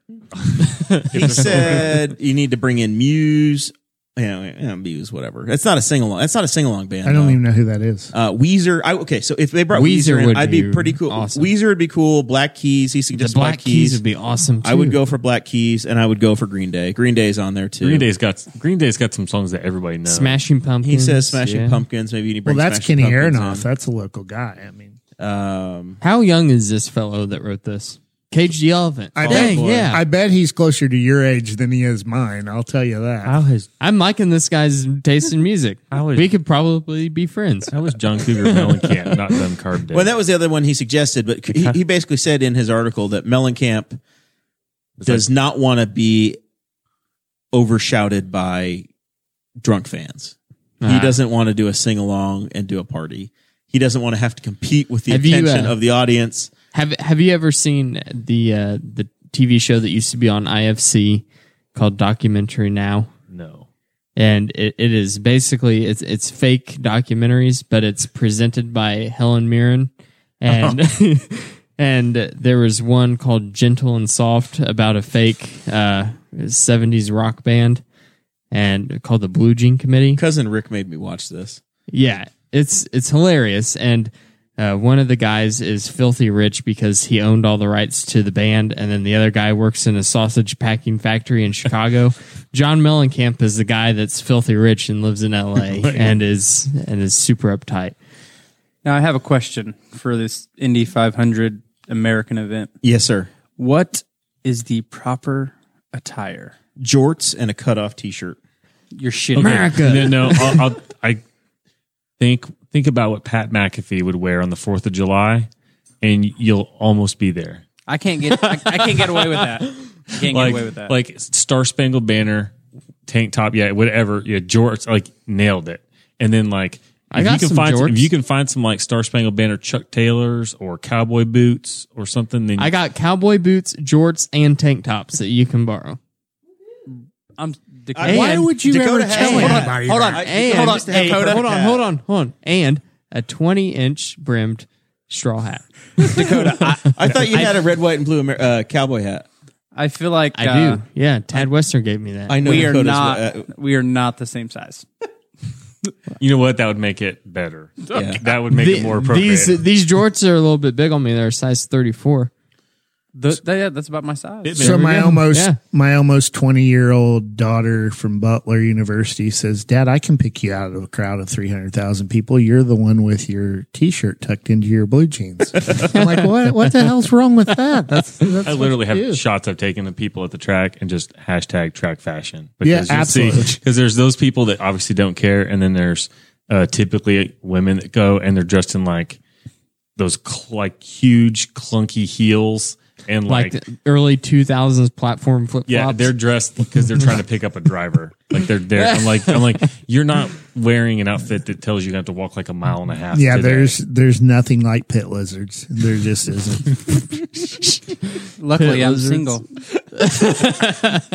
A: he said you need to bring in Muse. Yeah, yeah, Muse, whatever. That's not a sing along. That's not a sing along band.
B: I don't
A: though.
B: even know who that is.
A: Uh, Weezer. I, okay, so if they brought Weezer,
F: Weezer
A: in,
F: would
A: I'd be
F: be
A: pretty cool.
F: awesome.
A: Weezer would be cool. Black Keys. He
F: The
A: suggested
F: Black Keys would be awesome. Too.
A: I would go for Black Keys, and I would go for Green Day. Green Day's on there too.
D: Green Day's got Green Day's got some songs that everybody knows.
F: Smashing Pumpkins.
A: Uh, He says Smashing
F: yeah.
A: Pumpkins. Maybe you need to
B: Well,
A: bring
B: that's
A: Smashing
B: Kenny
A: Pumpkins
B: Aronoff.
A: in.
B: That's a local guy. I mean,
A: Um,
F: How young is this fellow that wrote this? Cage the Elephant.
C: Oh,
B: I
F: Dang,
B: bet,
F: yeah.
B: I bet he's closer to your age than he is mine. I'll tell you that.
F: I was, I'm liking this guy's taste in music.
D: I was-
F: we could probably be friends.
D: That was John Cougar Mellencamp, not done Carb Day.
A: well, that was the other one he suggested, but he, he basically said in his article that Mellencamp does not want to be overshouted by drunk fans. He doesn't want to do a sing along and do a party. He doesn't want to have to compete with the
F: Have you,
A: attention
F: uh,
A: of the audience.
F: Have Have you ever seen the uh, the TV show that used to be on IFC called Documentary Now?
D: no.
F: And it, it is basically it's it's fake documentaries, but it's presented by Helen Mirren, and and there was one called Gentle and Soft about a fake uh, '70s rock band, and called the Blue Jean Committee.
A: Cousin Rick made me watch this.
F: Yeah, it's it's hilarious, and uh, one of the guys is filthy rich because he owned all the rights to the band, and then the other guy works in a sausage packing factory in Chicago. John Mellencamp is the guy that's filthy rich and lives in L.A. and is and is super uptight.
C: Now I have a question for this Indy 500 American event.
A: Yes, sir.
C: What is the proper attire?
A: Jorts and a cutoff T-shirt.
C: You're shitting.
D: No, no. I'll, I'll, I think think about what Pat McAfee would wear on the Fourth of July, and you'll almost be there.
C: I can't get. I, I can't get away with that. I can't
D: Like
C: get away with that.
D: like Star Spangled Banner, tank top, yeah, whatever, yeah, jorts, like nailed it. And then like
F: I
D: if
F: got
D: you can
F: some
D: find
F: jorts.
D: if you can find some like Star Spangled Banner Chuck Taylors or cowboy boots or something, then
F: I got cowboy boots, jorts, and tank tops that you can borrow.
C: I'm.
A: I-
B: Why
F: And-
B: would you
A: Dakota
B: ever
A: has-
B: tell
A: Hold on,
B: anybody
C: hold
B: that?
C: on.
F: And
C: Hold on,
F: a-
C: Dakota.
F: hold on, hold on, hold on, and a twenty-inch brimmed straw hat.
A: I thought you had a red, white, and blue Amer- uh, cowboy hat.
C: I feel like
F: I
C: uh,
F: do. Yeah, Tad Western gave me that.
A: I know
C: We are
A: Dakota's-
C: not.
A: uh,
C: we are not the same size.
D: you know what? That would make it better.
A: Yeah.
D: That would make it more appropriate.
F: These these jorts are a little bit big on me. They're a size thirty four.
C: The, yeah, that's about my size.
B: So
F: we
B: my
F: go.
B: almost
F: Yeah.
B: my almost twenty year old daughter from Butler University says, "Dad, I can pick you out of a crowd of three hundred thousand people. You're the one with your t shirt tucked into your blue jeans." I'm like, "What? What the hell's wrong with that?" That's, that's
D: I literally have
B: do.
D: shots I've taken of people at the track and just hashtag track fashion.
B: Yeah, absolutely.
D: Because there's those people that obviously don't care, and then there's uh, typically women that go and they're dressed in like those cl- like huge clunky heels and
F: like
D: like,
F: the early two thousands platform flip flops.
D: yeah, they're dressed because they're trying to pick up a driver. Like they're there. I'm like I'm like you're not wearing an outfit that tells you you have to walk like a mile and a half.
B: yeah.
D: today.
B: There's there's nothing like pit lizards. There just isn't.
C: Luckily, I'm
F: lizards.
C: single.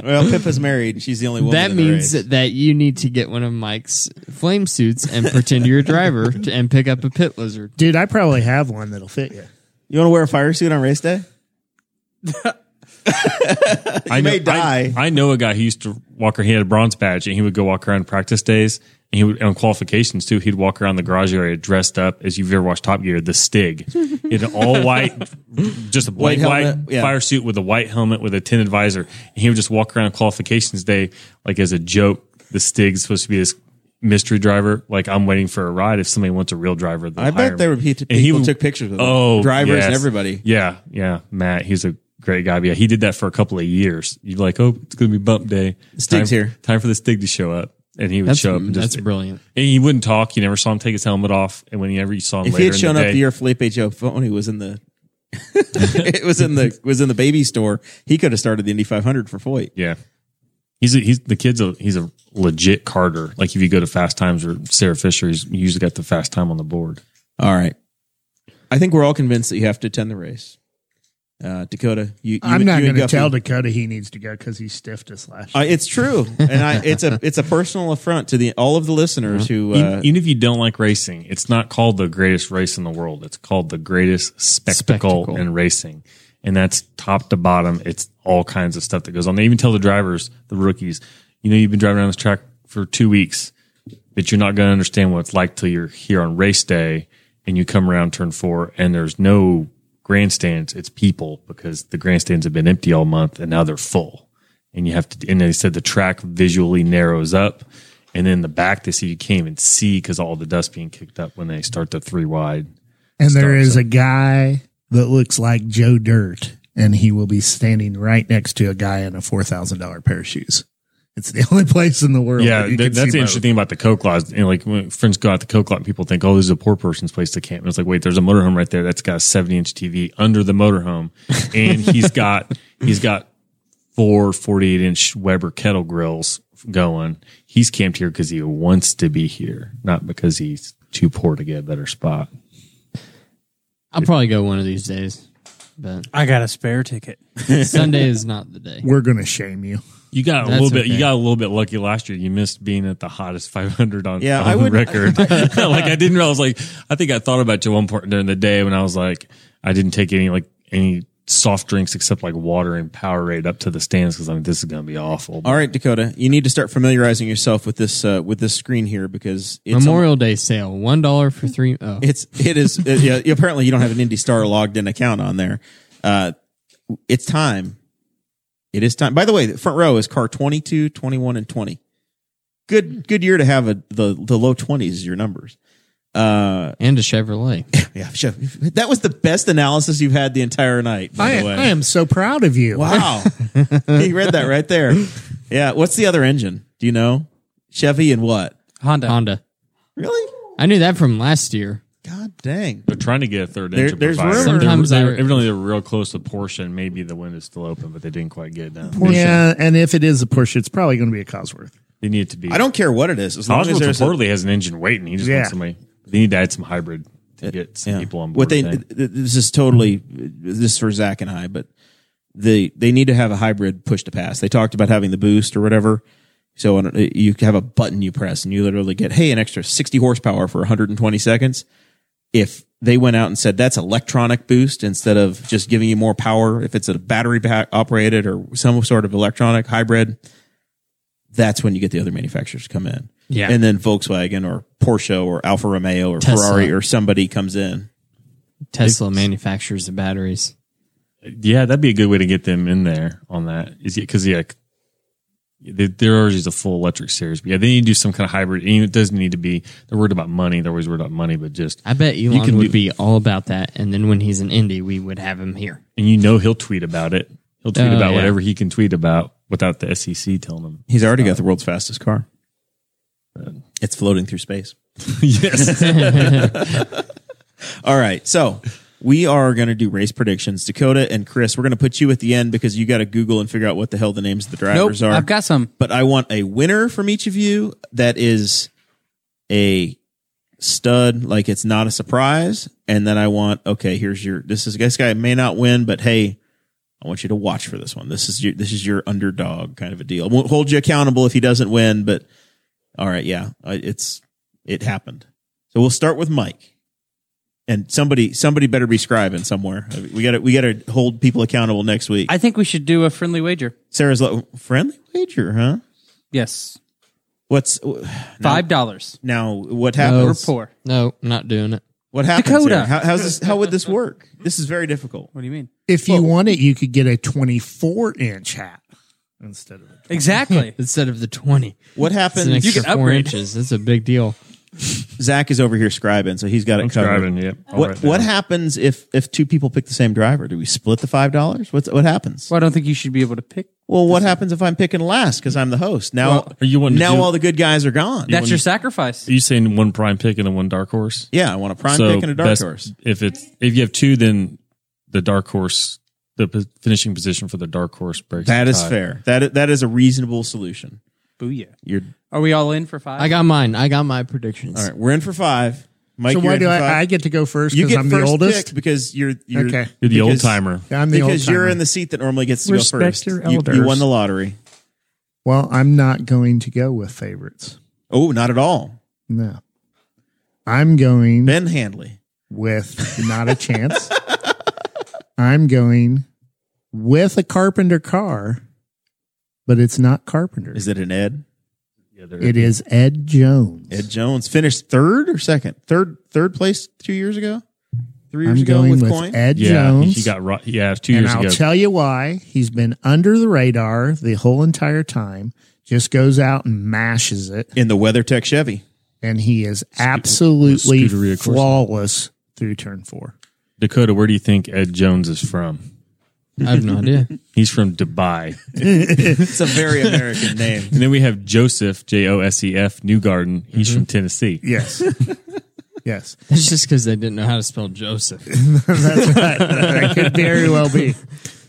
A: Well, Pippa's married. She's the only woman.
F: that
A: in the
F: means
A: race.
F: that that you need to get one of Mike's flame suits and pretend you're a driver to, and pick up a pit lizard.
B: Dude, I probably have one that'll fit you.
A: you want to wear a fire suit on race day.
D: I
A: may die.
D: I, I know a guy who used to walk around. He had a bronze badge, and he would go walk around practice days, and he would on qualifications too. He'd walk around the garage area dressed up as you've ever watched Top Gear, the Stig, in an all white, just a
A: White
D: blank white,
A: helmet, yeah.
D: fire suit with a white helmet with a tinted visor. And he would just walk around qualifications day like as a joke. The Stig's supposed to be this mystery driver. Like I'm waiting for a ride. If somebody wants a real driver, they'll
A: I bet
D: hire
A: there
D: me.
A: would be t-
D: And he
A: people
D: would-
A: took pictures with him.
D: oh
A: Drivers and
D: yes.
A: everybody.
D: Yeah, yeah. Matt, he's a great guy. But yeah, he did that for a couple of years. You'd be like, oh, it's gonna be bump day.
A: Stig's
D: time,
A: here.
D: Time for the Stig to show up, and he would
F: That's,
D: show up. And
F: that's
D: just,
F: brilliant.
D: and he wouldn't talk. You never saw him take his helmet off. And whenever you saw him
A: If
D: later
A: he had
D: in
A: shown
D: the
A: up
D: day,
A: the year Felipe Jofone was in the it was in the was in the baby store, he could have started the Indy 500 for Foyt.
D: yeah. He's a, he's the kid's a he's a legit Carter. Like if you go to Fast Times or Sarah Fisher, he's usually got the fast time on the board.
A: All right, I think we're all convinced that you have to attend the race. Uh, Dakota, you, you
B: I'm not
A: you and
B: going to
A: Guffey.
B: tell Dakota he needs to go because he stiffed us last
A: Uh,
B: year.
A: it's true, and I, it's a it's a personal affront to the all of the
C: Uh-huh.
A: listeners who uh,
D: even, even if you don't like racing, it's not called the greatest race in the world. It's called the greatest spectacle,
F: Spectacle.
D: in racing. And that's top to bottom. It's all kinds of stuff that goes on. They even tell the drivers, the rookies, you know, you've been driving around this track for two weeks, but you're not going to understand what it's like till you're here on race day and you come around turn four and there's no grandstands. It's people because the grandstands have been empty all month and now they're full and you have to and they said the track visually narrows up and then the back they see you can't even see because all the dust being kicked up when they start the three wide
B: and there
D: starts
B: is a guy that looks like Joe Dirt, and he will be standing right next to a guy in a $4,000 pair of shoes. It's the only place in the world.
D: yeah
B: that you
D: th-
B: can
D: that's
B: see
D: the interesting
B: both.
D: thing about the coke laws and like when friends go out to coke lot people think oh this is a poor person's place to camp and it's like wait there's a motorhome right there that's got a 70 inch tv under the motorhome and he's got he's got four 48 inch weber kettle grills going he's camped here because he wants to be here not because he's too poor to get a better spot
F: I'll probably go one of these days, but
C: I got a spare ticket.
F: Sunday is not the day.
B: We're going to shame you.
D: You got a
F: That's
D: little bit. You
F: okay.
D: got a little bit lucky last year. You missed being at the hottest 500 on,
A: Yeah,
D: on
A: I would-
D: record. like I didn't realize. Like I think I thought about you at one point during the day when I was like, I didn't take any like any soft drinks except like water and Powerade up to the stands because I'm like, this is gonna be awful.
A: All right, Dakota, you need to start familiarizing yourself with this uh, with this screen here because it's
F: Memorial Day sale, one dollar for three. Oh,
A: it's it is uh, yeah, apparently you don't have an Indy Star logged in account on there. Uh, it's time. It is time. By the way, the front row is car 22, 21 and 20. Good good year to have a, the the low 20s as your numbers. Uh,
F: and a Chevrolet.
A: yeah, sure. That was the best analysis you've had the entire night, by
B: I,
A: the way.
B: I am so proud of you.
A: Wow. he read that right there. Yeah, what's the other engine? Do you know? Chevy and what?
C: Honda.
F: Honda.
A: Really?
F: I knew that from last year.
A: God dang.
D: They're trying to get a third
A: There-
D: engine.
A: there's
D: provider.
A: rumor-
F: Sometimes
D: they're,
F: I-
D: they're, evidently they're real close to Porsche, and maybe the window's still open, but they didn't quite get it done.
B: Yeah, and if it is a Porsche, it's probably going to be a Cosworth.
D: They need it to be.
A: I don't care what it is. As long as
D: Oswald
A: there's a-
D: reportedly has an engine waiting. He just
B: Yeah.
D: wants somebody. They need to add some hybrid to get some
A: Yeah.
D: people on board.
A: What they
D: I think.
A: th- th- this is totally this is for Zach and I, but they they need to have a hybrid push to pass. They talked about having the boost or whatever. So on- you have a button you press and you literally get hey an extra sixty horsepower for 120 seconds. If they went out and said that's electronic boost instead of just giving you more power, if it's a battery pa- operated or some sort of electronic hybrid, that's when you get the other manufacturers to come in.
F: Yeah.
A: And then Volkswagen or Porsche or Alfa Romeo or
F: Tesla.
A: Ferrari or somebody comes in.
F: Tesla manufactures the batteries.
D: Yeah, that'd be a good way to get them in there on that. Is because yeah, they, there already is a full electric series, but yeah, they need to do some kind of hybrid. And it doesn't need to be. They're worried about money. They're always worried about money, but just
F: I bet Elon
D: can
F: would
D: do-
F: be all about that. And then when he's in Indy, we would have him here.
D: and you know he'll tweet about it. He'll tweet
F: Oh,
D: about
F: yeah.
D: whatever he can tweet about without the SEC telling him.
A: He's already got the world's fastest car. Uh, It's floating through space.
D: yes,
A: All right. So we are going to do race predictions. Dakota and Chris, we're going to put you at the end because you got to Google and figure out what the hell the names of the
C: Nope.
A: drivers are.
C: I've got some.
A: but I want a winner from each of you that is a stud, like it's not a surprise. And then I want, okay, here's your, this is, this guy may not win, but hey, I want you to watch for this one. This is your this is your underdog kind of a deal. Won't hold you accountable if he doesn't win, but all right, yeah, I- it's it happened. So we'll start with Mike, and somebody somebody better be scribing somewhere. We got to we got to hold people accountable next week.
C: I think we should do a friendly wager.
A: Sarah's lo- friendly wager, huh?
C: Yes,
A: What's
C: five dollars.
A: now? What
C: We're
A: happens?
C: poor.
F: No, not doing it.
A: What happens?
C: Dakota.
A: Dakota. How, how's this, how would this work? This is very difficult.
C: What do you mean?
B: If you want it, you could get a 24 inch hat instead of a
C: Exactly.
F: Instead of the 20,
A: What
F: it's an
A: happens?
F: extra
C: can
F: four
C: upgrade.
F: inches. That's a big deal.
A: Zach is over here scribing, so he's got it
D: I'm
A: covered.
D: driving. Yep. I'll
A: What
D: write
A: what
D: down.
A: happens if if two people pick the same driver? Do we split the five dollars? What's what happens?
C: well, I don't think you should be able to pick.
A: Well, what happens if I'm picking last because I'm the host? Now
D: Well, are you wanting to
A: now
D: do-
A: all the good guys are gone.
C: That's your sacrifice.
D: Are you saying one prime pick and then one dark horse?
A: yeah, I want a prime pick and a dark
D: best-
A: horse.
D: If it's if you have two, then the dark horse, the p- finishing position for the dark horse breaks.
A: That
D: the
A: is
D: tie.
A: fair. That i- that is a reasonable solution.
C: Booyah.
A: You're
C: Are we all in for five?
F: I got mine. I got my predictions.
A: all right. We're in for five. Mike,
B: So
A: you're
B: why
A: in
B: do
A: for
B: I,
A: five.
B: I get to go first
A: you
B: because
A: get
B: I'm the
A: first
B: oldest?
A: pick because you're, you're
B: Okay.
D: You're the old
A: because-
D: timer.
B: I'm the
A: because
B: old
A: you're
B: timer.
A: in the seat that normally gets to
B: Respect
A: go first.
B: your
A: You- You,
B: elders.
A: won the lottery.
B: Well, I'm not going to go with favorites.
A: Oh, not at all.
B: No. I'm going
A: Ben Handley.
B: with not a chance. I'm going with a carpenter car, but it's not carpenter.
A: Is it an Ed?
D: Yeah, there-
B: it is Ed Jones.
A: Ed Jones finished third or second? Third third place two years ago? Three years
B: I'm
A: ago
B: going
A: with
B: with
A: coin?
B: Ed
D: yeah,
B: Jones.
D: He got ro- yeah two
B: and
D: years
B: I'll
D: ago.
B: tell you why. He's been under the radar the whole entire time. Just goes out and mashes it,
A: in the WeatherTech Chevy.
B: and he is absolutely
D: Scuderia Corsa.
B: flawless through turn four.
D: Dakota, where do you think Ed Jones is from?
F: I have no idea.
D: He's from Dubai.
A: It's a very American name.
D: and then we have Joseph J O S E F Newgarden. He's
F: Mm-hmm.
D: from Tennessee.
B: Yes, yes,
F: It's just because they didn't know how to spell Joseph.
B: that could very well be.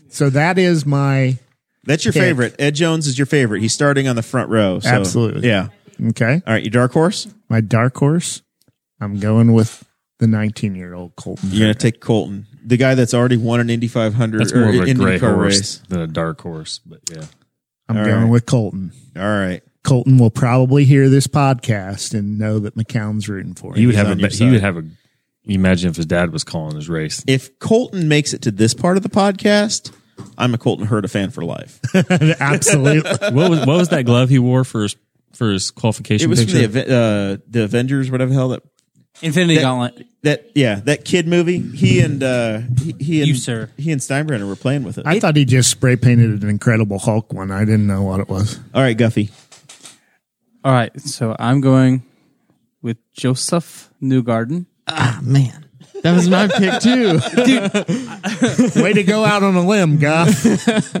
B: So that is my
A: That's your favorite. Ed Jones is your favorite. He's starting on the front row. so-
B: Absolutely.
A: Yeah.
B: okay.
A: All right, your dark horse.
B: My dark horse. I'm going with the 19 year old Colton.
A: You're gonna take Colton, the guy that's already won an Indy 500
D: That's
A: or
D: more of a
A: Indy
D: gray
A: car
D: horse
A: race.
D: than a dark horse, but yeah.
B: I'm
A: All
B: going
A: right.
B: with Colton.
A: All right.
B: Colton will probably hear this podcast and know that McCown's rooting for him.
D: He would have a
A: on your
D: be-
A: side.
D: he would have a imagine if his dad was calling his race.
A: If Colton makes it to this part of the podcast, I'm a Colton Herta fan for life.
B: Absolutely.
D: what was what was that glove he wore for his for his qualification
A: It was from
D: picture?
A: the Aven- uh, the Avengers, whatever the hell that
C: Infinity
A: That-
C: Gauntlet.
A: that yeah that kid movie. He and uh, he, he and
C: You, sir.
A: he and Steinbrenner were playing with it.
B: I thought he just spray painted an Incredible Hulk one. I didn't know what it was.
A: All right, Guffy.
C: All right, so I'm going with Joseph Newgarden.
F: Ah, man. That was my pick, too.
B: Way to go out on a limb, Guff.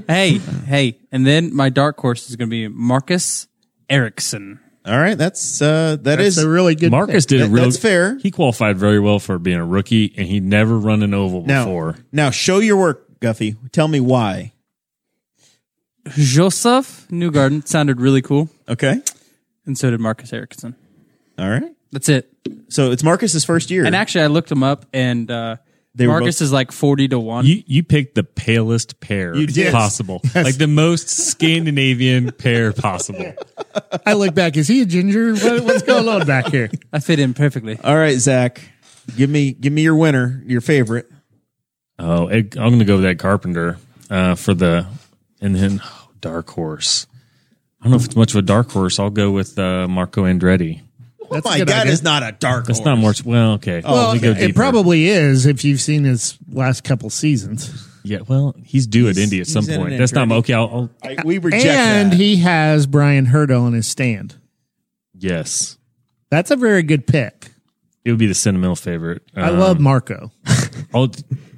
C: Hey, hey, and then my dark horse is going to be Marcus Erickson.
A: All right, that's uh, that
B: That's
A: is
B: a really good.
D: Marcus
B: pick.
D: did a
A: That-
D: real.
A: that's fair.
D: He qualified very well for being a rookie, and he'd never run an oval
A: now.
D: before.
A: Now show your work, Guffy. Tell me why.
C: Joseph Newgarden sounded really cool,
A: Okay.
C: and so did Marcus Erickson.
A: All right.
C: That's it.
A: So it's Marcus's first year.
C: And actually, I looked him up, and uh,
A: were
C: Marcus
A: both-
C: is like forty to one.
D: You you picked the palest pair
A: You did.
D: possible, like the most Scandinavian pair possible.
B: I look back. Is he a ginger? What, what's going on back here?
C: I fit in perfectly.
A: All right, Zach. Give me give me your winner, your favorite.
D: Oh, Ed, I'm going to go with Ed Carpenter uh, for the, and then oh, Dark Horse. I don't know if it's much of a dark horse. I'll go with uh, Marco Andretti.
B: That's
A: oh
B: a
A: my
B: good
A: God,
B: idea.
A: is not a dark.
D: That's
A: horse.
D: not much. Well, okay.
B: Well,
D: we go
B: it
D: deeper.
B: probably is if you've seen his last couple seasons.
D: Yeah. Well, he's due at Indy at some
A: he's in
D: point.
A: an
D: That's not
A: Andretti.
D: okay. I'll, I'll,
A: I- we reject
B: and
A: that.
B: he has Brian Herta on his stand.
D: yes,
B: That's a very good pick.
D: it would be the sentimental favorite. Uh,
B: I love Marco.
D: I'll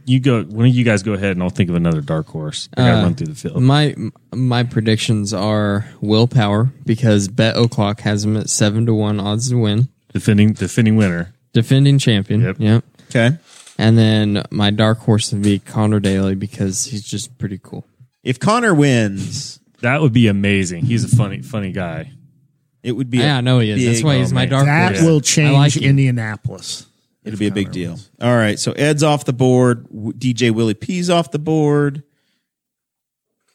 D: you go. One of you guys go ahead, and I'll think of another dark horse. I gotta run through the field.
F: My my predictions are willpower because Bet O'Clock has him at seven to one odds to win,
D: defending defending winner.
F: defending champion.
D: Yep.
A: okay.
F: And then my dark horse would be Connor Daly because he's just pretty cool.
A: If Connor wins,
D: That would be amazing. He's a funny funny guy.
A: it would be.
F: Yeah, I know he is. That's
A: big
F: why he's my
A: moment.
F: dark
B: That
F: horse.
B: will
F: I
B: change
F: like him.
B: Indianapolis.
A: It'll be a big deal. All right. So Ed's off the board. W- DJ Willie P's off the board.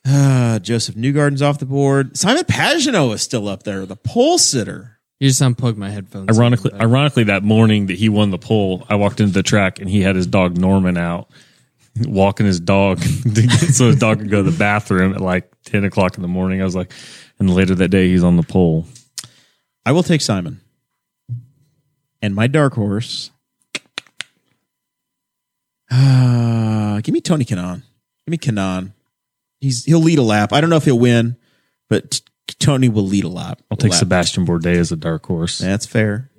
A: Uh, Joseph Newgarden's off the board. Simon Pagino is still up there, the pole sitter.
F: You just unplug my headphones.
D: Ironically, ironically, that morning that he won the pole, I walked into the track and he had his dog Norman out walking his dog to get, so his dog could go to the bathroom at like ten o'clock in the morning. I was like, and later that day, he's on the pole.
A: I will take Simon. And my dark horse. Uh, give me Tony Kanon. Give me Kanon. He's he'll lead a lap. I don't know if he'll win, but t- Tony will lead a lap.
D: I'll take
A: lap.
D: Sebastian Bourdais as a dark horse.
A: That's fair.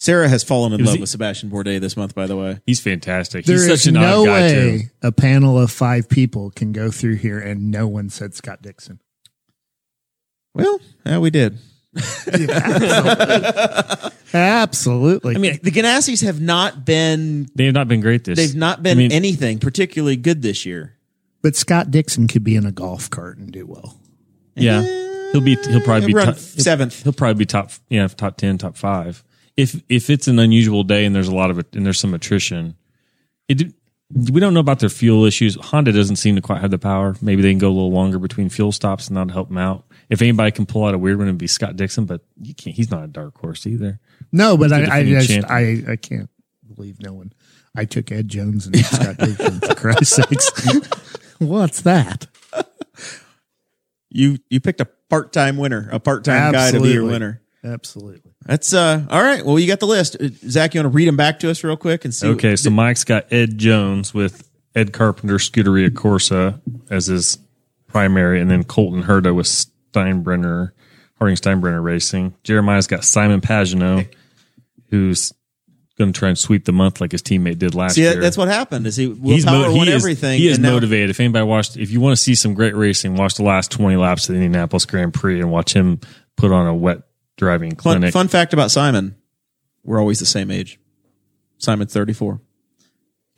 A: Sarah has fallen in
D: Was
A: love
D: he-
A: with Sebastian Bourdais this month, by the way.
D: He's fantastic.
B: There is
D: he's such an
B: no
D: odd guy
B: way
D: too.
B: a panel of five people can go through here and no one said Scott Dixon.
A: Well, yeah, we did.
B: Absolutely.
A: I mean, the Ganassis have not been
D: They have not been great this.
A: they've not been
D: I mean,
A: anything particularly good this year.
B: but Scott Dixon could be in a golf cart and do well.
D: Yeah, he'll be. He'll probably be
A: Run
D: top-
A: seventh.
D: He'll probably be top. Yeah, top ten, top five. If if it's an unusual day and there's a lot of it and there's some attrition, it. We don't know about their fuel issues. Honda doesn't seem to quite have the power. Maybe they can go a little longer between fuel stops and that'll help them out. If anybody can pull out a weird one, it'd be Scott Dixon, but you can't. He's not a dark horse either.
B: No, but
D: the
B: I, I
D: defending
B: just I, I can't believe no one. I took Ed Jones and Scott Dixon for Christ's sakes. What's that?
A: You you picked a part time winner, a part time guy to be your
B: Absolutely.
A: winner.
B: Absolutely.
A: That's uh all right. Well, you got the list, Uh, Zach. You want to read them back to us real quick and see?
D: Okay, so Mike's got Ed Jones with Ed Carpenter Scuderia Corsa as his primary, and then Colton Herta with Steinbrenner, Harding Steinbrenner Racing. Jeremiah's got Simon Pagino, who's going to try and sweep the month like his teammate did last
A: See,
D: year.
A: that, that's what happened. Is he willpower
D: mo-
A: won
D: he is-
A: everything?
D: He is
A: and now-
D: motivated. If anybody watched, if you want to see some great racing, watch the last twenty laps of the Indianapolis Grand Prix and watch him put on a wet driving
A: Fun,
D: clinic.
A: fun fact about Simon: we're always the same age. Simon's thirty four,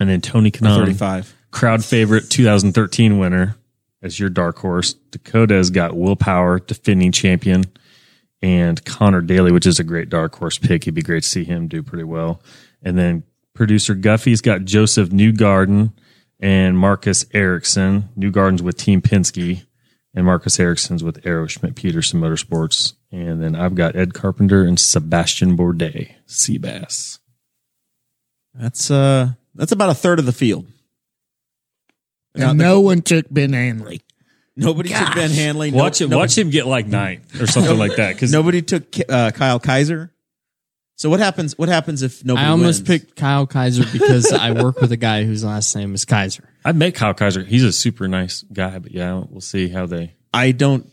D: And then Tony Kanon,
A: thirty five.
D: crowd favorite 2013 winner as your dark horse. Dakota's got Willpower, defending champion, and Connor Daly, which is a great dark horse pick. It'd be great to see him do pretty well. And then producer Guffey's got Joseph Newgarden and Marcus Erickson. Newgarden's with Team Penske, and Marcus Erickson's with Aeroschmidt Peterson Motorsports. And then I've got Ed Carpenter and Sebastian Bourdais, Seabass.
A: That's uh that's about a third of the field. Now,
B: And no one took Ben Anley.
A: Nobody took Ben Hanley. No-
D: Watch him,
A: nobody-
D: watch him get like ninth or something like that. Because
A: Nobody took Ki- uh, Kyle Kaiser. So what happens? What happens if nobody?
F: I almost
A: wins?
F: picked Kyle Kaiser because I work with a guy whose last name is Kaiser.
D: I met Kyle Kaiser. He's a super nice guy, but yeah, we'll see how they.
A: I don't.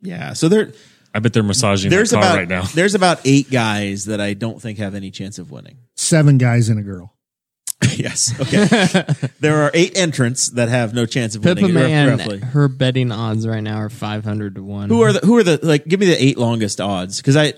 A: Yeah. So there,
D: I bet they're massaging
A: there's
D: their car
A: about
D: right now.
A: there's about eight guys that I don't think have any chance of winning.
B: Seven guys and a girl.
A: yes. Okay. there are eight entrants that have no chance of
F: Pippa
A: winning. rough-
F: Man,
A: roughly.
F: her betting odds right now are 500 to 1.
A: Who are the who are the like? Give me the eight longest odds because I,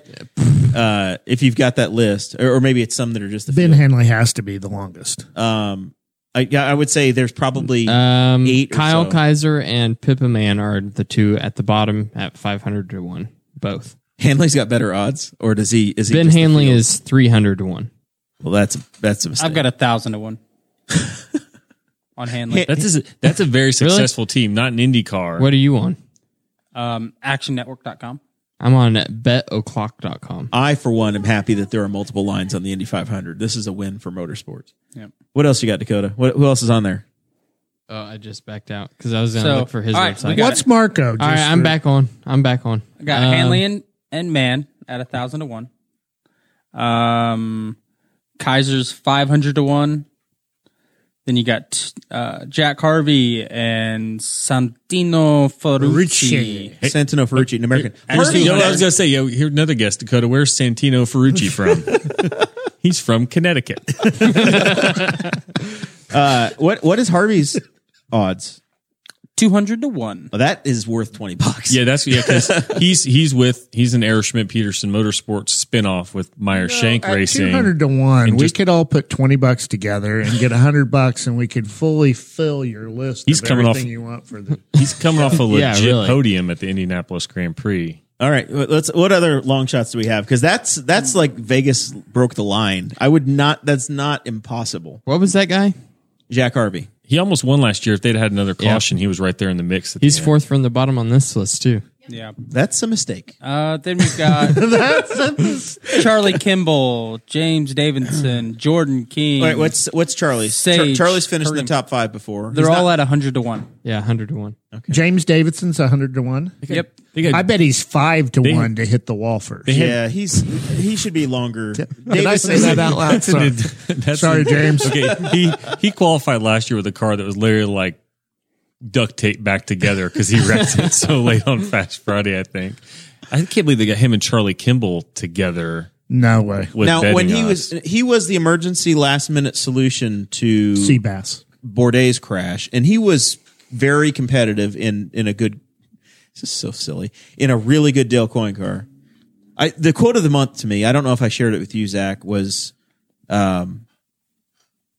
A: uh, if you've got that list, or, or maybe it's some that are just the
B: Ben
A: field.
B: Hanley has to be the longest.
A: Um, I yeah, I would say there's probably
F: um,
A: eight or
F: Kyle
A: so.
F: Kaiser and Pippa Man are the two at the bottom at 500 to 1, both.
A: Hanley's got better odds, or does he? Is he
F: Ben
A: just the
F: Hanley
A: field?
F: is 300 to 1.
A: Well, that's that's a mistake.
C: I've got a thousand to one on Hanley.
D: That's a, that's a very successful team, not an IndyCar.
F: What are you on?
C: Um, actionnetwork.com.
F: I'm on betoclock.com.
A: I, for one, am happy that there are multiple lines on the Indy 500. This is a win for motorsports.
C: Yep.
A: What else you got, Dakota? What, who else is on there?
F: Oh, I just backed out because I was going to
C: So,
F: look for his
C: all right, we
F: website.
C: got
B: What's Marco?
F: All right,
B: Just
F: I'm
B: for-
F: back on. I'm back on.
C: I got
F: Um,
C: Hanley and, and Mann at a thousand to one. Um, Kaiser's five hundred to one. Then you got uh, Jack Harvey and Santino Ferrucci.
A: Santino Ferrucci, an American.
D: Actually,
A: Harvey
D: you know what I
A: has-
D: was going to say, yo, here another guess, Dakota. Where's Santino Ferrucci from? He's from Connecticut.
A: uh, what what is Harvey's odds?
C: Two hundred to one.
A: Well, that is worth 20 bucks.
D: Yeah, that's yeah. Because he's he's with he's an Aeroschmidt Peterson Motorsports spinoff with Meyer Shank
B: At
D: Racing.
B: 200 to 1,
D: And
B: we
D: just-
B: could all put 20 bucks together and get 100 bucks and we could fully fill your list
D: He's
B: of
D: coming off-
B: everything you want for the
D: He's coming off a legit
F: really.
D: podium at the Indianapolis Grand Prix.
A: All right. Let's. What other long shots do we have? Because that's that's like Vegas broke the line. I would not. That's not impossible.
F: What was that guy?
A: Jack Harvey.
D: He almost won last year. If they'd had another caution, he was right there in the mix. at the
F: He's
D: end.
F: fourth from the bottom on this list too.
C: Yeah.
A: That's a mistake.
C: Uh, then we've got Charlie Kimball, James Davidson, Jordan King.
A: All right, what's what's Charlie's?
C: Sage,
A: Charlie's finished in the
C: Kareem.
A: top five before.
C: They're
A: He's
C: all
A: not-
C: at hundred to one.
F: Yeah, hundred to one.
B: James Davidson's 100 to 1.
C: Yep.
D: They got-
B: I bet he's 5 to 1 to hit the wall first.
A: yeah, he's he should be longer.
B: Did I say that out loud? Sorry,
D: That's
B: Sorry,
D: the-
B: James.
D: Okay, he he qualified last year with a car that was literally like duct tape back together because he wrecked it so late on Fast Friday. I think I can't believe they got him and Charlie Kimball together.
B: No way.
D: With
A: now, when
D: betting
A: he
D: odds.
A: was he was the emergency last minute solution to
B: Seabass.
A: Bourdais crash, and he was very competitive in in a good. This is so silly. In a really good Dale Coin car, I the quote of the month to me. I don't know if I shared it with you, Zach. Was um,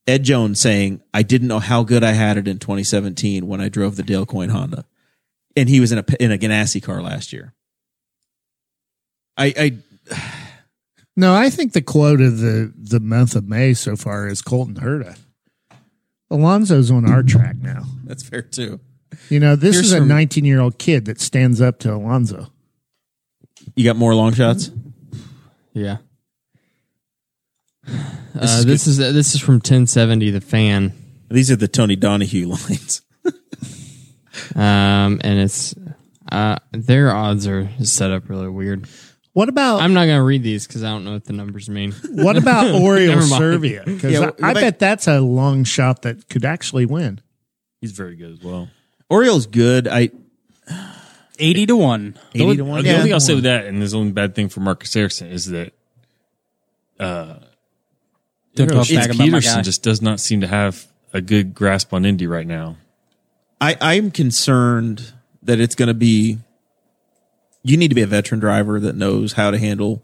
A: Ed Jones saying, "I didn't know how good I had it in 2017 when I drove the Dale Coin Honda," and he was in a in a Ganassi car last year. I, I
B: No, I think the quote of the, the month of May so far is Colton Herta. Alonso's on our track now.
A: that's fair too.
B: You know, this
A: Here's
B: is a
A: some-
B: 19 year old kid that stands up to Alonso.
A: You got more long shots.
F: Yeah. Uh, this is this is from 1070 the fan,
A: These are the Tony Donahue lines.
F: um, and it's uh, their odds are set up really weird.
B: What about
F: I'm not gonna read these because I don't know what the numbers mean.
B: what about Oriole
F: Never mind.
B: Servia? Because
A: Yeah,
B: I, I
A: go back-
B: bet that's a long shot that could actually win.
D: he's very good as well.
A: Oriole's good. I
C: Eighty to one.
D: The only, the only
A: Yeah.
D: thing I'll say with that, and this is the only bad thing for Marcus Erickson, is that
C: Don't talk
D: Shane
C: back about my guy.
D: Peterson just does not seem to have a good grasp on Indy right now.
A: I, I'm concerned that it's going to be. You need to be a veteran driver that knows how to handle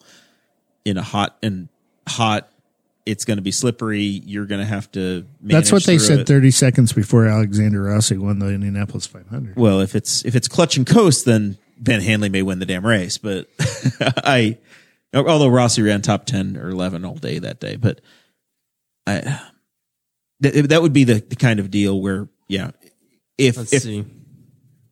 A: in a hot and hot. It's going to be slippery. You're going to have to.
B: That's what they
A: manage
B: said
A: through it.
B: 30 seconds before Alexander Rossi won the Indianapolis 500.
A: Well, if it's if it's clutch and coast, then Ben Hanley may win the damn race. But I, although Rossi ran top ten or eleven all day that day, but I that, that would be the, the kind of deal where yeah, if
F: Let's
A: if
F: see.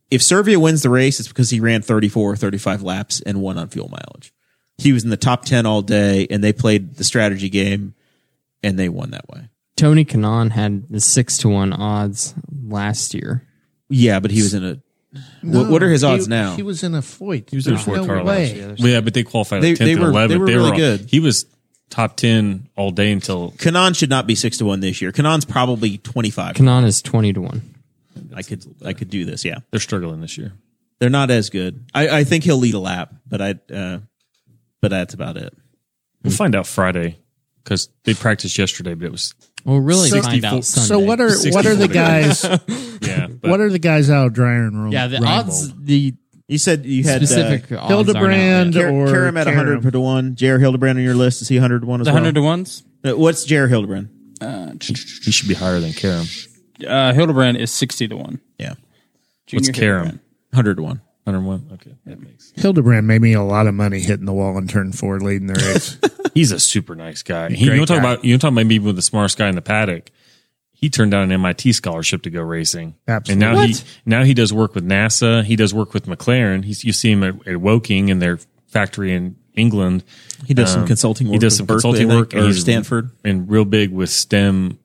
A: if Servia wins the race, it's because he ran 34 or 35 laps and won on fuel mileage. He was in the top 10 all day and they played the strategy game and they won that way.
F: Tony Kanon had the six to one odds last year.
A: Yeah, but he was in a. what, what are his odds
B: He-
A: now?
B: He was in a Foyt. He
D: was in a Foyt
B: no
D: car last
B: way.
D: year. Well, yeah, but they qualified
A: They-
D: at tenth
A: they
D: and
A: were- they
D: eleventh.
A: were really good.
D: He was top ten all day until
A: Kanan should not be 6 to 1 this year. Kanan's probably 25.
F: Kanon is twenty to one.
A: I could I could do this, yeah.
D: they're struggling this year.
A: They're not as good. I, I think he'll lead a lap, but I uh, but that's about it.
D: We'll find out Friday because they practiced yesterday, but it was
F: Well, really
B: So-
F: find out Sunday.
B: So what are what are the guys?
D: yeah. But
B: what are the guys out of Dryer and Rome?
F: yeah the
B: Rome?
F: odds the
A: You said you had
F: specific
A: Uh,
F: odds
B: Hildebrand
F: are
A: Ker-
B: or
A: Karam at 100
B: Karam.
A: to 1. J.R. Hildebrand on your list. Is he 100 to 1 as
C: The
A: well?
C: hundred to ones.
A: Uh, What's J.R. Hildebrand?
D: he should be higher than Karam.
C: Uh, Hildebrand is sixty to one.
A: Yeah.
D: What's Karam?
A: 100 to 1.
D: Hundred one. Okay, that makes.
B: Hildebrand made me a lot of money hitting the wall in turn four, leading the race.
D: He's a super nice guy. He, you
B: great
D: know, talk
B: guy.
D: about you know, talk about maybe with the smartest guy in the paddock. He turned down an MIT scholarship to go racing.
B: Absolutely.
D: And now he now he does work with NASA. He does work with McLaren. He's you see him at, at Woking in their factory in England.
A: He does some consulting
D: Um, He
A: work
D: does
A: with
D: some
A: Berkeley,
D: consulting
A: I think,
D: work
A: or
D: he's
A: Stanford.
D: and real big with STEM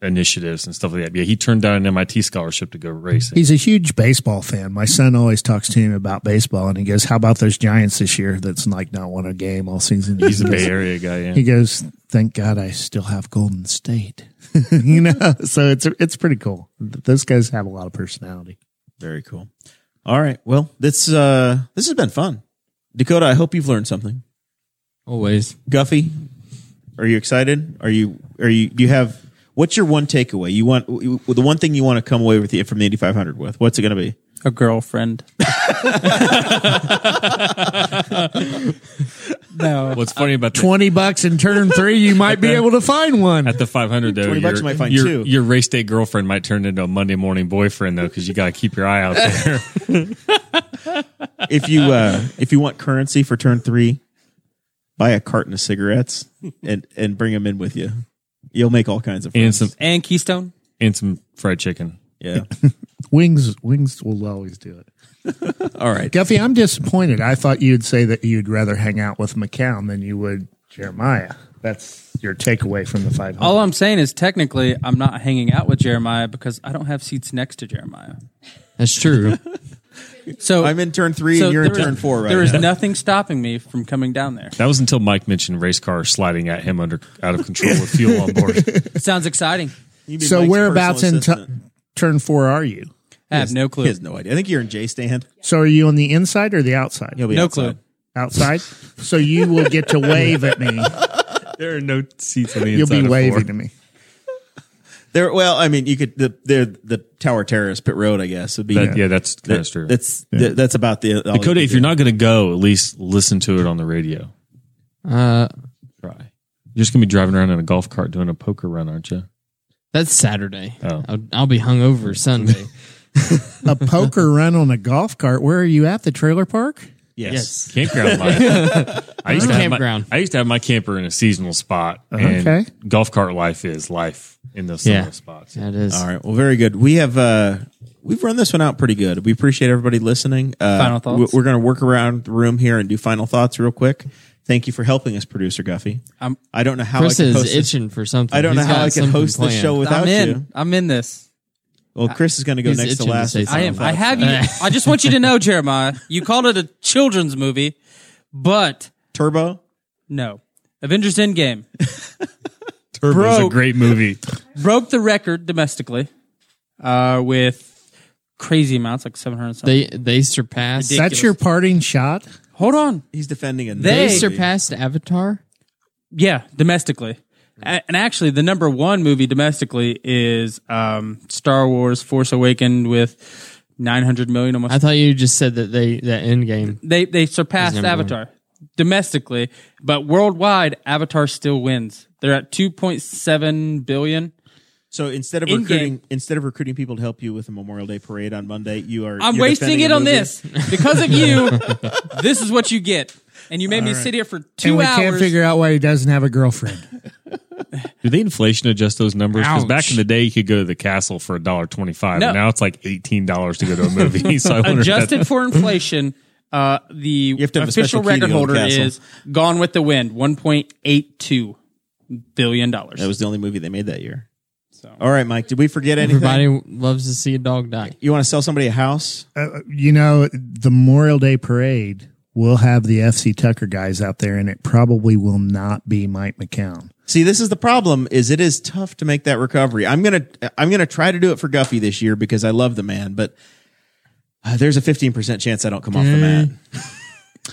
D: initiatives and stuff like that. Yeah, he turned down an MIT scholarship to go racing.
B: He's a huge baseball fan. My son always talks to him about baseball, and he goes, "How about those Giants this year? That's like not won a game all season."
D: He's a Bay Area guy. Yeah.
B: He goes, "Thank God I still have Golden State." you know, so it's it's pretty cool. Those guys have a lot of personality.
A: Very cool. All right. Well, this uh this has been fun. Dakota, I hope you've learned something.
F: always
A: Guffey, are you excited? Are you are you do you have what's your one takeaway? You want w- w- the one thing you want to come away with the, from the 8500 with? What's it going to be?
C: A girlfriend. no.
D: What's funny about the,
B: Twenty bucks in turn three, you might be able to find one.
D: at the 500 though,
A: 20 bucks you might find
D: your,
A: two.
D: your race day girlfriend might turn into a Monday morning boyfriend though, because you got to keep your eye out there.
A: If you uh if you want currency for turn 3, buy a carton of cigarettes and and bring them in with you. You'll make all kinds of
D: and
A: friends.
D: some
C: And Keystone.
D: and some fried chicken.
A: Yeah.
B: Wings, wings will always do it.
A: All right.
B: Guffey, I'm disappointed. I thought you'd say that you'd rather hang out with McCown than you would Jeremiah. That's your takeaway from the five.
C: All I'm saying is technically I'm not hanging out with Jeremiah because I don't have seats next to Jeremiah.
F: That's true.
C: So
A: I'm in turn three and you're in
C: there is-
A: turn four right
C: There is
A: now.
C: nothing stopping me from coming down there.
D: That was until Mike mentioned race cars sliding at him under out of control with fuel on board.
C: It sounds exciting.
B: so whereabouts in tu turn four are you?
C: I have no
A: He
C: clue.
A: has no idea. I think you're in J stand.
B: So are you on the inside or the outside?
A: He'll be
C: No
A: outside.
C: clue.
B: outside. So you will get to wave at me.
D: There are no seats on the
B: You'll
D: inside.
B: be
D: of
B: waving
D: four.
B: to me.
A: There. Well, I mean, you could. The, there, the Tower Terrace Pit Road, I guess, would be.
D: That- yeah, that's
A: that-
D: that's true.
A: That's that- that's about the. all you
D: Dakota,
A: could
D: if you're
A: do.
D: not going to go, at least listen to it on the radio.
F: uh,
D: Try. You're just going to be driving around in a golf cart doing a poker run, aren't you?
F: that's Saturday.
D: Oh.
F: I'll, I'll be hungover Sunday.
B: A poker run on a golf cart. Where are you at? The trailer park?
A: yes.
D: Campground life. I used to have
F: Campground.
D: My, I used to have my camper in a seasonal spot. And
B: Okay.
D: Golf cart life is life in those summer
F: Yeah.
D: spots.
F: That is.
A: All right. Well, very good. We have uh we've run this one out pretty good. We appreciate everybody listening. Uh,
C: Final thoughts?
A: we- We're going to work around the room here and do final thoughts real quick. Thank you for helping us, producer Guffey.
C: I'm-
A: I don't know how
F: Chris
A: I can
F: is
A: host this.
F: itching for something.
A: I don't know
F: He's
A: how
F: got
A: I can
F: something
A: host this
F: planned.
A: show without
C: I'm in.
A: you.
C: I'm in this.
A: Well, Chris is going to go
F: He's
A: next to
F: itching to
A: last.
F: say
A: with
F: something.
C: I
A: final
C: am. I
A: thoughts.
C: have you. I just want you to know, Jeremiah. You called it a children's movie, but
A: Turbo.
C: no. Avengers Endgame
D: Turbo is a
C: Bro.
D: great movie.
C: broke the record domestically uh, with crazy amounts, like 700 something.
F: They they surpassed. They,
C: Ridiculous.
B: That's your parting shot.
C: Hold on.
A: He's defending a
C: They
A: movie.
F: surpassed Avatar.
C: Yeah, domestically. A- And actually, the number one movie domestically is um, Star Wars Force Awakened with 900 million almost.
F: I thought you just said that they that Endgame.
C: they, they surpassed
F: number
C: Avatar domestically, but worldwide, Avatar still wins. They're at 2.7 billion.
A: So instead of
C: In-game.
A: recruiting, instead of recruiting people to help you with the Memorial Day parade on Monday, you are.
C: I'm
A: you're
C: wasting
A: defending
C: it
A: a
C: on
A: movie.
C: this because of you. this is what you get, and you made me sit here for two
B: and we
C: hours.
B: can't figure out why he doesn't have a girlfriend.
D: Do they inflation adjust those numbers? Because back
F: Ouch.
D: in the day, you could go to the castle for a dollar twenty-five,
C: No.
D: and now it's like eighteen dollars to go to a movie. so I wonder if that's-
C: Adjusted for inflation, uh, the
A: have to have a special
C: official
A: key to go
C: record
A: to
C: holder
A: Castle.
C: is Gone with the Wind, 1.82 billion dollars.
A: That was the only movie they made that year. All right, Mike. Did we forget anything?
F: Everybody loves to see a dog die.
A: you want to sell somebody a house?
B: Uh, you know, the Memorial Day parade will have the FC Tucker guys out there, and it probably will not be Mike McCown.
A: See, this is the problem is it is tough to make that recovery. I'm going to I'm going to try to do it for Guffey this year because I love the man, but uh, there's a 15% chance I don't come off the mat.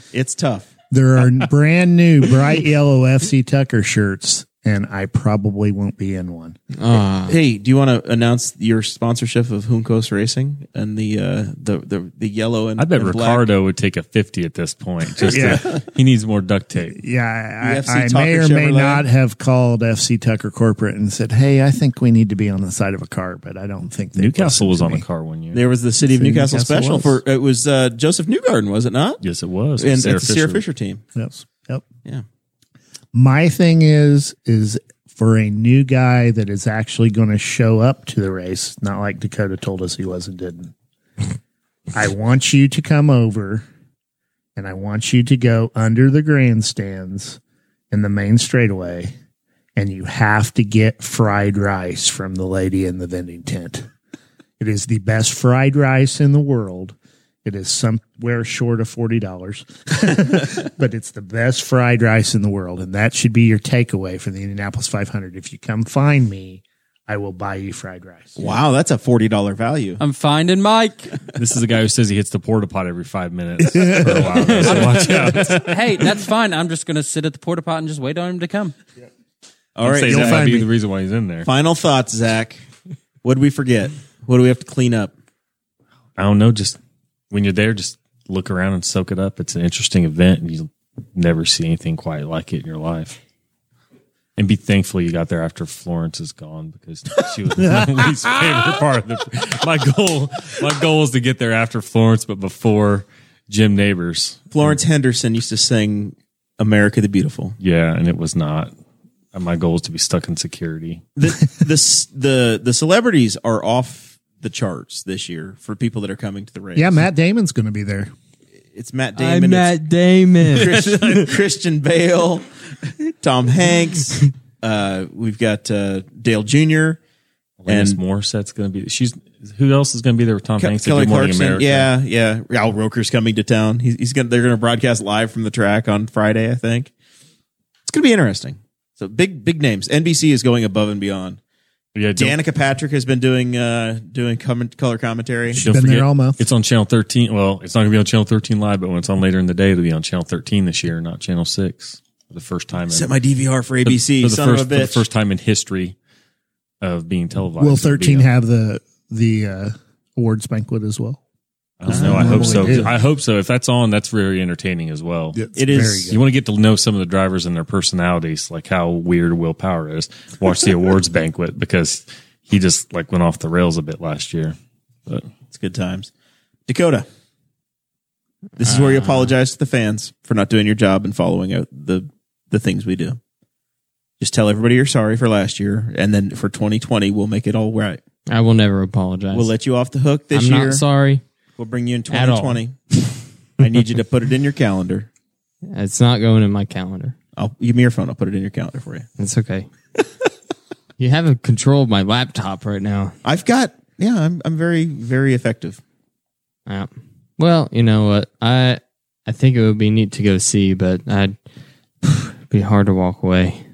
A: It's tough.
B: There are brand new bright yellow FC Tucker shirts, and I probably won't be in one.
A: Hey, do you want to announce your sponsorship of Juncos Racing and the uh the the, the yellow and
D: I bet
A: and black?
D: Ricardo would take a fifty at this point. Just
B: Yeah.
D: to- he needs more duct tape.
B: Yeah,
A: The
B: I, I,
A: FC
B: I may
A: Tucker
B: or may
A: Chevrolet?
B: not have called FC Tucker Corporate and said, "Hey, I think we need to be on the side of a car," but I don't think they listened
D: Newcastle was
B: to
D: on
B: me.
D: a car one year.
A: There was the City of Newcastle,
B: Newcastle
A: special
B: was.
A: for it was uh Joseph Newgarden, was it not?
D: yes, it was.
A: And
D: Sarah
A: it's the Sarah Fisher
D: Fisher.
A: team.
B: Yes. Yep.
A: Yeah.
B: My thing is is for a new guy that is actually going to show up to the race, not like Dakota told us he was and didn't. I want you to come over and I want you to go under the grandstands in the main straightaway and you have to get fried rice from the lady in the vending tent. It is the best fried rice in the world. It is somewhere short of forty dollars, but it's the best fried rice in the world, and that should be your takeaway from the Indianapolis 500. If you come find me, I will buy you fried rice.
A: Wow, that's a $40 value.
C: I'm finding Mike.
D: This is the guy who says he hits the porta pot every five minutes. for a while now, so watch out.
C: hey, that's fine. I'm just gonna sit at the porta pot and just wait on him to come.
A: All right.
D: Say
B: you'll
D: that might
B: find
D: be
B: me.
D: the reason why he's in there.
A: Final thoughts, Zach. What did we forget? What do we have to clean up?
D: I don't know. Just when you're there, just look around and soak it up. It's an interesting event, and you'll never see anything quite like it in your life. And be thankful you got there after Florence is gone because she was my least favorite part of the. My goal, my goal is to get there after Florence, but before Jim Neighbors.
A: Florence Henderson used to sing America the Beautiful.
D: Yeah, and it was not. my goal is to be stuck in security.
A: the the s- the the celebrities are off the charts this year for people that are coming to the race.
B: Yeah, Matt Damon's going to be there.
A: it's Matt Damon, it's
F: Damon.
A: Christian, Christian Bale, Tom Hanks. Uh, we've got uh, Dale Jr.
D: Alanis
A: And-
D: Morissette's going to be. She's who else is going to be there with Tom
A: Ke-
D: Hanks? to
A: Kelly
D: do Morning
A: Clarkson.
D: America?
A: Yeah, yeah. Al Roker's coming to town. He's, he's gonna. They're gonna broadcast live from the track on Friday, I think. It's gonna be interesting. So big, big names. NBC is going above and beyond.
D: yeah. Don't,
A: Danica Patrick has been doing uh doing comment, color commentary.
D: don't
B: Been there
D: forget,
B: all month.
D: It's on channel thirteen. Well, it's not going to be on channel thirteen live, but when it's on later in the day, it'll be on channel thirteen this year, not channel six for the first time.
A: Set
D: in,
A: my DVR for
D: for the-
A: ABC.
D: for the
A: son
D: first
A: of a
D: for
A: bitch.
D: the first time in history of being televised.
B: Will
D: It'll
B: 13
D: be on-
B: have the the uh, awards banquet as well?
D: I don't know. I hope so.
B: Normally do.
D: I hope so. If that's on, that's very entertaining as well.
A: It is-
D: You want to get to know some of the drivers and their personalities, like how weird Will Power is. Watch the awards banquet because he just like went off the rails a bit last year. But
A: It's good times. Dakota, this is where you
F: Ah.
A: apologize to the fans for not doing your job and following out the the things we do. Just tell everybody you're sorry for last year, and then for 2020, we'll make it all right.
F: I will never apologize.
A: We'll let you off the hook this
F: I'm
A: year.
F: not sorry.
A: We'll bring you in
F: At all.
A: 2020. I need you to put it in your calendar.
F: It's not going in my calendar.
A: I'll give me your phone. I'll put it in your calendar for you.
F: It's okay. you have control of my laptop right now.
A: I've got yeah. I'm I'm very very effective.
F: Yeah. Well, you know what? I I think it would be neat to go see, but I'd it'd be hard to walk away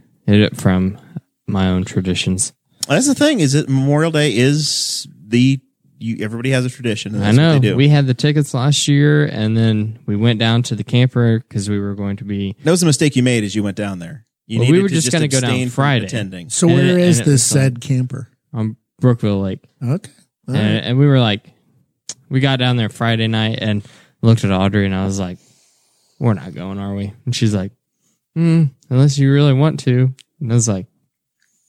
F: from my own traditions.
A: That's the thing. Is that Memorial Day is the you everybody has a tradition. And
F: I
A: that's
F: know
A: What they do.
F: we had the tickets last year, and then we went down to the camper because we were going to be.
A: That was a mistake you made as you went down there. You
F: Well, we
A: needed
F: were
A: to
F: just gonna go down
A: abstain from
F: Friday.
A: Attending.
B: So
F: And
B: where
F: it-
B: is
F: and it was
B: this
F: fun.
B: said camper?
F: on Brookville Lake.
B: Okay. All right.
F: And, and we were like, we got down there Friday night and looked at Audrey, and I was like, we're not going, are we? And she's like, mm, unless you really want to. And I was like,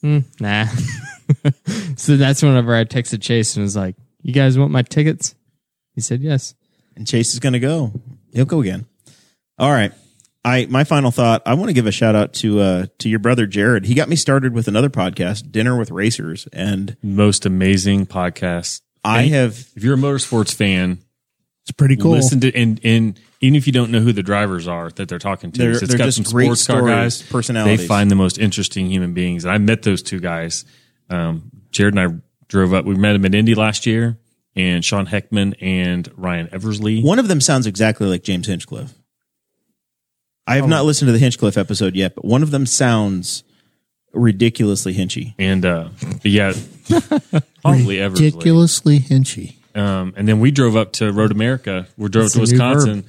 F: mm, nah. so that's whenever I texted Chase and was like, you guys want my tickets? He said, yes.
A: And Chase is going to go. He'll go again. All right. I my final thought. I want to give a shout out to uh to your brother Jared. He got me started with another podcast, Dinner with Racers, and
D: most amazing podcast.
A: I have
D: If you're a motorsports fan,
B: It's pretty cool.
D: listen to and and even if you don't know who the drivers are that they're talking to,
A: They're-
D: it's
A: they're
D: got
A: just
D: some
A: great
D: sports car
A: stories,
D: guys.
A: personalities.
D: They find the most interesting human beings. And I met those two guys. Um, Jared and I drove up. We met him in Indy last year, and Sean Heckman and Ryan Eversley.
A: one of them sounds exactly like James Hinchcliffe. I
F: Oh.
A: have not listened to the Hinchcliffe episode yet, but one of them sounds ridiculously hinchy.
D: And uh, but yeah, probably Eversley.
B: Ridiculously hinchy.
D: Um, and then we drove up to Road America. We drove to
F: a new
D: Wisconsin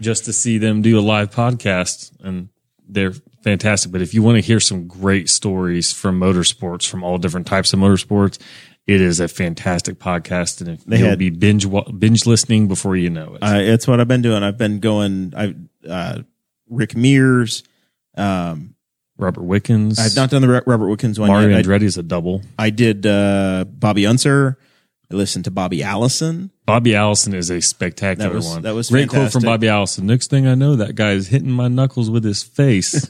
D: just to see them do a live podcast, and they're fantastic. But if you want to hear some great stories from motorsports, from all different types of motorsports, it is a fantastic podcast, and
A: They
D: you'll
A: had-
D: be binge wa- binge listening before you know it.
A: Uh, it's what I've been doing. I've been going. I uh, Rick Mears. Um,
D: Robert Wickens,
A: I've not done the Ro- Robert Wickens one
D: Mario
A: yet.
D: Andretti is a double.
A: I, I did uh, Bobby Unser. I listened to Bobby Allison.
D: Bobby Allison is a spectacular
A: That was-
D: one.
A: that was
D: great quote from
A: fantastic.
D: Bobby Allison. Next thing I know, that guy is hitting my knuckles with his face.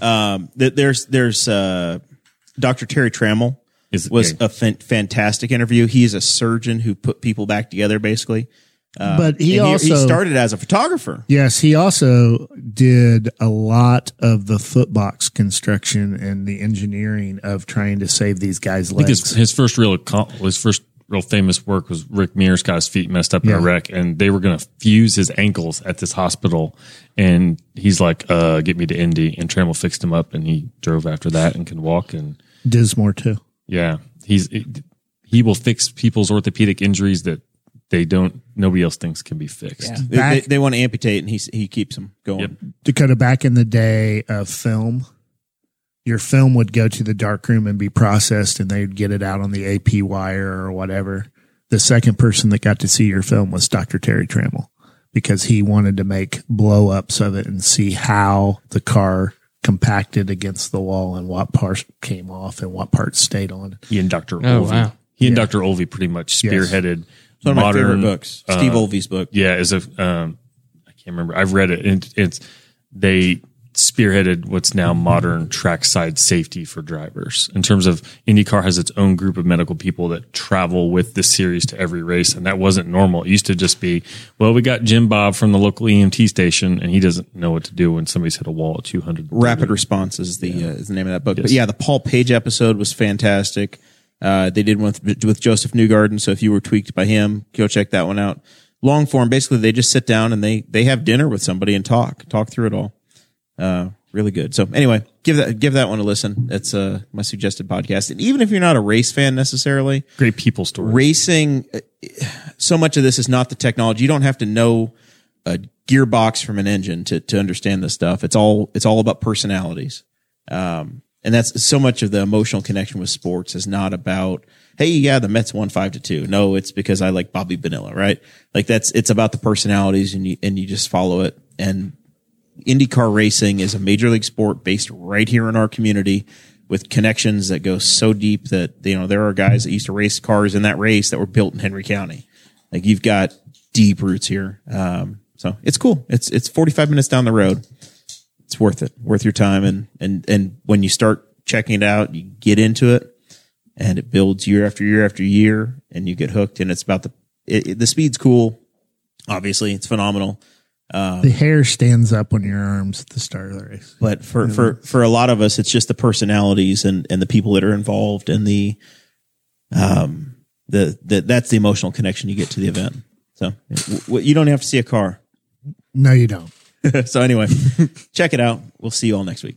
A: Um, th- there's there's uh, Dr. Terry Trammell
D: Is-
A: was
D: yeah.
A: a fan- fantastic interview. He is a surgeon who put people back together, basically.
B: but Uh, he
A: And
B: also
A: he started as a photographer.
B: Yes, he also did a lot of the footbox construction and the engineering of trying to save these guys'
D: I think his,
B: legs.
D: his first real accom- his first real famous work was Rick Mears got his feet messed up in
B: Yeah.
D: a wreck, and they were going to fuse his ankles at this hospital. And he's like, uh, "Get me to Indy," and Trammell fixed him up, and he drove after that and can walk. And
B: Dismore too.
D: yeah, he's he will fix people's orthopedic injuries that they don't nobody else thinks can be fixed.
A: They, they,
B: Back-
A: they want to amputate, and he s- he keeps them going.
D: Yep.
B: Dakota, back in the day of film, your film would go to the dark room and be processed, and they'd get it out on the AP wire or whatever. The second person that got to see your film was Dr. Terry Trammell because he wanted to make blow ups of it and see how the car compacted against the wall and what parts came off and what parts stayed on.
D: He and Doctor
F: Oh,
D: Olvie,
F: wow.
D: he and Doctor Olvie pretty much
B: Yes.
D: spearheaded
A: It's one of my favorite
D: modern uh,
A: books. Steve Olvey's book.
D: yeah, is a um, I can't remember. I've read it, and it's they spearheaded what's now modern trackside safety for drivers. In terms of IndyCar has its own group of medical people that travel with the series to every race, and that wasn't normal. It used to just be, well, we got Jim Bob from the local EMT station, and he doesn't know what to do when somebody's hit a wall at 200.
A: Rapid Response is the uh, is the name of that book. But yeah, the Paul Page episode was fantastic. Uh, they did one with, with Joseph Newgarden. So if you were tweaked by him, go check that one out. Long form, basically, they just sit down and they they have dinner with somebody and talk talk through it all. Uh, really good. So anyway, give that give that one a listen. That's uh, my suggested podcast. And even if you're not a race fan necessarily,
D: Great people story.
A: racing uh, so much of this is not the technology you don't have to know a gearbox from an engine to, to understand this stuff it's all it's all about personalities um, and that's so much of the emotional connection with sports is not about hey yeah the mets won five to two no it's because i like bobby Bonilla, right like that's it's about the personalities and you and you just follow it and IndyCar racing is a major league sport based right here in our community with connections that go so deep that you know there are guys that used to race cars in that race that were built in Henry County. Like you've got deep roots here. Um, so it's cool. It's it's 45 minutes down the road. It's worth it. Worth your time and and and when you start checking it out, you get into it and it builds year after year after year and you get hooked and it's about the it, it- the speed's cool. Obviously, it's phenomenal.
B: The hair stands up on your arms at the start of the race.
A: but for for for a lot of us it's just the personalities and and the people that are involved and the um the, the that's the emotional connection you get to the event so w- w- you don't have to see a car
B: No, you don't.
A: so anyway check it out we'll see you all next week